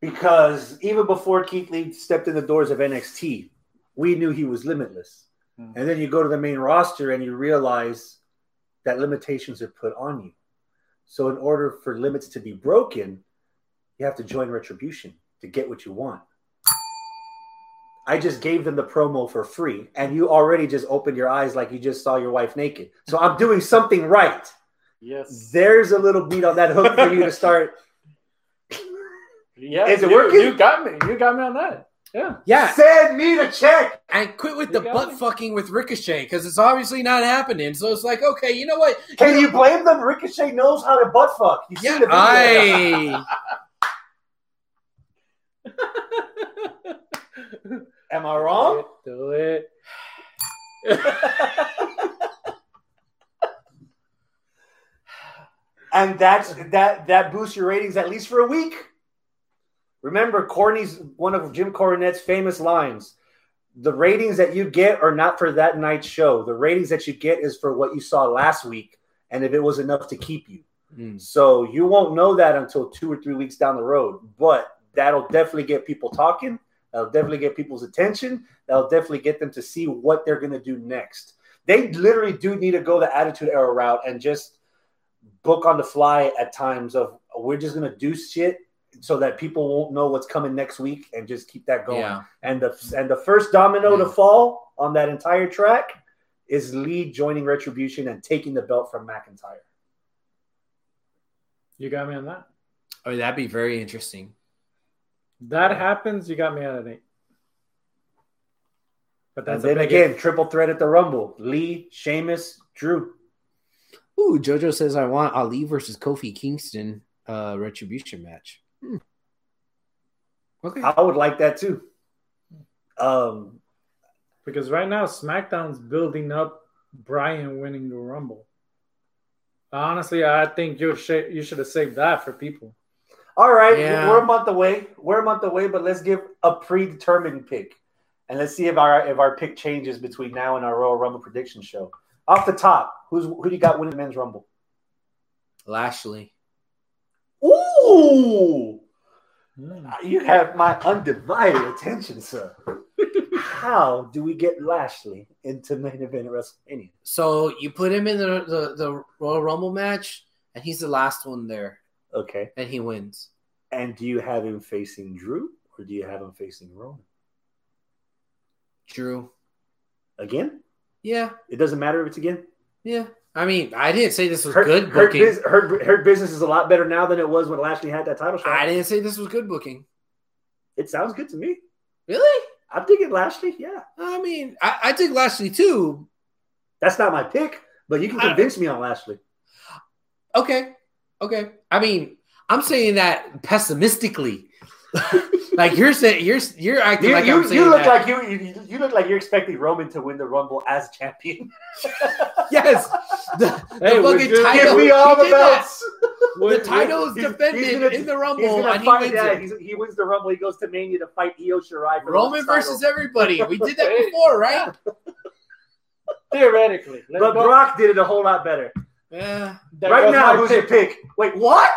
S2: Because even before Keith Lee stepped in the doors of NXT, we knew he was limitless.
S3: Hmm.
S2: And then you go to the main roster and you realize that limitations are put on you. So, in order for limits to be broken, you have to join Retribution to get what you want. I just gave them the promo for free, and you already just opened your eyes like you just saw your wife naked. So, I'm doing something right.
S3: Yes.
S2: There's a little beat on that hook for you to start
S3: yeah,
S2: Is it
S3: you-
S2: working?
S3: You got me. You got me on that. Yeah.
S1: Yeah,
S2: Send me the check.
S1: and quit with
S3: You
S1: the
S3: got
S1: butt
S3: it.
S1: fucking with Ricochet because it's obviously not happening. So it's like, okay, you know what?
S2: Can you blame them? Ricochet knows how to butt fuck. You
S1: Yeah,
S2: see the video.
S1: I.
S2: Am I wrong?
S3: Do it.
S2: And that's that that boosts your ratings at least for a week. Remember, Corney's one of Jim Cornette's famous lines. The ratings that you get are not for that night's show. The ratings that you get is for what you saw last week and if it was enough to keep you.
S1: Mm.
S2: So you won't know that until two or three weeks down the road, but that'll definitely get people talking. That'll definitely get people's attention. That'll definitely get them to see what they're going to do next. They literally do need to go the attitude era route and just book on the fly at times of we're just going to do shit so that people won't know what's coming next week and just keep that going.
S1: Yeah.
S2: And the and the first domino to fall on that entire track is Lee joining Retribution and taking the belt from McIntyre.
S3: You got me on that.
S1: Oh, that'd be very interesting.
S3: That happens. You got me out of it. But that's
S2: and then
S3: a big
S2: again, triple threat at the Rumble: Lee, Sheamus, Drew.
S1: Ooh, JoJo says I want Ali versus Kofi Kingston uh, retribution match. Hmm. Okay.
S2: I would like that too. Um,
S3: because right now SmackDown's building up Brian winning the Rumble. Honestly, I think you should you should have saved that for people.
S2: all right,
S1: Yeah.
S2: we're a month away. We're a month away, but let's give a predetermined pick, and let's see if our if our pick changes between now and our Royal Rumble prediction show. Off the top, who's who do you got winning the men's Rumble?
S1: Lashley.
S2: Ooh, you have my undivided attention, sir. How do we get Lashley into main event at WrestleMania?
S1: So you put him in the, the, the Royal Rumble match, and he's the last one there,
S2: Okay.
S1: and he wins.
S2: And do you have him facing Drew or do you have him facing Roman?
S1: Drew.
S2: Again?
S1: Yeah.
S2: It doesn't matter if it's again.
S1: Yeah. I mean, I didn't say this was
S2: Her,
S1: good
S2: her,
S1: booking.
S2: bus- her, her business is a lot better now than it was when Lashley had that title
S1: I
S2: shot.
S1: didn't say this was good booking.
S2: It sounds good to me.
S1: Really?
S2: I'm thinking Lashley. Yeah.
S1: I mean, I, I took Lashley too.
S2: That's not my pick, but you can
S1: I-
S2: convince me on Lashley.
S1: Okay. Okay. I mean, I'm saying that pessimistically. like you're saying, you're you're acting
S2: You,
S1: like
S2: you,
S1: I'm saying
S2: you look
S1: that.
S2: like you, you you look like you're expecting Roman to win the Rumble as champion.
S1: yes. The, the
S3: Hey, we're
S1: fucking
S3: good.
S1: title.
S2: Give me all
S1: he
S2: the
S1: did that.
S2: belts.
S1: The
S3: What-
S1: title is
S2: He's- he's
S1: defended
S2: gonna-
S1: in the
S2: He's
S1: Rumble,
S2: gonna
S1: and he
S2: fight.
S1: wins
S2: yeah,
S1: it.
S2: he's- he wins the Rumble. He goes to Mania to fight Io Shirai. For
S1: Roman
S2: the title.
S1: versus everybody. We did that
S3: Hey.
S1: before, right?
S3: theoretically, let's
S2: But
S3: go.
S2: Brock did it a whole lot better.
S1: Yeah.
S3: There
S2: right
S3: goes
S2: now,
S3: my
S2: who's
S3: pick.
S2: your pick? Wait, what?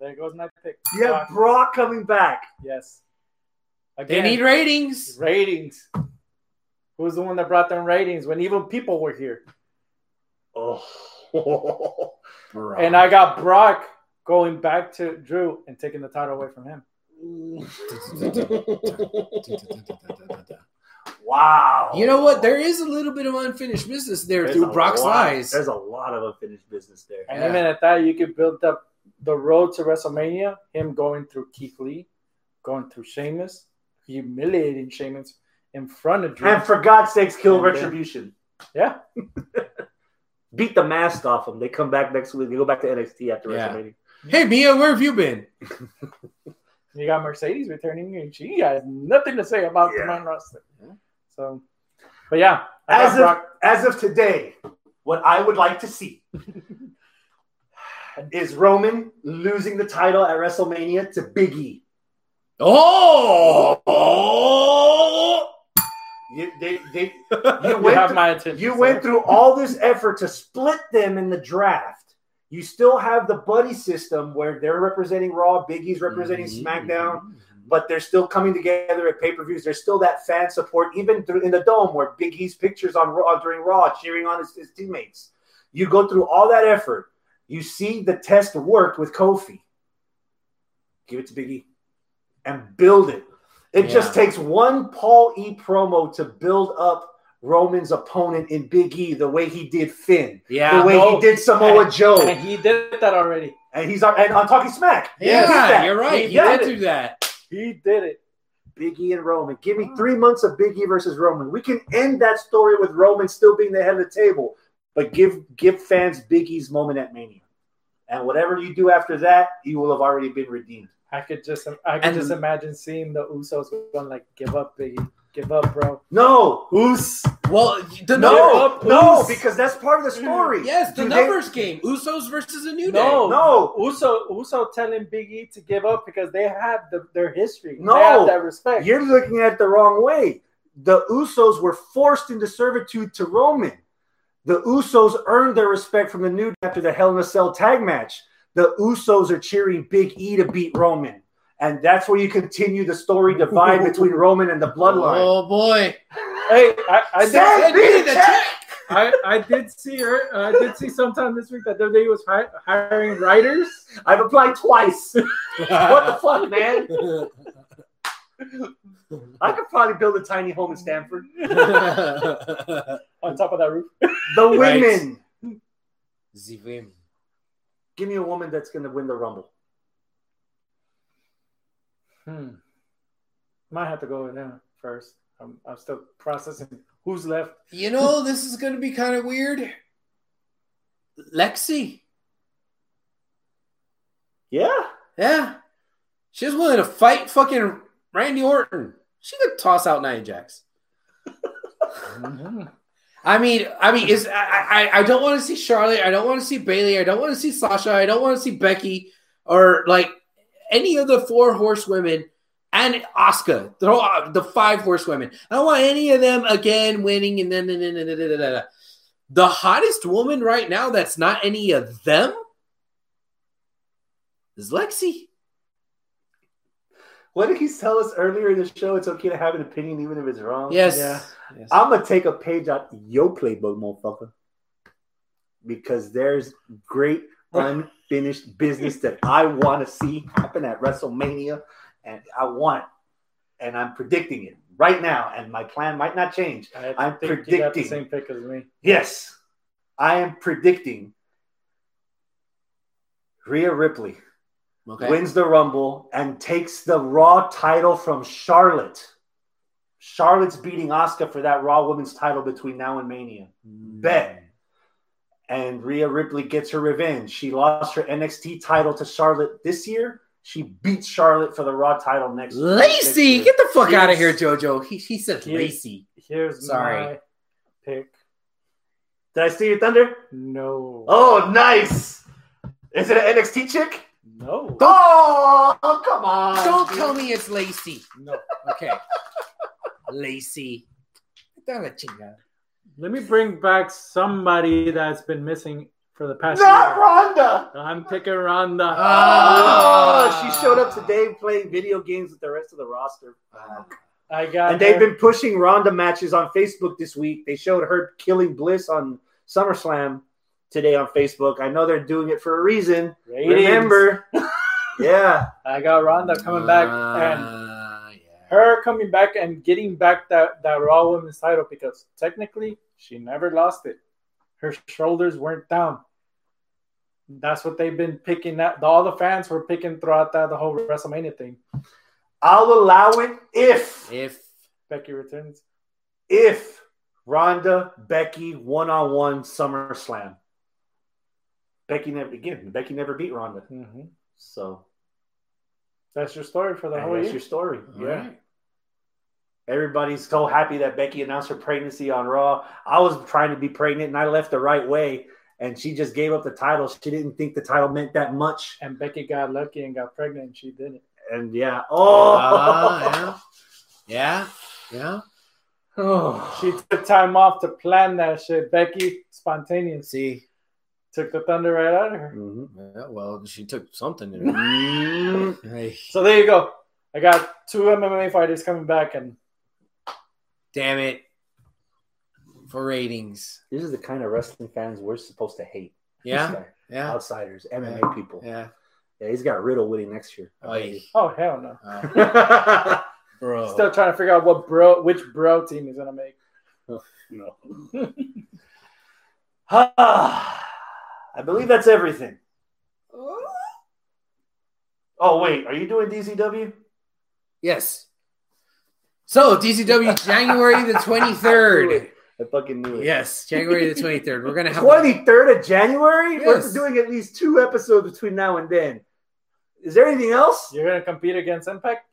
S3: There goes my pick.
S2: You have
S3: Fuck,
S2: Brock coming back.
S3: yes.
S1: They
S3: Again,
S1: need ratings.
S3: ratings. Who's the one that brought them ratings when even people were here?
S2: Oh,
S3: And I got Brock going back to Drew and taking the title away from him.
S2: wow.
S1: You know what? There is a little bit of unfinished business there
S2: There's
S1: through
S2: a
S1: Brock's
S2: lot-
S1: lies.
S2: There's a lot of unfinished business there.
S3: And
S1: Yeah.
S3: even at that, you could build up the road to WrestleMania, him going through Keith Lee, going through Sheamus, humiliating Sheamus in front of Drew.
S2: And for God's sakes, kill
S3: And then-
S2: Retribution.
S3: Yeah.
S2: Beat the mask off them. They come back next week. They go back to NXT after
S1: Yeah.
S2: WrestleMania.
S1: Hey Mia, where have you been?
S3: You got Mercedes returning, and she has nothing to say about
S2: Yeah.
S3: the main roster.
S1: Yeah.
S3: So, but yeah, I got
S2: As of,
S3: Brock.
S2: as of today, what I would like to see is Roman losing the title at WrestleMania to Big E.
S1: Oh,
S2: You, they, they,
S3: you
S2: you went
S3: have
S2: through-
S3: my attention.
S2: you
S3: sir.
S2: went through all this effort to split them in the draft. You still have the buddy system where they're representing Raw, Biggie's representing
S1: Mm-hmm.
S2: SmackDown, but they're still coming together at pay per views. There's still that fan support, even through, in the dome where Biggie's pictures on Raw during Raw, cheering on his, his teammates. You go through all that effort. You see the test work with Kofi. Give it to Biggie and build it. It just takes one Paul E promo to build up Roman's opponent in Big E the way he did Finn,
S1: yeah,
S2: the way
S3: no.
S2: he did Samoa Joe,
S3: and he did that already.
S2: and he's on, and on talking smack.
S1: yeah,
S2: He did that.
S1: you're right.
S2: He
S1: You did
S2: did it.
S1: do that.
S3: He did it.
S2: Biggie E and Roman. Give me three months of Biggie versus Roman. We can end that story with Roman still being the head of the table, but give give fans Biggie's moment at Mania, and whatever you do after that, you will have already been redeemed.
S3: I could just, I could
S1: And-
S3: just imagine seeing the Usos going like, "Give up, Biggie, give up, bro."
S2: No,
S1: Us. Well, the number-
S2: no,
S3: up,
S2: no,
S3: Usos.
S2: because that's part of the story.
S1: Yes, the
S2: Do they-
S1: numbers game. Usos versus a New Day.
S3: No.
S2: No,
S3: Uso, Uso telling Big E to give up because they had the, their history.
S2: No.
S3: they have that respect.
S2: you're looking at it the wrong way. The Usos were forced into servitude to Roman. The Usos earned their respect from the New Day after the Hell in a Cell tag match. The Usos are cheering Big E to beat Roman. And that's where you continue the story divide between Roman and the bloodline.
S1: Oh boy.
S3: hey, I, I
S2: Say-
S3: did,
S1: That needed a check.
S3: I, I did see her. I did see sometime this week that WWE was hi- hiring writers.
S2: I've applied twice. what the fuck, man? I could probably build a tiny home in Stanford.
S3: on top of that roof.
S2: The
S1: Right.
S2: women.
S1: The women.
S2: Give me a woman that's going to win the Rumble.
S3: Hmm. Might have to go with him first. I'm, I'm still processing who's left.
S1: You know, this is going to be kind of weird. Lexi.
S2: Yeah.
S1: Yeah. She was willing to fight fucking Randy Orton. She could toss out Nia Jax. I mean, I mean, is I, I I don't want to see Charlotte. I don't want to see Bailey. I don't want to see Sasha. I don't want to see Becky or like any of the four horsewomen and Oscar. Throw out the five horsewomen. I don't want any of them again winning and then then- then- then- then- then- then- then. the hottest woman right now that's not any of them is Lexi.
S2: What did he tell us earlier in the show? It's okay to have an opinion even if it's wrong.
S1: Yes.
S3: Yeah.
S1: Yes.
S2: I'm gonna take a page out your playbook, motherfucker, because there's great unfinished business that I want to see happen at WrestleMania, and I want it, and I'm predicting it right now, and my plan might not change.
S3: I
S2: I'm
S3: think you got the
S2: predicting.
S3: same pick as me.
S2: Yes, I am predicting Rhea Ripley
S1: Okay.
S2: wins the Rumble and takes the Raw title from Charlotte. Charlotte's beating Asuka for that Raw Women's title between now and Mania. Bet. And Rhea Ripley gets her revenge. She lost her NXT title to Charlotte this year. She beats Charlotte for the Raw title next next
S1: Lacey,
S2: year.
S1: get the fuck
S2: Yes.
S1: out of here, JoJo. He, he said
S3: Yes.
S1: Lacey.
S3: Here's
S1: Sorry.
S3: my pick.
S2: Did I steal your thunder?
S3: No.
S2: Oh, nice. Is it an NXT chick?
S3: No.
S2: Oh, come on.
S1: Don't
S2: dude.
S1: tell me it's Lacey.
S3: No.
S1: Okay. Lacey. Dale chinga.
S3: Let me bring back somebody that's been missing for the past.
S2: Not
S3: year.
S2: Rhonda.
S3: I'm picking Ronda.
S1: Ah.
S2: Oh, she showed up today playing video games with the rest of the roster.
S3: I got.
S2: And they've
S3: her.
S2: been pushing Ronda matches on Facebook this week. They showed her killing Bliss on SummerSlam today on Facebook. I know they're doing it for a reason.
S3: Ratings.
S2: Remember. yeah.
S3: I got Ronda coming back
S2: Ah.
S1: Uh,
S3: and
S1: and
S3: her coming back and getting back that, that Raw Women's title because technically she never lost it. Her shoulders weren't down. That's what they've been picking. That all the fans were picking throughout that the whole WrestleMania thing.
S2: I'll allow it if
S1: if
S3: Becky returns.
S2: if Ronda Becky one on one SummerSlam. Becky never again. Becky never beat Ronda, so
S3: That's your story for the
S2: that's
S3: whole year.
S2: your story.
S1: yeah.
S2: Yeah. Everybody's so happy that Becky announced her pregnancy on Raw. I was trying to be pregnant and I left the right way, and she just gave up the title. She didn't think the title meant that much.
S3: and Becky got lucky and got pregnant, and she did it.
S2: And yeah, oh,
S1: Ah, yeah, yeah,
S2: Oh.
S3: She took time off to plan that shit. Becky
S1: yeah.
S3: spontaneous
S1: See,
S3: took the thunder right out of her.
S2: Mhm.
S1: yeah, well, she took something. In her.
S2: Mm.
S1: Hey,
S3: So there you go. I got two MMA fighters coming back, and
S1: damn it! For ratings,
S2: This is the kind of wrestling fans we're supposed to hate.
S1: yeah,
S2: Sorry.
S1: yeah,
S2: outsiders, MMA people. Yeah.
S1: yeah.
S2: he's got Riddle winning next year. I
S1: Like,
S3: oh hell no.
S1: uh,
S2: bet
S1: bro,
S3: Still trying to figure out what bro, which bro team is gonna make.
S2: you. Ah, I believe that's everything. Oh wait, are you doing DZW?
S1: yes. So DCW January the twenty third.
S2: I fucking knew it.
S1: Yes, January the twenty third. We're gonna have
S2: Twenty third of January.
S1: Yes.
S2: We're doing at least two episodes between now and then. Is there anything else?
S3: You're gonna compete against Impact.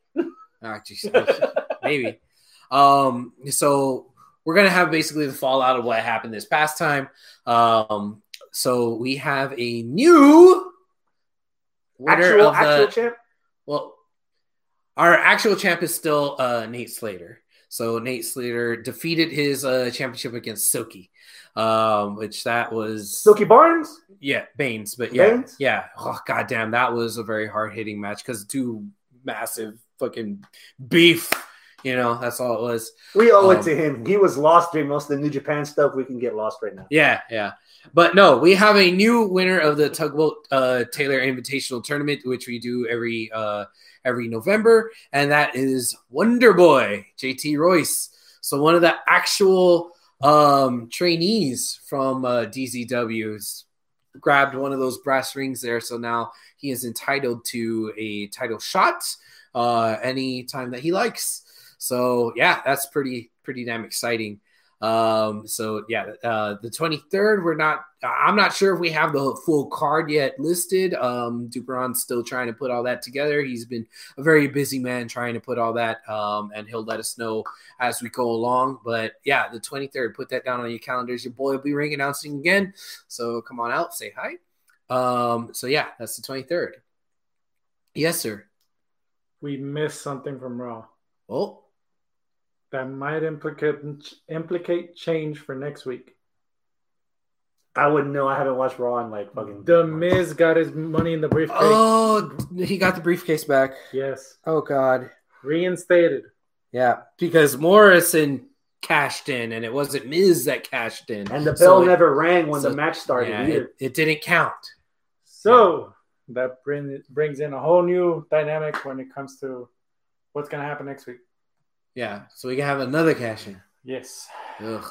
S1: Ah, geez, maybe. Um, so we're gonna have basically the fallout of what happened this past time. Um, so we have a new winner
S2: Actual,
S1: of the
S2: actual champ.
S1: well, our actual champ is still uh, Nate Slater. So Nate Slater defeated his uh, championship against Silky, um, which that was
S2: Silky Barnes.
S1: yeah, Baines, but yeah,
S2: Baines?
S1: yeah. Oh goddamn, that was a very hard hitting match because two massive fucking beef. You know, that's all it was.
S2: We owe
S1: Um,
S2: it to him. He was lost during most of the New Japan stuff. We can get lost right now.
S1: Yeah, yeah. But no, we have a new winner of the Tugboat uh, Taylor Invitational Tournament, which we do every uh, every November, and that is Wonder Boy JT Royce. So one of the actual um, trainees from uh, DZW's grabbed one of those brass rings there, so now he is entitled to a title shot uh, any time that he likes. So yeah, that's pretty pretty damn exciting. Um, so yeah, uh, the 23rd, we're not, I'm not sure if we have the full card yet listed. Um, Duperon's still trying to put all that together. He's been a very busy man trying to put all that, um, and he'll let us know as we go along. But yeah, the 23rd, put that down on your calendars. Your boy will be ring announcing again. So come on out, say hi. Um, so yeah, that's the 23rd. Yes, sir.
S3: We missed something from Raw
S1: Oh,
S3: that might implicate implicate change for next week.
S2: I wouldn't know. I haven't watched Raw in like fucking.
S3: The Miz got his money in the briefcase.
S1: oh, he got the briefcase back.
S3: Yes,
S1: Oh God.
S3: reinstated.
S1: Yeah, because Morrison cashed in, and it wasn't Miz that cashed in.
S2: And the
S1: So
S2: bell
S1: it-
S2: never rang when
S1: so-
S2: the match started
S1: yeah,
S2: either.
S1: it, it didn't count.
S3: So that bring, brings in a whole new dynamic when it comes to what's going to happen next week.
S1: Yeah, so we can have another cash in.
S3: Yes.
S1: Ugh.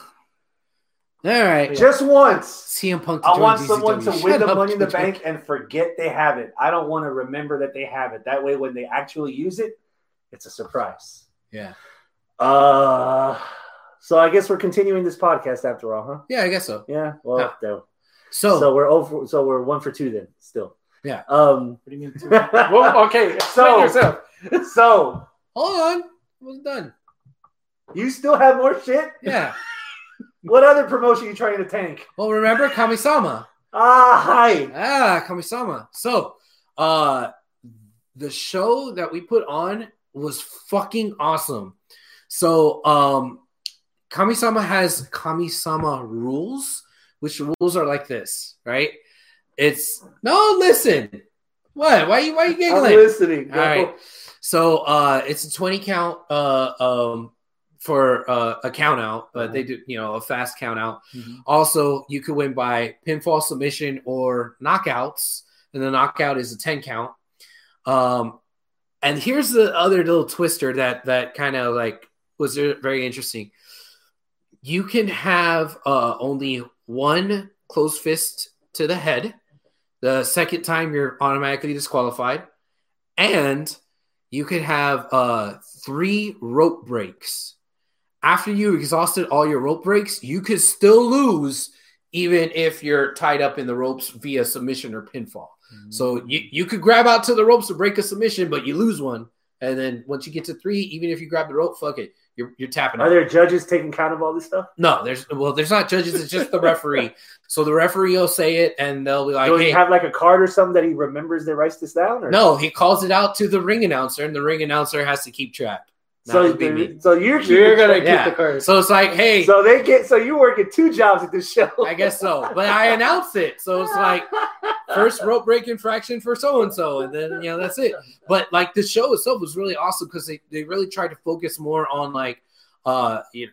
S1: All right,
S2: Just once.
S1: CM Punk.
S2: I
S1: join
S2: want
S1: DCW.
S2: someone to
S1: Shut
S2: win the
S1: up,
S2: money in the
S1: Twitch.
S2: bank and forget they have it. I don't want to remember that they have it. That way, when they actually use it, it's a surprise.
S1: Yeah,
S2: Uh, so I guess we're continuing this podcast after all, huh?
S1: yeah, I guess so.
S2: Yeah. Well,
S1: Yeah.
S2: no.
S1: So,
S2: so we're over. So we're one for two then. Still.
S1: Yeah.
S2: Um.
S3: What do you mean? Two? well, okay.
S2: So-
S3: Explain yourself.
S2: So
S1: hold on, I was done.
S2: you still have more shit?
S1: Yeah.
S2: What other promotion you trying to tank?
S1: well, remember Kamisama.
S2: Ah, hi.
S1: Ah, Kamisama. So, uh, the show that we put on was fucking awesome. So, um, Kamisama has Kamisama rules, which rules are like this, right? It's no, listen. What? Why you why you
S2: I'm
S1: giggling?
S2: listening.
S1: All right. So uh, it's a 20 count uh, um, for uh, a count out, but they do, you know, a fast count out.
S3: Mhm.
S1: Also, you could win by pinfall submission or knockouts. And the knockout is a 10 count. Um, and here's the other little twister that, that kind of like was very interesting. You can have uh, only one close fist to the head. The second time, you're automatically disqualified. And you could have uh, three rope breaks. After you exhausted all your rope breaks, you could still lose, even if you're tied up in the ropes via submission or pinfall. So you, you could grab out to the ropes to break a submission, but you lose one. And then once you get to three, even if you grab the rope, fuck it, you're, you're tapping out.
S2: Are there judges taking count of all this stuff?
S1: no, there's well, there's not judges. It's just the referee. so the referee will say it, and they'll be like,
S2: Do
S1: "Hey,
S2: you have like a card or something that he remembers that writes this down? Or?
S1: no." He calls it out to the ring announcer, and the ring announcer has to keep track. That
S2: So,
S1: would be me.
S2: there- so you're,
S3: You're gonna keep
S1: Yeah.
S3: the cards.
S1: So it's like, hey,
S2: So they get. So you work at two jobs at this show.
S1: I guess so. But I announce it. So it's like uh, first rope break infraction for so and so. And then, you know, that's it. But like the show itself was really awesome because they, they really tried to focus more on like uh you know,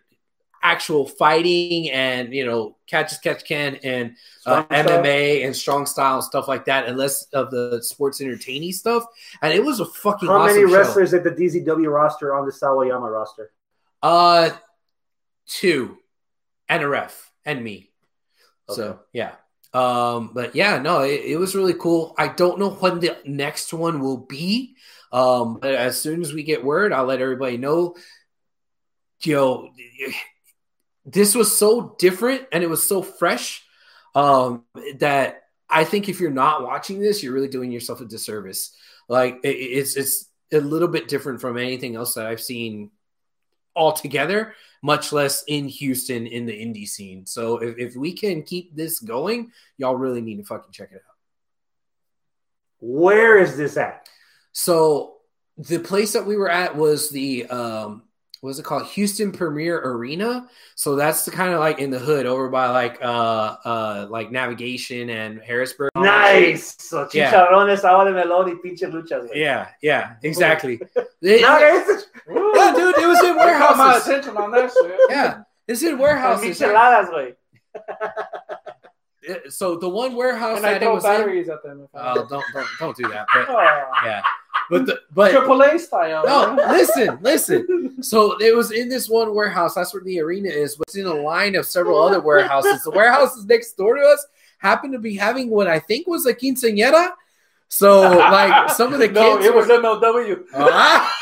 S1: actual fighting and, you know, catch as catch can and uh,
S2: Strong style.
S1: MMA and strong style and stuff like that and less of the sports entertaining stuff. And it was a fucking
S2: How
S1: awesome
S2: many
S1: show.
S2: wrestlers at the DZW roster on the Sawayama roster?
S1: Uh, two, and a ref, and me.
S2: Okay.
S1: So yeah. Um, but yeah, no, it, it was really cool. I don't know when the next one will be. Um, but as soon as we get word, I'll let everybody know. Yo, this was so different and it was so fresh um, that I think if you're not watching this, you're really doing yourself a disservice. Like it, it's it's a little bit different from anything else that I've seen altogether, much less in Houston in the indie scene. So if, if we can keep this going, y'all really need to fucking check it out.
S2: Where is this at?
S1: So the place that we were at was the um what is it called? Houston Premier Arena. So that's the kind of like in the hood over by like uh uh like navigation and Harrisburg.
S2: Nice. So
S1: Oh, Yeah.
S2: chicharrones, agua de melón, y pinche luchas. güey.
S1: Yeah, yeah, exactly. It-
S2: Nice.
S3: Ooh,
S1: yeah, dude, it was in
S3: you caught my
S1: warehouses.
S3: attention on that shit.
S1: Yeah, it's in warehouses. Uh,
S2: Micheladas, güey.
S1: So the one warehouse
S3: And I
S1: that it
S3: throw
S1: was in.
S3: batteries at them. if I-
S1: Oh, don't, don't don't do that. But
S3: Oh.
S1: yeah, but the, but
S3: Triple A style.
S1: No,
S3: bro.
S1: listen, listen. So it was in this one warehouse. That's where the arena is. But it's in a line of several other warehouses. The warehouses next door to us happened to be having what I think was a quinceañera. So like some of the kids.
S3: No, it
S1: were-
S3: was MLW.
S1: Ah!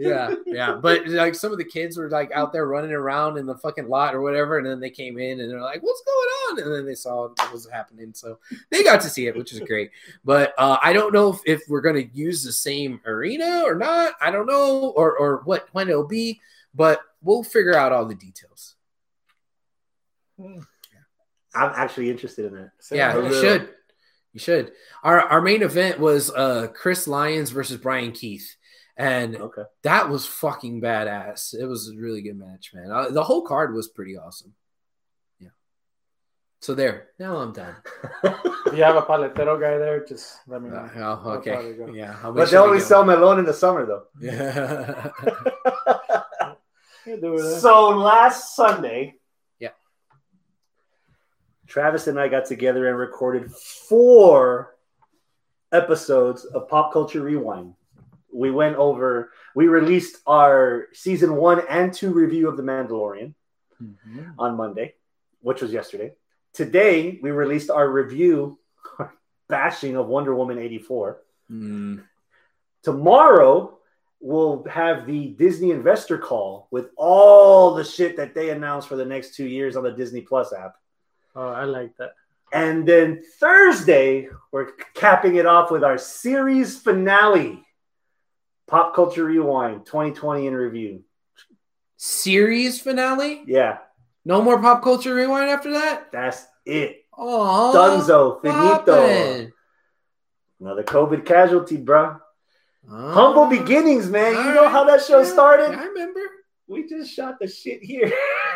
S1: yeah, yeah. But like some of the kids were like out there running around in the fucking lot or whatever, and then they came in and they're like, "What's going on?" And then they saw what was happening, so they got to see it, which is great. But uh, I don't know if, if we're gonna use the same arena or not. I don't know, or or what when it'll be, but we'll figure out all the details.
S2: I'm actually interested in that.
S1: Yeah,
S3: Oh,
S1: you
S2: Yeah.
S1: should. You should. Our our main event was uh Chris Lyons versus Brian Keith, and
S2: Okay.
S1: that was fucking badass. It was a really good match, man. Uh, the whole card was pretty awesome. Yeah. So there. Now I'm done.
S3: If you have a paletero guy there, just let me
S2: Mm-hmm.
S1: Uh,
S3: know.
S1: oh, okay.
S3: probably go.
S1: Yeah. I'll make
S2: But they
S1: sure we
S2: only
S1: get
S2: sell
S1: one.
S2: melon in the summer, though.
S1: Yeah.
S3: You do it.
S2: So last Sunday,
S1: Yeah.
S2: Travis and I got together and recorded four episodes of Pop Culture Rewind. We went over, we released our season one and two review of The Mandalorian
S1: Mm-hmm.
S2: on Monday, which was yesterday. Today, we released our review bashing of Wonder Woman 84.
S1: Mm.
S2: Tomorrow we'll have the Disney investor call with all the shit that they announced for the next two years on the Disney Plus app.
S3: Oh, I like that.
S2: And then Thursday, we're capping it off with our series finale, Pop Culture Rewind 2020 in review.
S1: Series finale?
S2: Yeah,
S1: No more pop culture rewind after that?
S2: that's it.
S1: Oh.
S2: Dunzo, finito. Another COVID casualty, bruh. Humble
S1: Oh.
S2: beginnings, man. You know how that show
S1: Yeah,
S2: started?
S1: I remember.
S2: We just shot the shit here.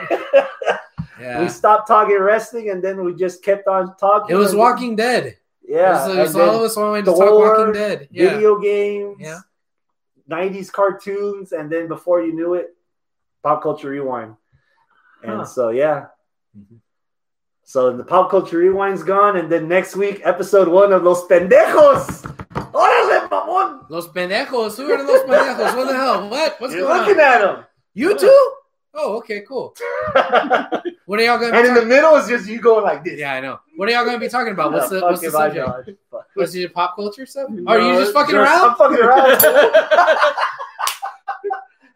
S2: We
S1: Yeah.
S2: stopped talking wrestling, and then we just kept on talking.
S1: It was
S2: and-
S1: Walking Dead.
S2: Yeah,
S1: It was, it was
S2: and then
S1: all of us wanting to talk
S2: Thor,
S1: Walking Dead. Yeah.
S2: video games,
S1: Yeah.
S2: 90s cartoons, and then before you knew it, pop culture rewind. And
S3: Huh.
S2: so, yeah.
S1: Mm-hmm.
S4: Mhm.
S2: So the pop culture rewind's gone, and then next week, episode one of Los Pendejos. Órale, mamón!
S1: Los pendejos. Who are those pendejos? What the hell? What? What's
S2: You're
S1: going
S2: looking
S1: on?
S2: at him.
S1: you too? Oh, okay, cool. What are y'all gonna
S2: and
S1: be
S2: in the
S1: talking-
S2: middle is just you going like this.
S1: Yeah, I know. What are y'all gonna be talking about? What's the what's the
S2: Fuck if I
S1: subject?
S2: know. Fuck.
S1: Was it pop culture stuff? are you
S2: No,
S1: just fucking
S2: just-
S1: around?
S2: I'm fucking around.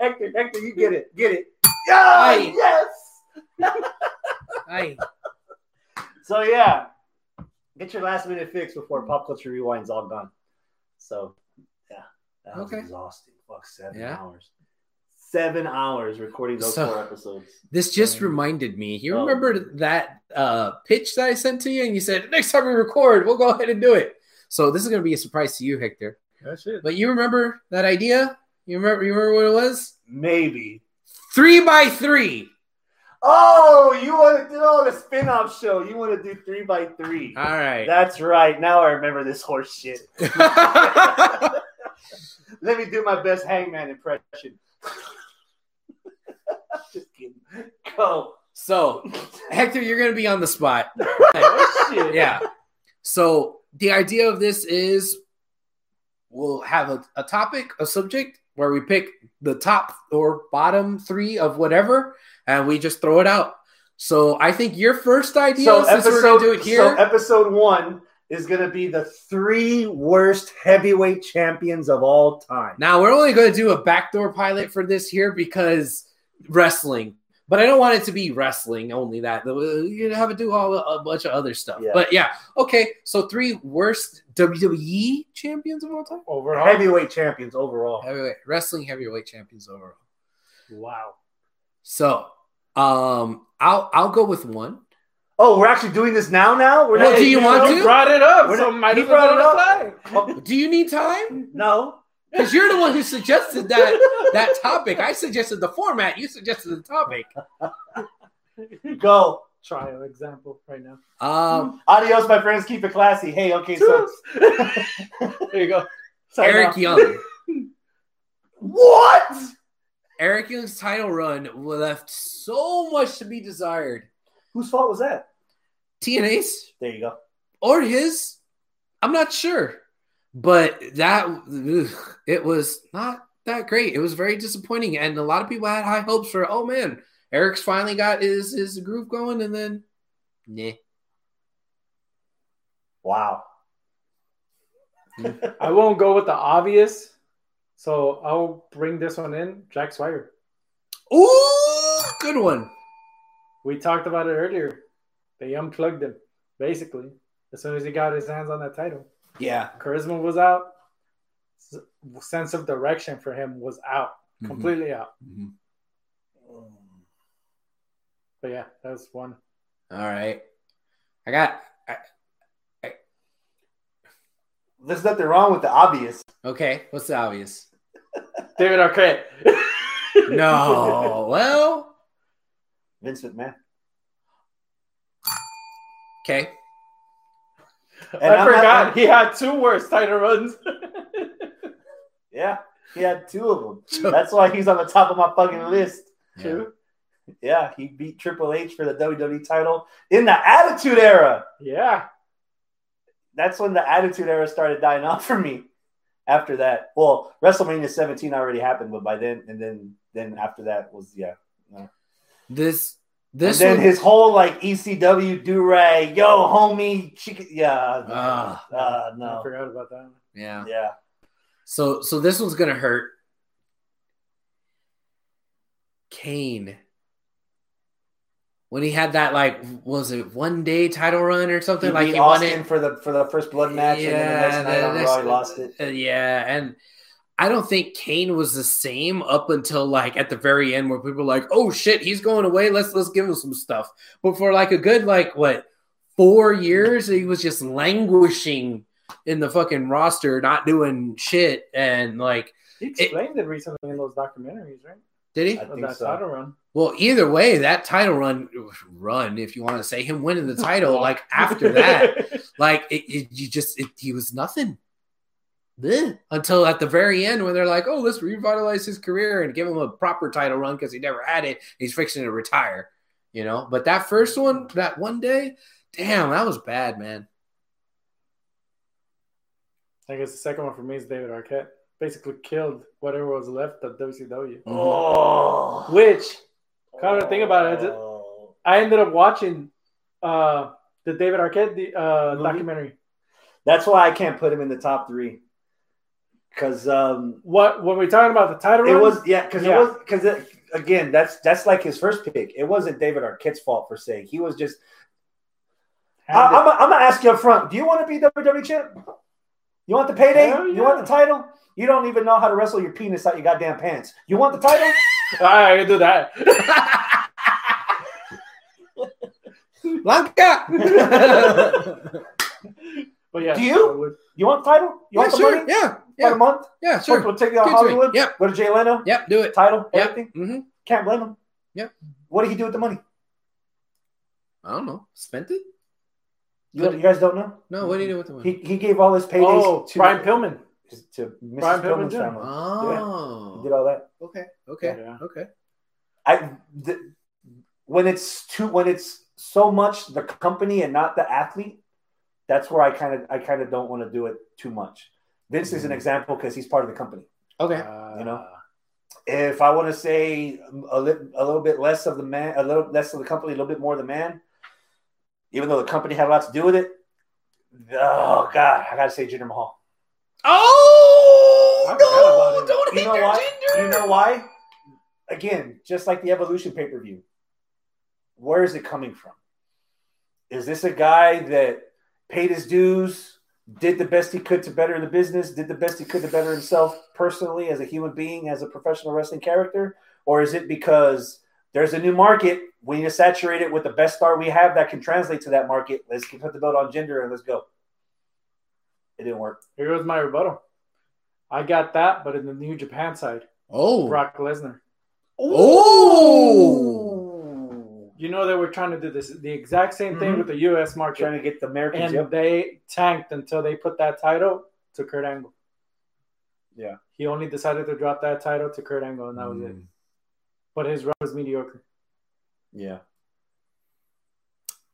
S2: Hector, Hector, you get it. Get it. Yeah,
S1: Aye.
S2: yes.
S1: Hey,
S2: So yeah, get your last minute fix before pop culture rewind's all gone. So yeah, that was
S1: Okay.
S2: exhausting. Fuck seven
S1: Yeah.
S2: hours. Seven hours recording those
S1: So-
S2: four episodes.
S1: this just reminded me. You
S2: Oh.
S1: remember that uh, pitch that I sent to you, and you said next time we record, we'll go ahead and do it. So this is gonna be a surprise to you, Hector.
S3: That's it.
S1: But you remember that idea? You remember? You remember what it was?
S2: Maybe.
S1: Three by three.
S2: Oh, you want to do all the spin-off show? You want to do three by three?
S1: All right.
S2: That's right. Now I remember this horse shit. Let me do my best hangman impression. Just kidding. Go.
S1: so, Hector, you're gonna be on the spot.
S2: Horse shit.
S1: yeah. So the idea of this is we'll have a, a topic, a subject where we pick the top or bottom three of whatever, and we just throw it out. So I think your first idea,
S2: So
S1: since we're gonna
S2: episode,
S1: do it here,
S2: so episode one is gonna be the three worst heavyweight champions of all time.
S1: Now we're only going to do a backdoor pilot for this here because wrestling, but I don't want it to be wrestling only. That uh, you have to do all a bunch of other stuff.
S2: Yeah.
S1: But yeah, okay. So three worst WWE champions of all time.
S3: Overall,
S2: heavyweight champions overall.
S1: Heavyweight wrestling heavyweight champions overall.
S3: wow.
S1: So um, I'll I'll go with one.
S2: Oh, we're actually doing this now. Now we're
S1: Well, do you want
S3: You
S1: to?
S3: brought it up.
S2: We're
S3: so
S2: not-
S3: might
S2: he
S3: as well
S2: brought
S3: let it fly.
S1: Do you need time?
S2: No,
S1: Because you're the one who suggested that that topic. I suggested the format. You suggested the topic.
S2: go.
S3: Trial example right now.
S1: Um,
S2: Adios, my friends. Keep it classy. Hey, okay, so
S3: There you go. Sign
S1: Eric
S3: off.
S1: Young.
S2: what?
S1: Eric Young's title run left so much to be desired.
S2: Whose fault was that?
S1: TNA's
S2: There you go.
S1: or his, I'm not sure, but that ugh, it was not that great. It was very disappointing, and a lot of people had high hopes for. Oh man, Eric's finally got his his groove going, and then nah.
S2: Wow.
S3: I won't go with the obvious, so I'll bring this one in. Jack Swagger.
S1: Ooh, good one.
S3: We talked about it earlier. They unplugged him, basically, as soon as he got his hands on that title.
S1: Yeah,
S3: Charisma was out. S- sense of direction for him was out,
S2: Mm-hmm.
S3: completely out.
S1: Mm.
S3: But yeah, that's one.
S1: All right, I got
S2: There's nothing wrong with the obvious.
S1: okay. What's the obvious?
S3: David Arquette.
S1: No, well,
S2: Vince McMahon.
S1: okay.
S2: And
S3: I
S2: I'm not-
S3: forgot he had two worst title runs.
S2: yeah, he had two of them. That's why he's on the top of my fucking list.
S3: Two.
S2: Yeah, he beat Triple H for the WWE title in the Attitude Era.
S3: Yeah.
S2: That's when the Attitude Era started dying off for me. After that, well, WrestleMania 17 already happened, but by then, and then, then after that was yeah.
S1: This this
S2: and then
S1: one,
S2: his whole like E ECW do rag, yo homie, chicken, yeah,
S1: Ah.
S2: uh,
S3: I
S2: no,
S3: forgot about that one.
S1: yeah.
S2: yeah,
S1: So so this one's gonna hurt. Kane. When he had that like was it one day title run or something?
S2: he
S1: like
S2: beat
S1: he won
S2: Austin
S1: it.
S2: for the for the first blood match, and then the next night on Raw, he lost it.
S1: uh, yeah, and I don't think Kane was the same up until like at the very end where people were like, "Oh shit, he's going away. Let's let's give him some stuff." But for like a good like what four years, he was just languishing in the fucking roster, not doing shit, and like
S3: He explained it recently in those documentaries, right?
S1: Did he?
S2: I
S3: of
S2: think
S3: that
S2: so.
S3: title run.
S1: Well, either way, that title run, run, if you want to say him winning the title, like after that, like it, it you just, it, he was nothing. Bleh. Until at the very end, when they're like, oh, let's revitalize his career and give him a proper title run because he never had it. He's fixing to retire, you know? But that first one, that one day, damn, that was bad, man.
S3: I guess the second one for me is David Arquette. Basically killed whatever was left of WCW.
S2: oh,
S3: Which Come to think about it, I just- I ended up watching uh, the David Arquette uh,
S2: Movie?
S3: documentary.
S2: that's why I can't put him in the top three. Because um,
S3: What when we're talking about the title
S2: it
S3: run?
S2: was yeah, because
S3: Yeah.
S2: it was because again, that's that's like his first pick. It wasn't David Arquette's fault per se. He was just. I,
S3: handed-
S2: I'm gonna- I'm gonna ask you up front. Do you want to be WWE champ? You want the payday?
S3: Hell
S2: You want the title? You don't even know how to wrestle your penis out your goddamn pants. You want the title?
S3: I, I can do that.
S1: Blanca!
S3: But yeah, Oh,
S2: Do you?
S3: I would.
S2: You want the title? You
S1: yeah,
S2: want the
S1: sure.
S2: money
S1: Yeah,
S2: for the
S1: yeah,
S2: month?
S1: yeah, sure.
S2: We'll take you out
S1: Good
S2: of
S1: to me.
S2: Hollywood.
S1: Yep.
S2: Go to Jay Leno.
S1: Yep, do it.
S2: Title.
S1: Yep.
S2: Everything.
S1: hmm
S2: Can't blame him.
S1: Yep.
S2: What did he do with the money?
S1: I don't know. Spent it?
S2: You,
S1: Good.
S2: you guys don't know.
S1: No, what do you do with the money?
S2: Mm-hmm. He, he gave all his paydays
S3: Oh,
S2: to
S3: Brian Pillman.
S2: to Mrs.
S3: Brian Pillman
S2: Pillman's
S3: did.
S2: family. He did
S1: Oh,
S2: all that.
S1: okay, okay,
S3: Yeah.
S1: okay.
S2: I th- when it's too when it's so much the company and not the athlete. That's where I kind of I kind of don't want to do it too much. Vince
S1: Mm-hmm.
S2: is an example because he's part of the company.
S1: Okay.
S2: You
S3: Uh,
S2: know? If I want to say a, li- a little bit less of the man, a little less of the company, a little bit more of the man, even though the company had a lot to do with it. Oh God, I gotta say Jinder Mahal.
S1: Oh
S3: I forgot about it.
S1: Don't
S2: You
S1: hit
S2: know
S1: your
S2: what?
S1: ginger.
S2: You know why? Again, just like the Evolution pay per view, where is it coming from? Is this a guy that paid his dues, did the best he could to better the business, did the best he could to better himself personally as a human being, as a professional wrestling character? Or is it because there's a new market? We need to saturate it with the best star we have that can translate to that market. Let's put the belt on gender and let's go. It didn't work.
S3: Here was my rebuttal. I got that, but in the New Japan side,
S1: Oh.
S3: Brock Lesnar.
S1: Oh.
S3: You know they were trying to do this the exact same thing
S2: Mhm.
S3: with the U.S. market,
S2: Trying to get the Americans.
S3: and
S2: yep.
S3: they tanked until they put that title to Kurt Angle.
S2: Yeah. Mm.
S3: he only decided to drop that title to Kurt Angle, and that was it. But his run was mediocre.
S2: Yeah.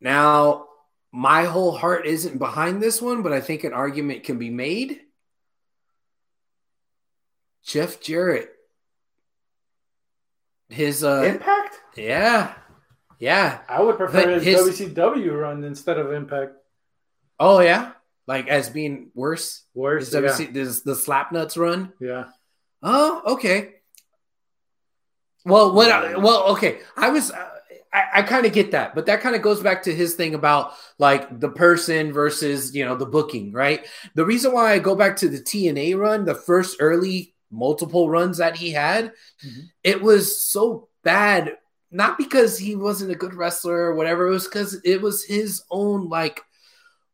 S1: Now, my whole heart isn't behind this one, but I think an argument can be made. Jeff Jarrett. His uh
S2: Impact?
S1: yeah. Yeah.
S3: I would prefer
S1: But
S3: his,
S1: his-
S3: WCW run instead of Impact.
S1: Oh yeah. Like as being worse.
S3: Worse,
S1: His
S3: yeah.
S1: WC this the slap nuts run.
S3: yeah.
S1: Oh, okay. Well, what? I, well, okay. I was, uh, I, I kind of get that, but that kind of goes back to his thing about like the person versus you know the booking, right? The reason why I go back to the TNA run, the first early multiple runs that he had,
S3: Mhm.
S1: it was so bad. Not because he wasn't a good wrestler or whatever, it was because it was his own like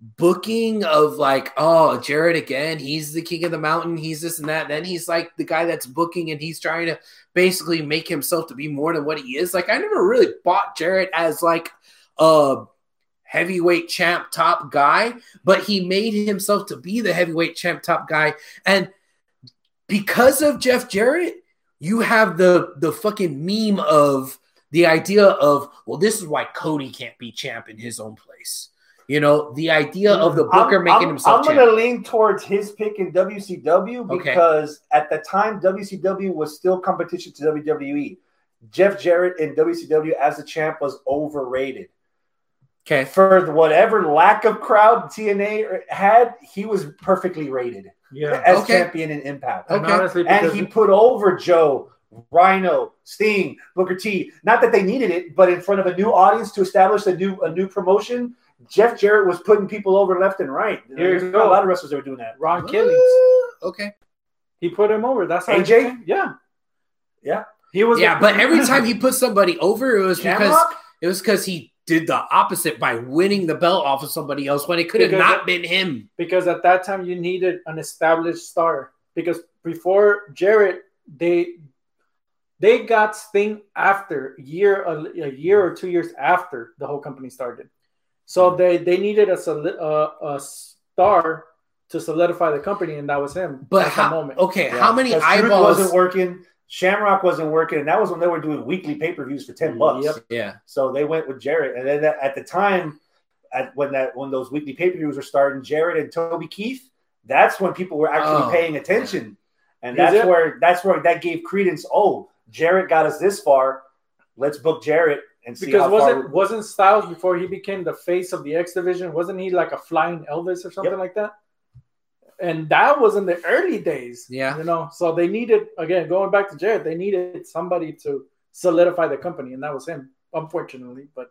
S1: booking of like, oh, Jared again, he's the king of the mountain, he's this and that. Then he's like the guy that's booking and he's trying to basically make himself to be more than what he is. Like, I never really bought Jared as like a heavyweight champ top guy, but he made himself to be the heavyweight champ top guy. And because of Jeff Jarrett, you have the the fucking meme of the idea of well, this is why Cody can't be champ in his own place. You know, the idea of the Booker
S2: I'm,
S1: making
S2: I'm-
S1: himself
S2: I'm
S1: champ.
S2: going to lean towards his pick in WCW
S1: Okay.
S2: because at the time, WCW was still competition to WWE. Jeff Jarrett in WCW as a champ was overrated.
S1: Okay.
S2: For whatever lack of crowd TNA had, he was perfectly rated
S3: Yeah.
S2: as
S1: Okay.
S2: champion in Impact.
S3: And
S1: Okay.
S3: honestly,
S2: And
S3: because-
S2: he put over Joe, Rhino, Sting, Booker T. Not that they needed it, but in front of a new audience to establish a new a new promotion, Jeff Jarrett was putting people over left and right.
S3: Here you
S2: There's a
S3: go.
S2: lot of wrestlers that were doing that.
S3: Ron Killings.
S1: Okay.
S3: He put him over. That's how
S2: AJ?
S3: yeah.
S2: Yeah.
S3: He was
S1: Yeah, but every time he put somebody over, it was because
S2: Shamrock?
S1: It was because he did the opposite by winning the belt off of somebody else when it could have
S3: Because-
S1: not been him.
S3: because at that time you needed an established star. Because before Jarrett, they They got Sting after year a, a year or two years after the whole company started,
S2: Mm-hmm.
S3: so they they needed a soli- uh, a star to solidify the company, and that was him.
S1: But
S3: at
S1: how,
S3: the moment,
S1: okay,
S2: Yeah.
S1: how many
S2: 'Cause Truth wasn't
S1: eyeballs?
S2: working. Shamrock wasn't working, and that was when they were doing weekly pay per views for ten bucks.
S3: Yep.
S1: Yeah,
S2: So they went with Jarrett, and then at the time, at when that when those weekly pay per views were starting, Jarrett and Toby Keith, that's when people were actually
S1: Oh.
S2: paying attention, and
S3: Is
S2: that's
S3: it?
S2: where that's where that gave credence. Oh, Jarrett got us this far. Let's book Jarrett and see
S3: because
S2: how far.
S3: wasn't wasn't Styles before he became the face of the X division? Wasn't he like a flying Elvis or something
S2: Yep.
S3: like that? And that was in the early days.
S1: Yeah.
S3: you know. So they needed again going back to Jared. They needed somebody to solidify the company, and that was him. Unfortunately, but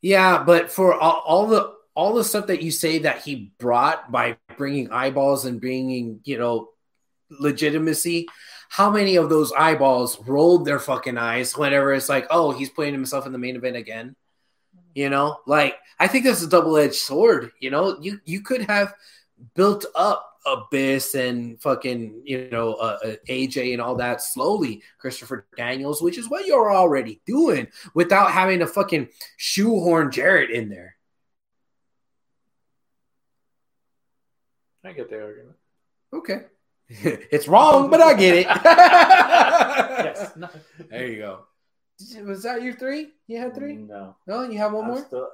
S1: yeah, but for all, all the all the stuff that you say that he brought by bringing eyeballs and bringing you know legitimacy, how many of those eyeballs rolled their fucking eyes whenever it's like, oh, he's putting himself in the main event again? You know, like I think that's a double edged sword. You know, you you could have built up Abyss and fucking you know uh, uh, AJ and all that slowly, Christopher Daniels, which is what you're already doing without having to fucking shoehorn Jarrett in there.
S3: I get the argument.
S1: Okay, it's wrong, but I get it.
S3: Yes,
S1: There you go. Mm. Was that your three? You had three?
S2: No,
S1: No, you have one
S2: I'm
S1: more.
S2: still-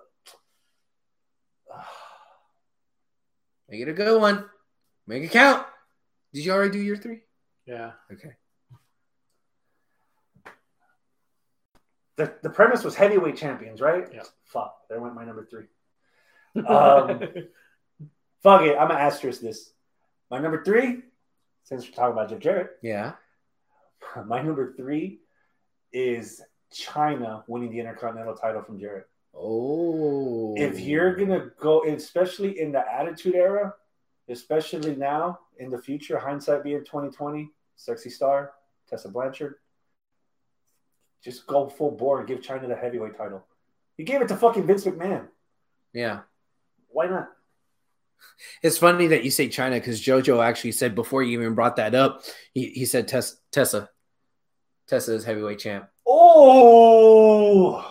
S1: Make it a good one. Make it count. Did you already do your three?
S3: yeah.
S1: Okay.
S2: the, the premise was heavyweight champions, right?
S3: Yeah.
S2: Fuck, there went my number three. Um, Fuck it, I'm gonna asterisk this. My number three, since we're talking about Jeff Jarrett.
S1: Yeah.
S2: Uh, My number three is China winning the Intercontinental title from Jarrett.
S1: Oh.
S2: If you're gonna go, especially in the Attitude Era, especially now in the future, hindsight being 2020, sexy star Tessa Blanchard, just go full bore and give China the heavyweight title. You gave it to fucking Vince McMahon.
S1: Yeah.
S2: Why not?
S1: It's funny that you say China because JoJo actually said before you even brought that up, he, he said Tess, Tessa. Tessa is heavyweight champ.
S2: Oh,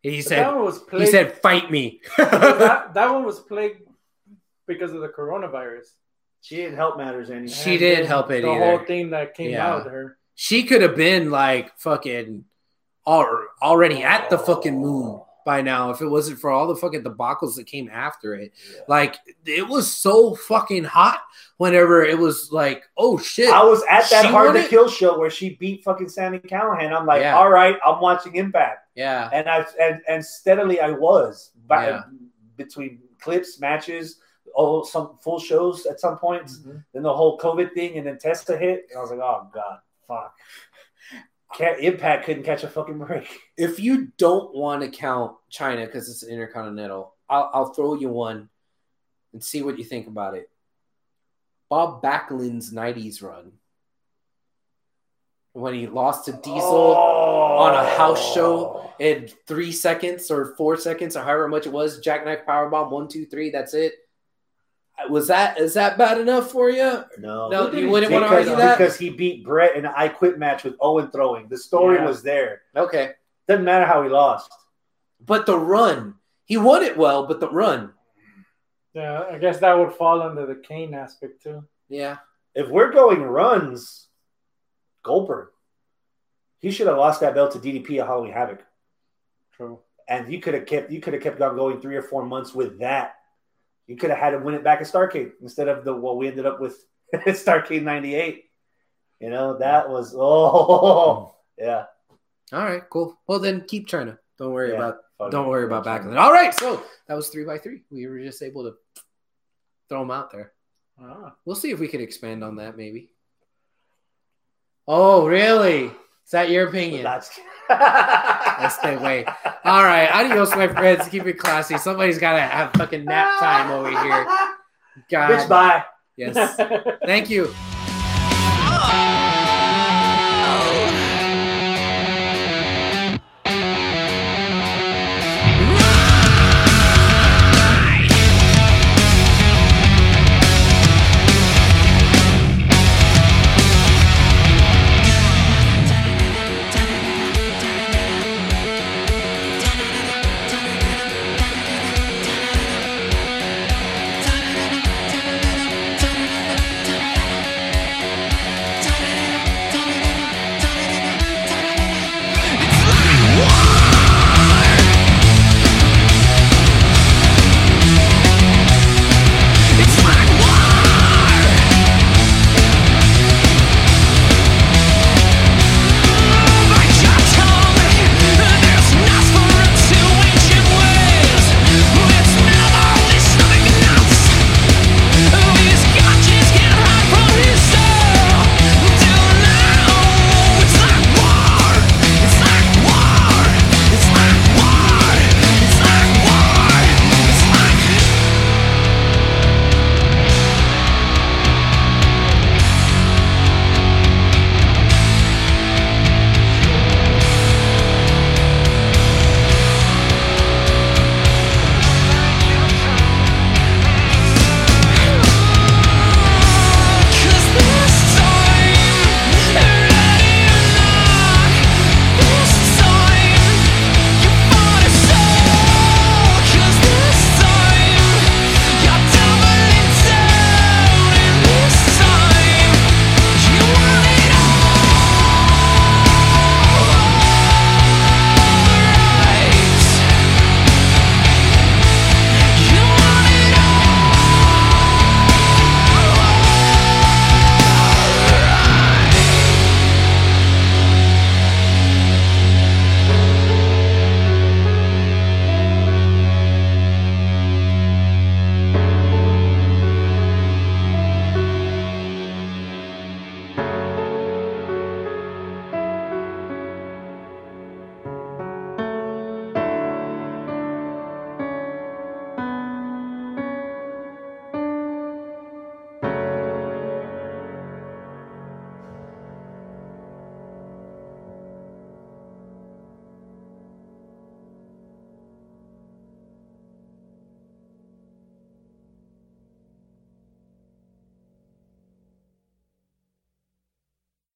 S1: He
S3: But
S1: said
S3: one was plagued.
S1: he said fight me.
S3: that, that one was plagued because of the coronavirus.
S2: she didn't help matters any.
S1: She didn't help it
S3: The
S1: either.
S3: whole thing that came
S1: Yeah.
S3: out of her.
S1: she could have been like fucking al- already at the fucking moon by now if it wasn't for all the fucking debacles that came after it. Like it was so fucking hot whenever it was like, oh shit.
S2: I was at that
S1: She
S2: Hard
S1: wanted-
S2: to Kill show where she beat fucking Sammy Callahan. I'm like,
S1: Yeah.
S2: all right, I'm watching Impact,
S1: yeah.
S2: and I and, and steadily I was by,
S1: Yeah.
S2: between clips, matches, all some full shows at some points.
S1: Mm-hmm.
S2: Then the whole COVID thing, and then Testa hit, and I was like, oh god, fuck. Can't, Impact couldn't catch a fucking break.
S1: if you don't want to count China because it's intercontinental, I'll, I'll throw you one and see what you think about it. Bob Backlund's '90s run when he lost to Diesel
S2: Oh,
S1: on a house show in three seconds or four seconds or however much it was, jackknife powerbomb one two three. That's it. Was that is that bad enough for you?
S2: No,
S1: No,
S3: Who did
S1: you
S3: he
S1: wouldn't want to
S2: because,
S1: argue that.
S2: because he beat Brett in an I Quit match with Owen throwing. The story
S3: Yeah.
S2: was there.
S1: Okay,
S2: Doesn't matter how he lost.
S1: but the run he won it well, but the run,
S3: Yeah, I guess that would fall under the Kane aspect too.
S1: yeah.
S2: if we're going runs, Goldberg, he should have lost that belt to DDP at Halloween Havoc,
S3: True.
S2: and you could have kept you could have kept on going three or four months with that. You could have had him win it back at Starcade instead of the what we ended up with at Starcade '98. You know that was oh yeah.
S1: All right, cool. Well, then keep China. Don't worry
S2: Yeah.
S1: about
S2: Fuck
S1: Don't
S2: it.
S1: worry about
S2: That's fine.
S1: Backlund. All right, so that was three by three. We were just able to throw them out there.
S3: Ah,
S1: We'll see if we could expand on that, maybe. Oh, really? Is that your opinion?
S2: That's-
S1: Let's stay away. All right, adios, my friends. Keep it classy. Somebody's got to have fucking nap time over here. God.
S2: Bitch, bye.
S1: Yes. Thank you.
S5: Oh.